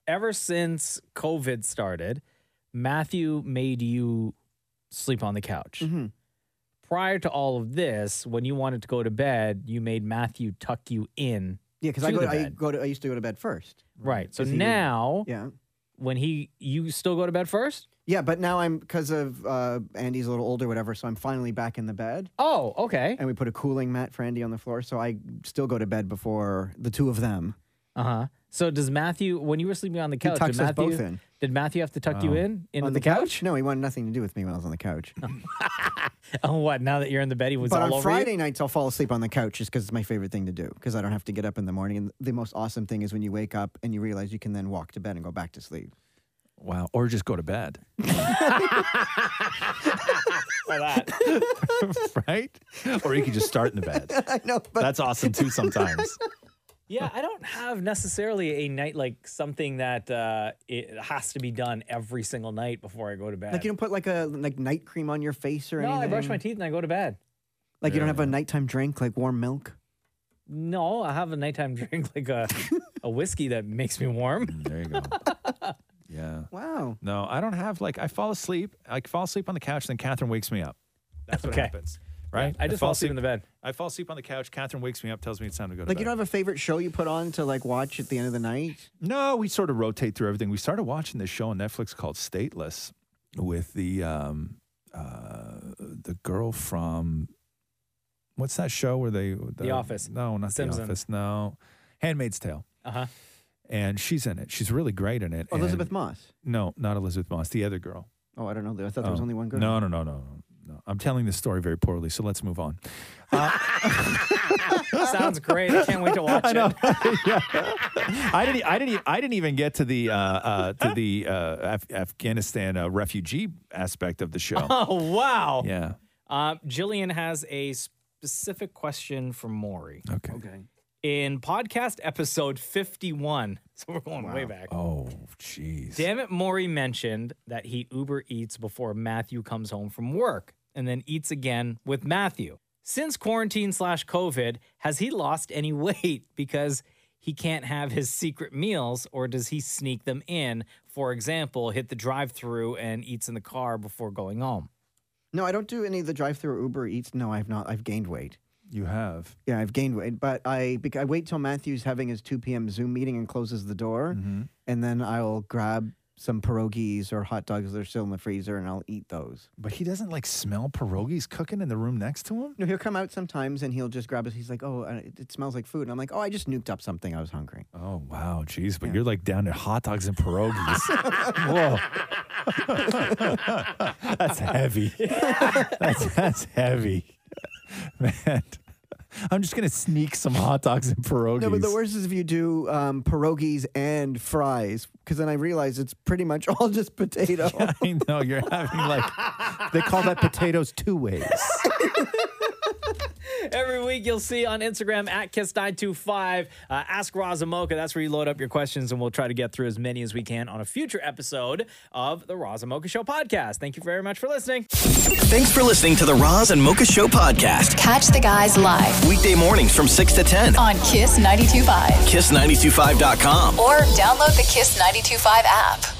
[SPEAKER 2] ever since COVID started, Matthew made you sleep on the couch.
[SPEAKER 8] Mm-hmm.
[SPEAKER 2] Prior to all of this, when you wanted to go to bed, you made Matthew tuck you in.
[SPEAKER 8] Yeah, because I
[SPEAKER 2] to
[SPEAKER 8] go.
[SPEAKER 2] the
[SPEAKER 8] I
[SPEAKER 2] bed.
[SPEAKER 8] go to. I used to go to bed first.
[SPEAKER 2] right. So
[SPEAKER 8] 'Cause he would-
[SPEAKER 2] now,
[SPEAKER 8] Yeah.
[SPEAKER 2] when he, you still go to bed first.
[SPEAKER 8] Yeah, but now I'm because of uh, Andy's a little older, whatever. So I'm finally back in the bed.
[SPEAKER 2] Oh, okay.
[SPEAKER 8] And we put a cooling mat for Andy on the floor, so I still go to bed before the two of them.
[SPEAKER 2] Uh huh. So does Matthew, when you were sleeping on the couch,
[SPEAKER 8] tucks
[SPEAKER 2] did
[SPEAKER 8] us
[SPEAKER 2] Matthew,
[SPEAKER 8] both in. Oh.
[SPEAKER 2] did Matthew have to tuck you in into
[SPEAKER 8] on
[SPEAKER 2] the, couch?
[SPEAKER 8] No, he wanted nothing to do with me when I was on the couch.
[SPEAKER 2] Oh, what? Now that you're in the bed, he was
[SPEAKER 8] but
[SPEAKER 2] all
[SPEAKER 8] on
[SPEAKER 2] over
[SPEAKER 8] Friday
[SPEAKER 2] you.
[SPEAKER 8] nights, I'll fall asleep on the couch just because it's my favorite thing to do because I don't have to get up in the morning. And the most awesome thing is when you wake up and you realize you can then walk to bed and go back to sleep.
[SPEAKER 4] Wow. Or just go to bed. right? Or you could just start in the bed.
[SPEAKER 8] I know, but
[SPEAKER 4] That's awesome too sometimes.
[SPEAKER 2] Yeah, I don't have necessarily a night like something that uh, it has to be done every single night before I go to bed.
[SPEAKER 8] Like you don't put like a like night cream on your face or
[SPEAKER 2] no,
[SPEAKER 8] anything.
[SPEAKER 2] I brush my teeth and I go to bed.
[SPEAKER 8] Like you don't have a nighttime drink like warm milk.
[SPEAKER 2] No, I have a nighttime drink like a a whiskey that makes me warm.
[SPEAKER 4] Mm, There you go. Yeah.
[SPEAKER 8] Wow.
[SPEAKER 4] No, I don't have like I fall asleep. I fall asleep on the couch, then Catherine wakes me up. That's what
[SPEAKER 2] Okay.
[SPEAKER 4] happens. Right?
[SPEAKER 2] I just fall asleep in the bed.
[SPEAKER 4] I fall asleep on the couch. Catherine wakes me up, tells me it's time to go to
[SPEAKER 8] Like
[SPEAKER 4] bed.
[SPEAKER 8] you don't have a favorite show you put on to like watch at the end of the night.
[SPEAKER 4] No, we sort of rotate through everything. We started watching this show on Netflix called Stateless with the um, uh, the girl from what's that show where they the,
[SPEAKER 2] Office.
[SPEAKER 4] No, not
[SPEAKER 2] Simpsons.
[SPEAKER 4] The Office. No, Handmaid's Tale,
[SPEAKER 2] Uh huh.
[SPEAKER 4] and she's in it. She's really great in it.
[SPEAKER 8] Elizabeth
[SPEAKER 4] And-
[SPEAKER 8] Moss.
[SPEAKER 4] No, not Elizabeth Moss. The other girl.
[SPEAKER 8] Oh, I don't know. I thought there was
[SPEAKER 4] Oh,
[SPEAKER 8] only one girl.
[SPEAKER 4] No, no, no, no, no, no. I'm telling this story very poorly, so let's move on.
[SPEAKER 2] Sounds great. I can't wait to watch
[SPEAKER 4] I know.
[SPEAKER 2] it.
[SPEAKER 4] yeah. I didn't. I didn't. I didn't even get to the uh, uh, to the uh, Af- Afghanistan uh, refugee aspect of the show.
[SPEAKER 2] Oh wow.
[SPEAKER 4] Yeah.
[SPEAKER 2] Uh, Jillian has a specific question for Maury.
[SPEAKER 4] Okay.
[SPEAKER 8] Okay.
[SPEAKER 2] In podcast episode 51, so we're going way back.
[SPEAKER 4] Oh, jeez.
[SPEAKER 2] Damn it, Maury mentioned that he Uber eats before Matthew comes home from work and then eats again with Matthew. Since quarantine slash COVID, has he lost any weight because he can't have his secret meals or does he sneak them in? For example, hit the drive through and eats in the car before going home.
[SPEAKER 8] No, I don't do any of the drive-through Uber Eats. No, I've not. I've gained weight.
[SPEAKER 4] You have.
[SPEAKER 8] Yeah, I've gained weight, but I bec- I wait till Matthew's having his 2 p.m. Zoom meeting and closes the door,
[SPEAKER 4] Mm-hmm.
[SPEAKER 8] and then I'll grab some pierogies or hot dogs that are still in the freezer, and I'll eat those.
[SPEAKER 4] But he doesn't like smell pierogies cooking in the room next to him.
[SPEAKER 8] No, he'll come out sometimes and he'll just grab us. He's like, "Oh, uh, it it smells like food," and I'm like, "Oh, I just nuked up something. I was hungry."
[SPEAKER 4] Oh wow, jeez. But you're like down to hot dogs and pierogies. Whoa. that's heavy. that's that's heavy, man. I'm just gonna sneak some hot dogs and pierogies.
[SPEAKER 8] No, but the worst is if you do um, pierogies and fries, because then I realize it's pretty much all just potato.
[SPEAKER 4] I know you're having like they call that potatoes two ways.
[SPEAKER 2] Every week you'll see on Instagram at Kiss925, uh, Ask Roz and Mocha. That's where you load up your questions and we'll try to get through as many as we can on a future episode of the Roz and Mocha Show podcast. Thank you very much for listening.
[SPEAKER 1] Thanks for listening to the Roz and Mocha Show podcast.
[SPEAKER 17] Catch the guys live
[SPEAKER 1] Weekday mornings from 6 to 10.
[SPEAKER 17] on Kiss 92.5
[SPEAKER 1] Kiss925.com.
[SPEAKER 17] or download the Kiss 92.5 app.